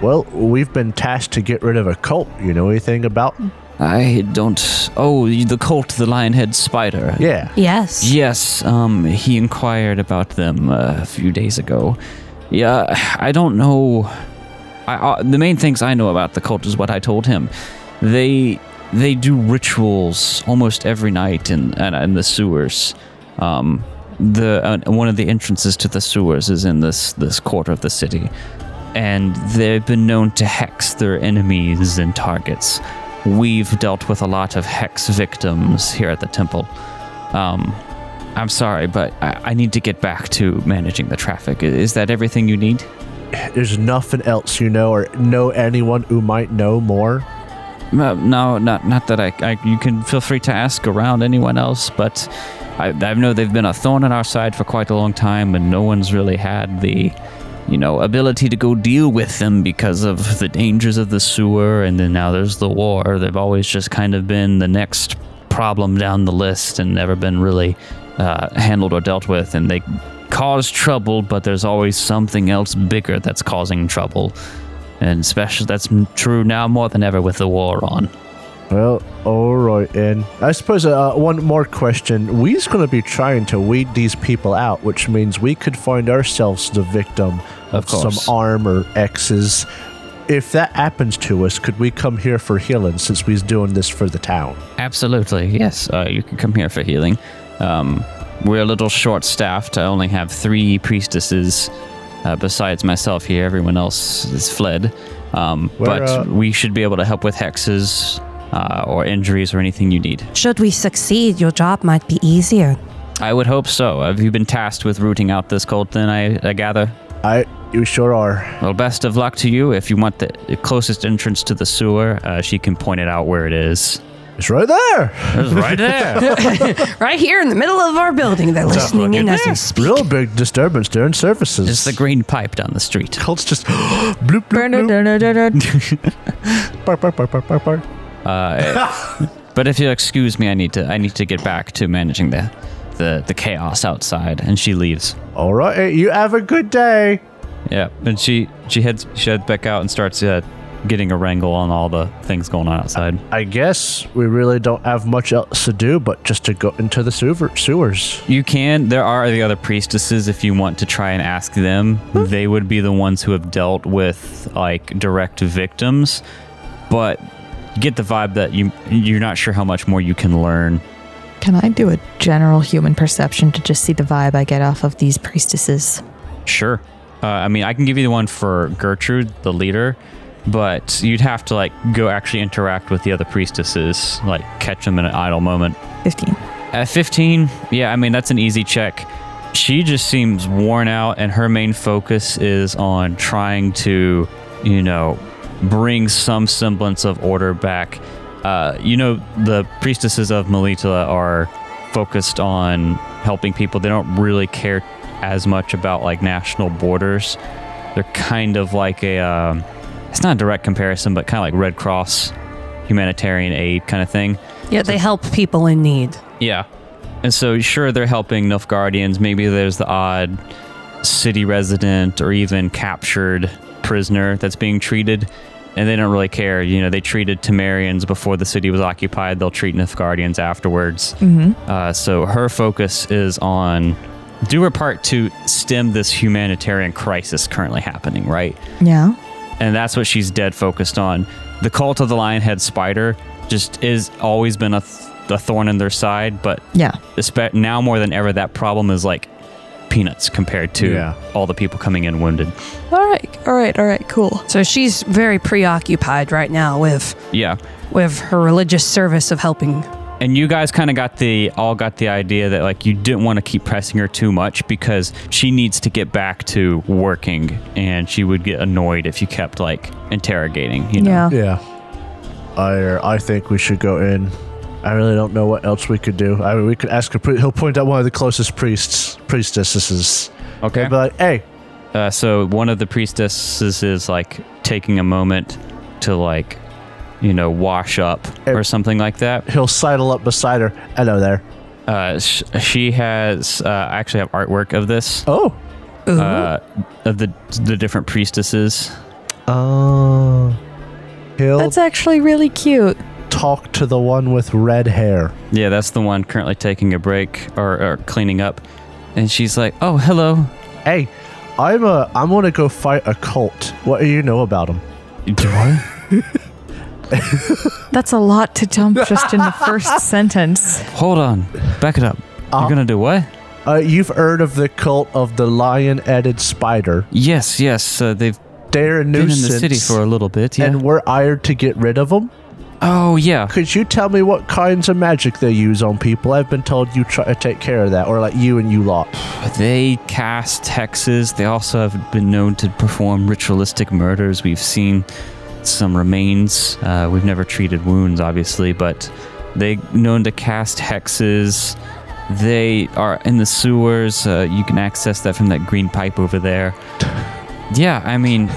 [SPEAKER 5] Well, we've been tasked to get rid of a cult. You know anything about?
[SPEAKER 2] I don't. Oh, the cult, the lion head spider.
[SPEAKER 5] Yeah.
[SPEAKER 4] Yes.
[SPEAKER 2] Yes, um, he inquired about them uh, a few days ago. Yeah, I don't know. I, uh, the main things I know about the cult is what I told him. They they do rituals almost every night in in, in the sewers. Um, the uh, one of the entrances to the sewers is in this this quarter of the city, and they've been known to hex their enemies and targets. We've dealt with a lot of hex victims here at the temple. Um, I'm sorry, but I, I need to get back to managing the traffic. I- Is that everything you need?
[SPEAKER 5] There's nothing else you know, or know anyone who might know more.
[SPEAKER 2] No, no, not not that I, I. You can feel free to ask around anyone else, but I, I know they've been a thorn in our side for quite a long time, and no one's really had the, you know, ability to go deal with them because of the dangers of the sewer, and then now there's the war. They've always just kind of been the next problem down the list, and never been really uh, handled or dealt with, and they cause trouble, but there's always something else bigger that's causing trouble. And especially that's m- true now more than ever with the war on.
[SPEAKER 5] Well, all right, and I suppose uh, one more question. We's going to be trying to weed these people out, which means we could find ourselves the victim
[SPEAKER 2] Of
[SPEAKER 5] of,
[SPEAKER 2] course.
[SPEAKER 5] some arm or X's. If that happens to us, could we come here for healing since we's doing this for the town?
[SPEAKER 2] Absolutely, yes. Uh, you can come here for healing. Um, we're a little short staffed. I only have three priestesses uh, besides myself here. Everyone else is fled. Um,
[SPEAKER 5] Where,
[SPEAKER 2] but
[SPEAKER 5] uh,
[SPEAKER 2] we should be able to help with hexes uh, or injuries or anything you need.
[SPEAKER 4] Should we succeed, your job might be easier.
[SPEAKER 2] I would hope so. Have you been tasked with rooting out this cult then, I, I gather?
[SPEAKER 5] I, you sure are.
[SPEAKER 2] Well, best of luck to you. If you want the closest entrance to the sewer, uh, she can point it out where it is.
[SPEAKER 5] It's right there.
[SPEAKER 2] It's right [laughs] there.
[SPEAKER 4] Right here in the middle of our building. They're listening in as we speak.
[SPEAKER 5] Real big disturbance during services.
[SPEAKER 2] it's the green pipe down the street.
[SPEAKER 5] cults just [gasps] bloop bloop bloop.
[SPEAKER 6] Burn it,
[SPEAKER 5] Bark, bark, bark, bark, bark, bark.
[SPEAKER 2] Uh, But if you'll excuse me, I need to I need to get back to managing the the, the chaos outside. And she leaves.
[SPEAKER 5] All right, you have a good day.
[SPEAKER 2] Yeah, and she she heads she heads back out and starts uh, getting a wrangle on all the things going on outside.
[SPEAKER 5] I guess we really don't have much else to do but just to go into the sewer- sewers.
[SPEAKER 2] You can. There are the other priestesses if you want to try and ask them. They would be the ones who have dealt with like direct victims, but you get the vibe that you you're not sure how much more you can learn.
[SPEAKER 6] [laughs] Can I do a general human perception to just see the vibe I get off of these priestesses?
[SPEAKER 2] Sure. Uh, I mean, I can give you the one for Gertrude, the leader, but you'd have to like go actually interact with the other priestesses, like catch them in an idle moment.
[SPEAKER 6] 15.
[SPEAKER 2] At 15, yeah, I mean, that's an easy check. She just seems worn out, and her main focus is on trying to, you know, bring some semblance of order back. Uh, you know, the priestesses of Melita are focused on helping people. They don't really care as much about like national borders. They're kind of like a, um, it's not a direct comparison, but kind of like Red Cross humanitarian aid kind of thing.
[SPEAKER 4] Yet they help people in need.
[SPEAKER 2] Yeah. And so, sure, they're helping Nuff Guardians. Maybe there's the odd city resident or even captured prisoner that's being treated, and they don't really care. You know, they treated Temerians before the city was occupied, they'll treat Nuff Guardians afterwards. Uh, so, her focus is on do her part to stem this humanitarian crisis currently happening, right?
[SPEAKER 6] Yeah.
[SPEAKER 2] and that's what she's dead focused on. The cult of the lionhead spider just is always been a, th- a thorn in their side, but
[SPEAKER 6] Yeah.
[SPEAKER 2] espe- now more than ever, that problem is like peanuts compared to
[SPEAKER 5] Yeah.
[SPEAKER 2] all the people coming in wounded.
[SPEAKER 6] All right. All right. All right. Cool.
[SPEAKER 4] So she's very preoccupied right now with
[SPEAKER 2] Yeah,
[SPEAKER 4] with her religious service of helping.
[SPEAKER 2] and you guys kind of got the all got the idea that like you didn't want to keep pressing her too much because she needs to get back to working, and she would get annoyed if you kept like interrogating. You know?
[SPEAKER 6] Yeah.
[SPEAKER 5] Yeah. I I think we should go in. I really don't know what else we could do. I mean, we could ask a pri- he'll point out one of the closest priests, priestesses.
[SPEAKER 2] Okay.
[SPEAKER 5] They'd be like, hey,
[SPEAKER 2] Uh, so one of the priestesses is like taking a moment to like, you know, wash up or something like that.
[SPEAKER 5] he'll sidle up beside her. Hello there.
[SPEAKER 2] Uh, sh- she has. Uh, I actually have artwork of this
[SPEAKER 5] Oh.
[SPEAKER 2] uh, of the the different priestesses.
[SPEAKER 5] Oh. he'll
[SPEAKER 6] That's actually really cute.
[SPEAKER 5] talk to the one with red hair.
[SPEAKER 2] Yeah, that's the one currently taking a break or, or cleaning up, and she's like, "Oh, hello.
[SPEAKER 5] Hey, I'm a I'm gonna go fight a cult. What do you know about them?
[SPEAKER 2] Do I?"
[SPEAKER 6] That's a lot to dump just in the
[SPEAKER 5] [laughs]
[SPEAKER 6] first sentence.
[SPEAKER 2] Hold on, back it up. You're gonna do what?
[SPEAKER 5] Uh, you've heard of the cult of the lion-headed spider.
[SPEAKER 2] Yes, yes. Uh, they've
[SPEAKER 5] They're a
[SPEAKER 2] been in
[SPEAKER 5] nuisance,
[SPEAKER 2] the city for a little bit. Yeah.
[SPEAKER 5] and we're hired to get rid of them.
[SPEAKER 2] oh, yeah.
[SPEAKER 5] Could you tell me what kinds of magic they use on people? I've been told you try to take care of that, or like you and you lot. [laughs]
[SPEAKER 2] They cast hexes. They also have been known to perform ritualistic murders. We've seen some remains. Uh, we've never treated wounds, obviously, but they known to cast hexes. They are in the sewers. Uh, you can access that from that green pipe over there. Yeah, I mean,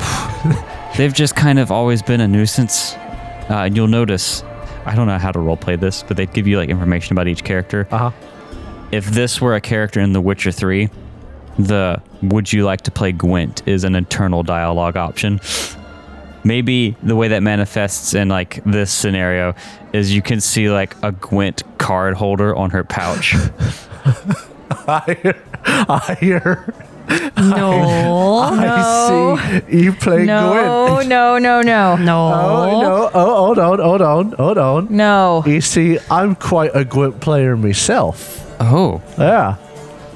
[SPEAKER 2] they've just kind of always been a nuisance. Uh, and you'll notice, I don't know how to roleplay this, but they'd give you like information about each character
[SPEAKER 5] Uh huh.
[SPEAKER 2] if this were a character in The Witcher 3, the would you like to play Gwent is an internal dialogue option. Maybe the way that manifests in like this scenario is you can see like a Gwent card holder on her pouch.
[SPEAKER 5] I hear, I hear, [laughs]
[SPEAKER 4] No,
[SPEAKER 5] I see you play
[SPEAKER 3] No,
[SPEAKER 5] Gwent. [laughs]
[SPEAKER 3] no, no, no,
[SPEAKER 4] no.
[SPEAKER 5] Oh no! Oh, hold on! Hold on! Hold on!
[SPEAKER 3] no.
[SPEAKER 5] You see, I'm quite a Gwent player myself.
[SPEAKER 2] [laughs] oh,
[SPEAKER 5] Yeah.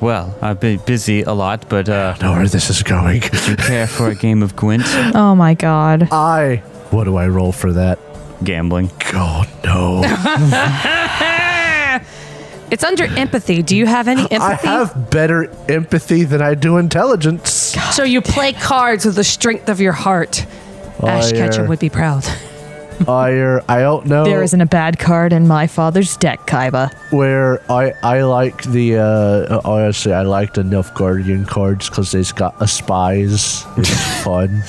[SPEAKER 2] well, I've been busy a lot, but uh
[SPEAKER 5] know where this is going. [laughs]
[SPEAKER 2] care for a game of Gwent
[SPEAKER 6] Oh my god.
[SPEAKER 5] I. What do I roll for that?
[SPEAKER 2] [laughs] gambling.
[SPEAKER 5] God, no.
[SPEAKER 4] It's under empathy. Do you have any empathy?
[SPEAKER 5] I have better empathy than I do intelligence.
[SPEAKER 4] so you play cards with the strength of your heart. Ash
[SPEAKER 5] Liar.
[SPEAKER 4] Ketchum would be proud.
[SPEAKER 5] I, uh, I don't know
[SPEAKER 6] There isn't a bad card in my father's deck, Kaiba.
[SPEAKER 5] where I, I like the, uh, honestly, I like the Nilfgaardian cards because it's got a spies. It's fun.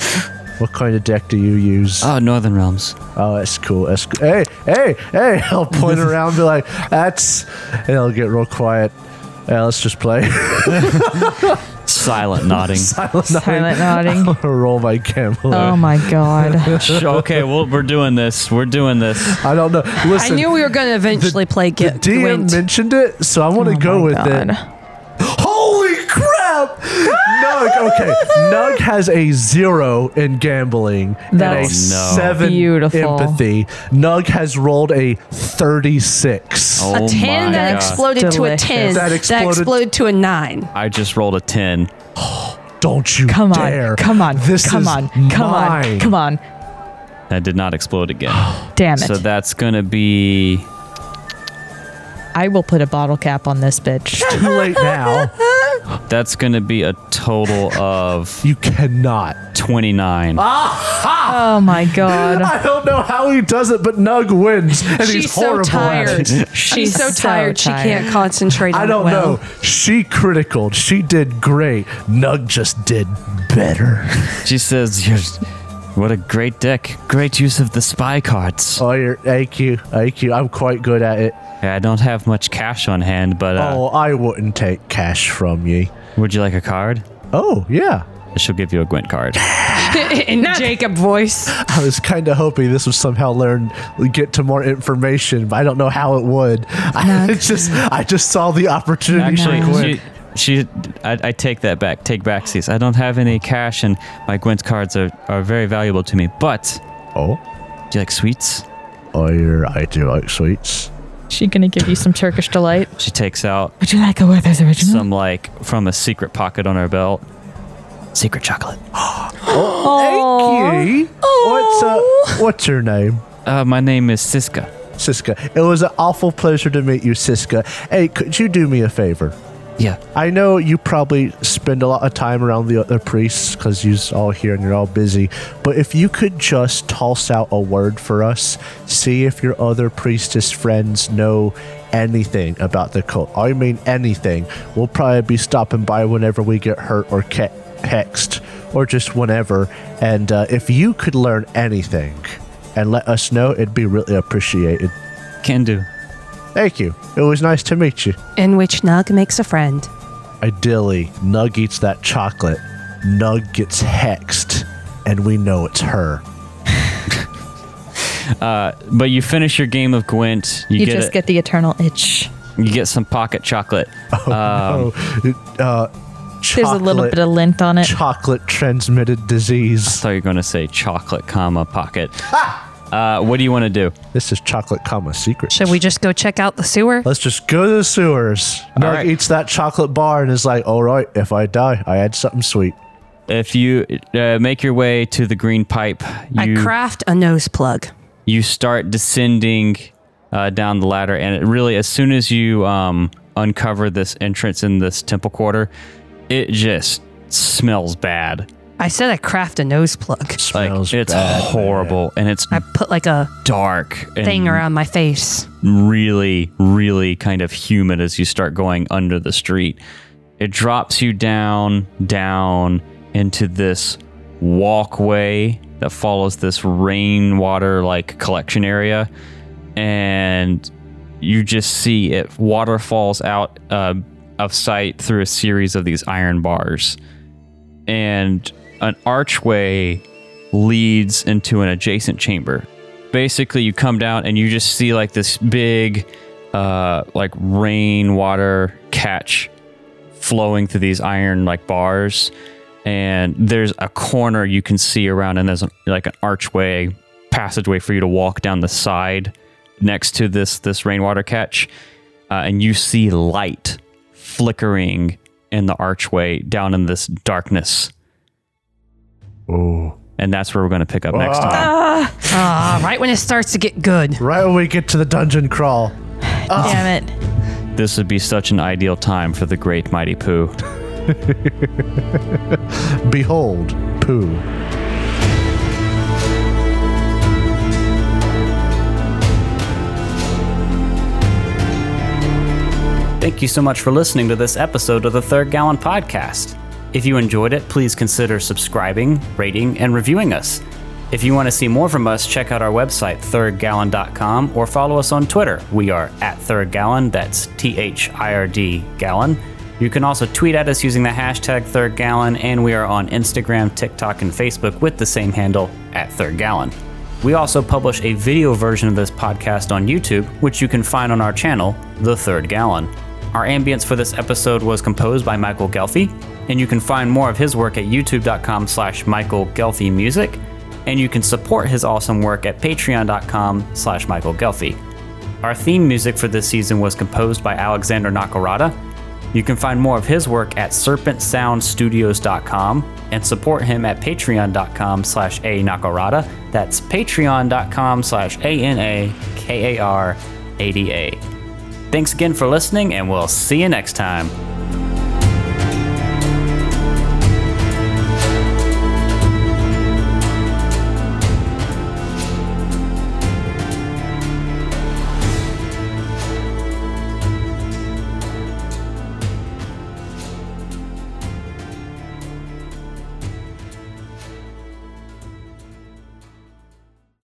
[SPEAKER 5] What kind of deck do you use?
[SPEAKER 2] Oh, Northern Realms.
[SPEAKER 5] Oh, that's cool. That's co- hey, hey, hey! [laughs] I'll point around, and be like, "That's," and I'll get real quiet. Yeah, let's just play. [laughs]
[SPEAKER 2] Silent nodding. [laughs]
[SPEAKER 3] Silent
[SPEAKER 5] [laughs]
[SPEAKER 3] nodding.
[SPEAKER 5] I'll roll my camel.
[SPEAKER 3] Oh my god.
[SPEAKER 5] [laughs]
[SPEAKER 2] Sh- okay, well, we're doing this. We're doing this.
[SPEAKER 5] I don't know.
[SPEAKER 4] I
[SPEAKER 5] Listen,
[SPEAKER 4] knew we were going to eventually play
[SPEAKER 5] the
[SPEAKER 4] Get
[SPEAKER 5] DM
[SPEAKER 4] Wind.
[SPEAKER 5] mentioned it, so I want to go
[SPEAKER 3] Oh my
[SPEAKER 5] with
[SPEAKER 3] God.
[SPEAKER 5] it. Holy
[SPEAKER 3] [laughs]
[SPEAKER 5] crap! Nug, okay. Nug has a zero in gambling
[SPEAKER 3] That's
[SPEAKER 5] and a
[SPEAKER 2] Oh, no.
[SPEAKER 5] seven
[SPEAKER 3] beautiful.
[SPEAKER 5] empathy. Nug has rolled a thirty-six.
[SPEAKER 2] Oh
[SPEAKER 4] a 10
[SPEAKER 2] my
[SPEAKER 4] that
[SPEAKER 2] God.
[SPEAKER 4] exploded to a
[SPEAKER 3] Delicious.
[SPEAKER 4] 10
[SPEAKER 5] That
[SPEAKER 4] that
[SPEAKER 5] exploded-
[SPEAKER 4] exploded, to a 9.
[SPEAKER 2] I just rolled a 10.
[SPEAKER 5] Don't you
[SPEAKER 3] Come on.
[SPEAKER 5] dare!
[SPEAKER 3] Come on.
[SPEAKER 5] This
[SPEAKER 3] come
[SPEAKER 5] is
[SPEAKER 3] on. Come
[SPEAKER 5] mine.
[SPEAKER 3] on. Come on.
[SPEAKER 2] That did not explode [gasps] again.
[SPEAKER 3] Damn it.
[SPEAKER 2] so that's going to be.
[SPEAKER 3] I will put a bottle cap on this bitch.
[SPEAKER 5] Too late now.
[SPEAKER 2] That's going to be a total of
[SPEAKER 5] You cannot.
[SPEAKER 2] 29.
[SPEAKER 3] [laughs] Oh my god.
[SPEAKER 5] I don't know how he does it, but Nug wins, and he's
[SPEAKER 4] She's so
[SPEAKER 5] horrible [laughs]
[SPEAKER 4] tired.
[SPEAKER 5] at it.
[SPEAKER 4] She's so,
[SPEAKER 3] so
[SPEAKER 4] tired, she
[SPEAKER 3] tired.
[SPEAKER 4] can't concentrate
[SPEAKER 3] Oh,
[SPEAKER 4] on
[SPEAKER 5] I don't
[SPEAKER 4] it well.
[SPEAKER 5] know. She criticaled. She did great. Nug just did better.
[SPEAKER 2] She says, "You're- What a great deck. Great use of the spy cards.
[SPEAKER 5] Oh, your IQ, IQ. I'm quite good at it.
[SPEAKER 2] I don't have much cash on hand, but uh,
[SPEAKER 5] Oh, I wouldn't take cash from you.
[SPEAKER 2] would you like a card?
[SPEAKER 5] Oh, yeah. [laughs]
[SPEAKER 2] She'll give you a Gwent card.
[SPEAKER 4] In Jacob voice.
[SPEAKER 5] I was kind of hoping this would somehow learn, get to more information, but I don't know how it would. [laughs] I it's just, I just saw the opportunity.
[SPEAKER 2] Actually,
[SPEAKER 5] for Gwent.
[SPEAKER 2] she, she I, I take that back. Take back seats. I don't have any cash, and my Gwent cards are, are very valuable to me. But
[SPEAKER 5] oh,
[SPEAKER 2] do you like sweets?
[SPEAKER 5] oh, you're- I do like sweets.
[SPEAKER 3] She gonna give you some Turkish delight?
[SPEAKER 2] She takes out
[SPEAKER 6] Would you like a Werther's original?
[SPEAKER 2] some like from a secret pocket on her belt. Secret chocolate.
[SPEAKER 5] Thank you. What's uh, what's your name?
[SPEAKER 2] Uh, my name is Siska.
[SPEAKER 5] Siska. It was an awful pleasure to meet you, Siska. Hey, could you do me a favor?
[SPEAKER 2] Yeah.
[SPEAKER 5] I know you probably spend a lot of time around the other priests because you're all here and you're all busy, but if you could just toss out a word for us, see if your other priestess friends know anything about the cult. I mean, anything. We'll probably be stopping by whenever we get hurt or ke- hexed or just whenever. And uh, if you could learn anything and let us know, it'd be really appreciated.
[SPEAKER 2] Can do.
[SPEAKER 5] Thank you. It was nice to meet you.
[SPEAKER 4] In which Nug makes a friend.
[SPEAKER 5] Ideally, Nug eats that chocolate. Nug gets hexed, and we know it's her.
[SPEAKER 2] But you finish your game of Gwent. You,
[SPEAKER 3] You
[SPEAKER 2] get,
[SPEAKER 3] just
[SPEAKER 2] it-
[SPEAKER 3] get the eternal itch.
[SPEAKER 2] you get some pocket chocolate.
[SPEAKER 5] oh, it- uh, chocolate,
[SPEAKER 3] There's a little bit of lint on it.
[SPEAKER 5] chocolate transmitted disease.
[SPEAKER 2] thought you were going to say chocolate comma pocket. Uh, what do you want to do?
[SPEAKER 5] This is chocolate, comma secret.
[SPEAKER 4] Should we just go check out the sewer?
[SPEAKER 5] Let's just go to the sewers. Nug
[SPEAKER 2] right.
[SPEAKER 5] eats that chocolate bar and is like, "All right, if I die, I had something sweet."
[SPEAKER 2] If you uh, make your way to the green pipe,
[SPEAKER 4] I
[SPEAKER 2] you
[SPEAKER 4] craft a nose plug.
[SPEAKER 2] you start descending uh, down the ladder, and it really, as soon as you um, uncover this entrance in this temple quarter, it just smells bad.
[SPEAKER 4] I said I craft a nose plug.
[SPEAKER 2] Like
[SPEAKER 5] Smells
[SPEAKER 2] it's
[SPEAKER 5] bad, man.
[SPEAKER 2] horrible, and it's
[SPEAKER 4] I put like a
[SPEAKER 2] dark and
[SPEAKER 4] thing around my face.
[SPEAKER 2] really, really kind of humid as you start going under the street. It drops you down, down into this walkway that follows this rainwater like collection area. And you just see it water falls out uh, of sight through a series of these iron bars. And an archway leads into an adjacent chamber basically you come down and you just see like this big uh like rainwater catch flowing through these iron like bars and there's a corner you can see around and there's like an archway passageway for you to walk down the side next to this this rainwater catch uh, and you see light flickering in the archway down in this darkness
[SPEAKER 5] Ooh.
[SPEAKER 2] and that's where we're going to pick up next
[SPEAKER 5] Ah.
[SPEAKER 2] time
[SPEAKER 4] Ah, right when it starts to get good.
[SPEAKER 5] Right when we get to the dungeon crawl,
[SPEAKER 3] Damn it.
[SPEAKER 2] This would be such an ideal time for the great mighty Pooh.
[SPEAKER 5] behold, poo.
[SPEAKER 7] Thank you so much for listening to this episode of the Third Gallon Podcast.
[SPEAKER 2] If you enjoyed it, please consider subscribing, rating, and reviewing us. If you want to see more from us, check out our website, thirdgallon.com, or follow us on Twitter. We are at thirdgallon, that's T H I R D gallon. You can also tweet at us using the hashtag thirdgallon, and we are on Instagram, TikTok, and Facebook with the same handle, at thirdgallon. We also publish a video version of this podcast on YouTube, which you can find on our channel, The Third Gallon. Our ambience for this episode was composed by Michael Gelfi, and you can find more of his work at youtube.com slash Michael Gelfi Music, and you can support his awesome work at patreon.com slash Michael Gelfi. Our theme music for this season was composed by Alexander Nakarada. You can find more of his work at serpentsoundstudios.com and support him at patreon.com slash a nakarada. That's patreon.com slash A-N-A-K-A-R-A-D-A. Thanks again for listening, and we'll see you next time.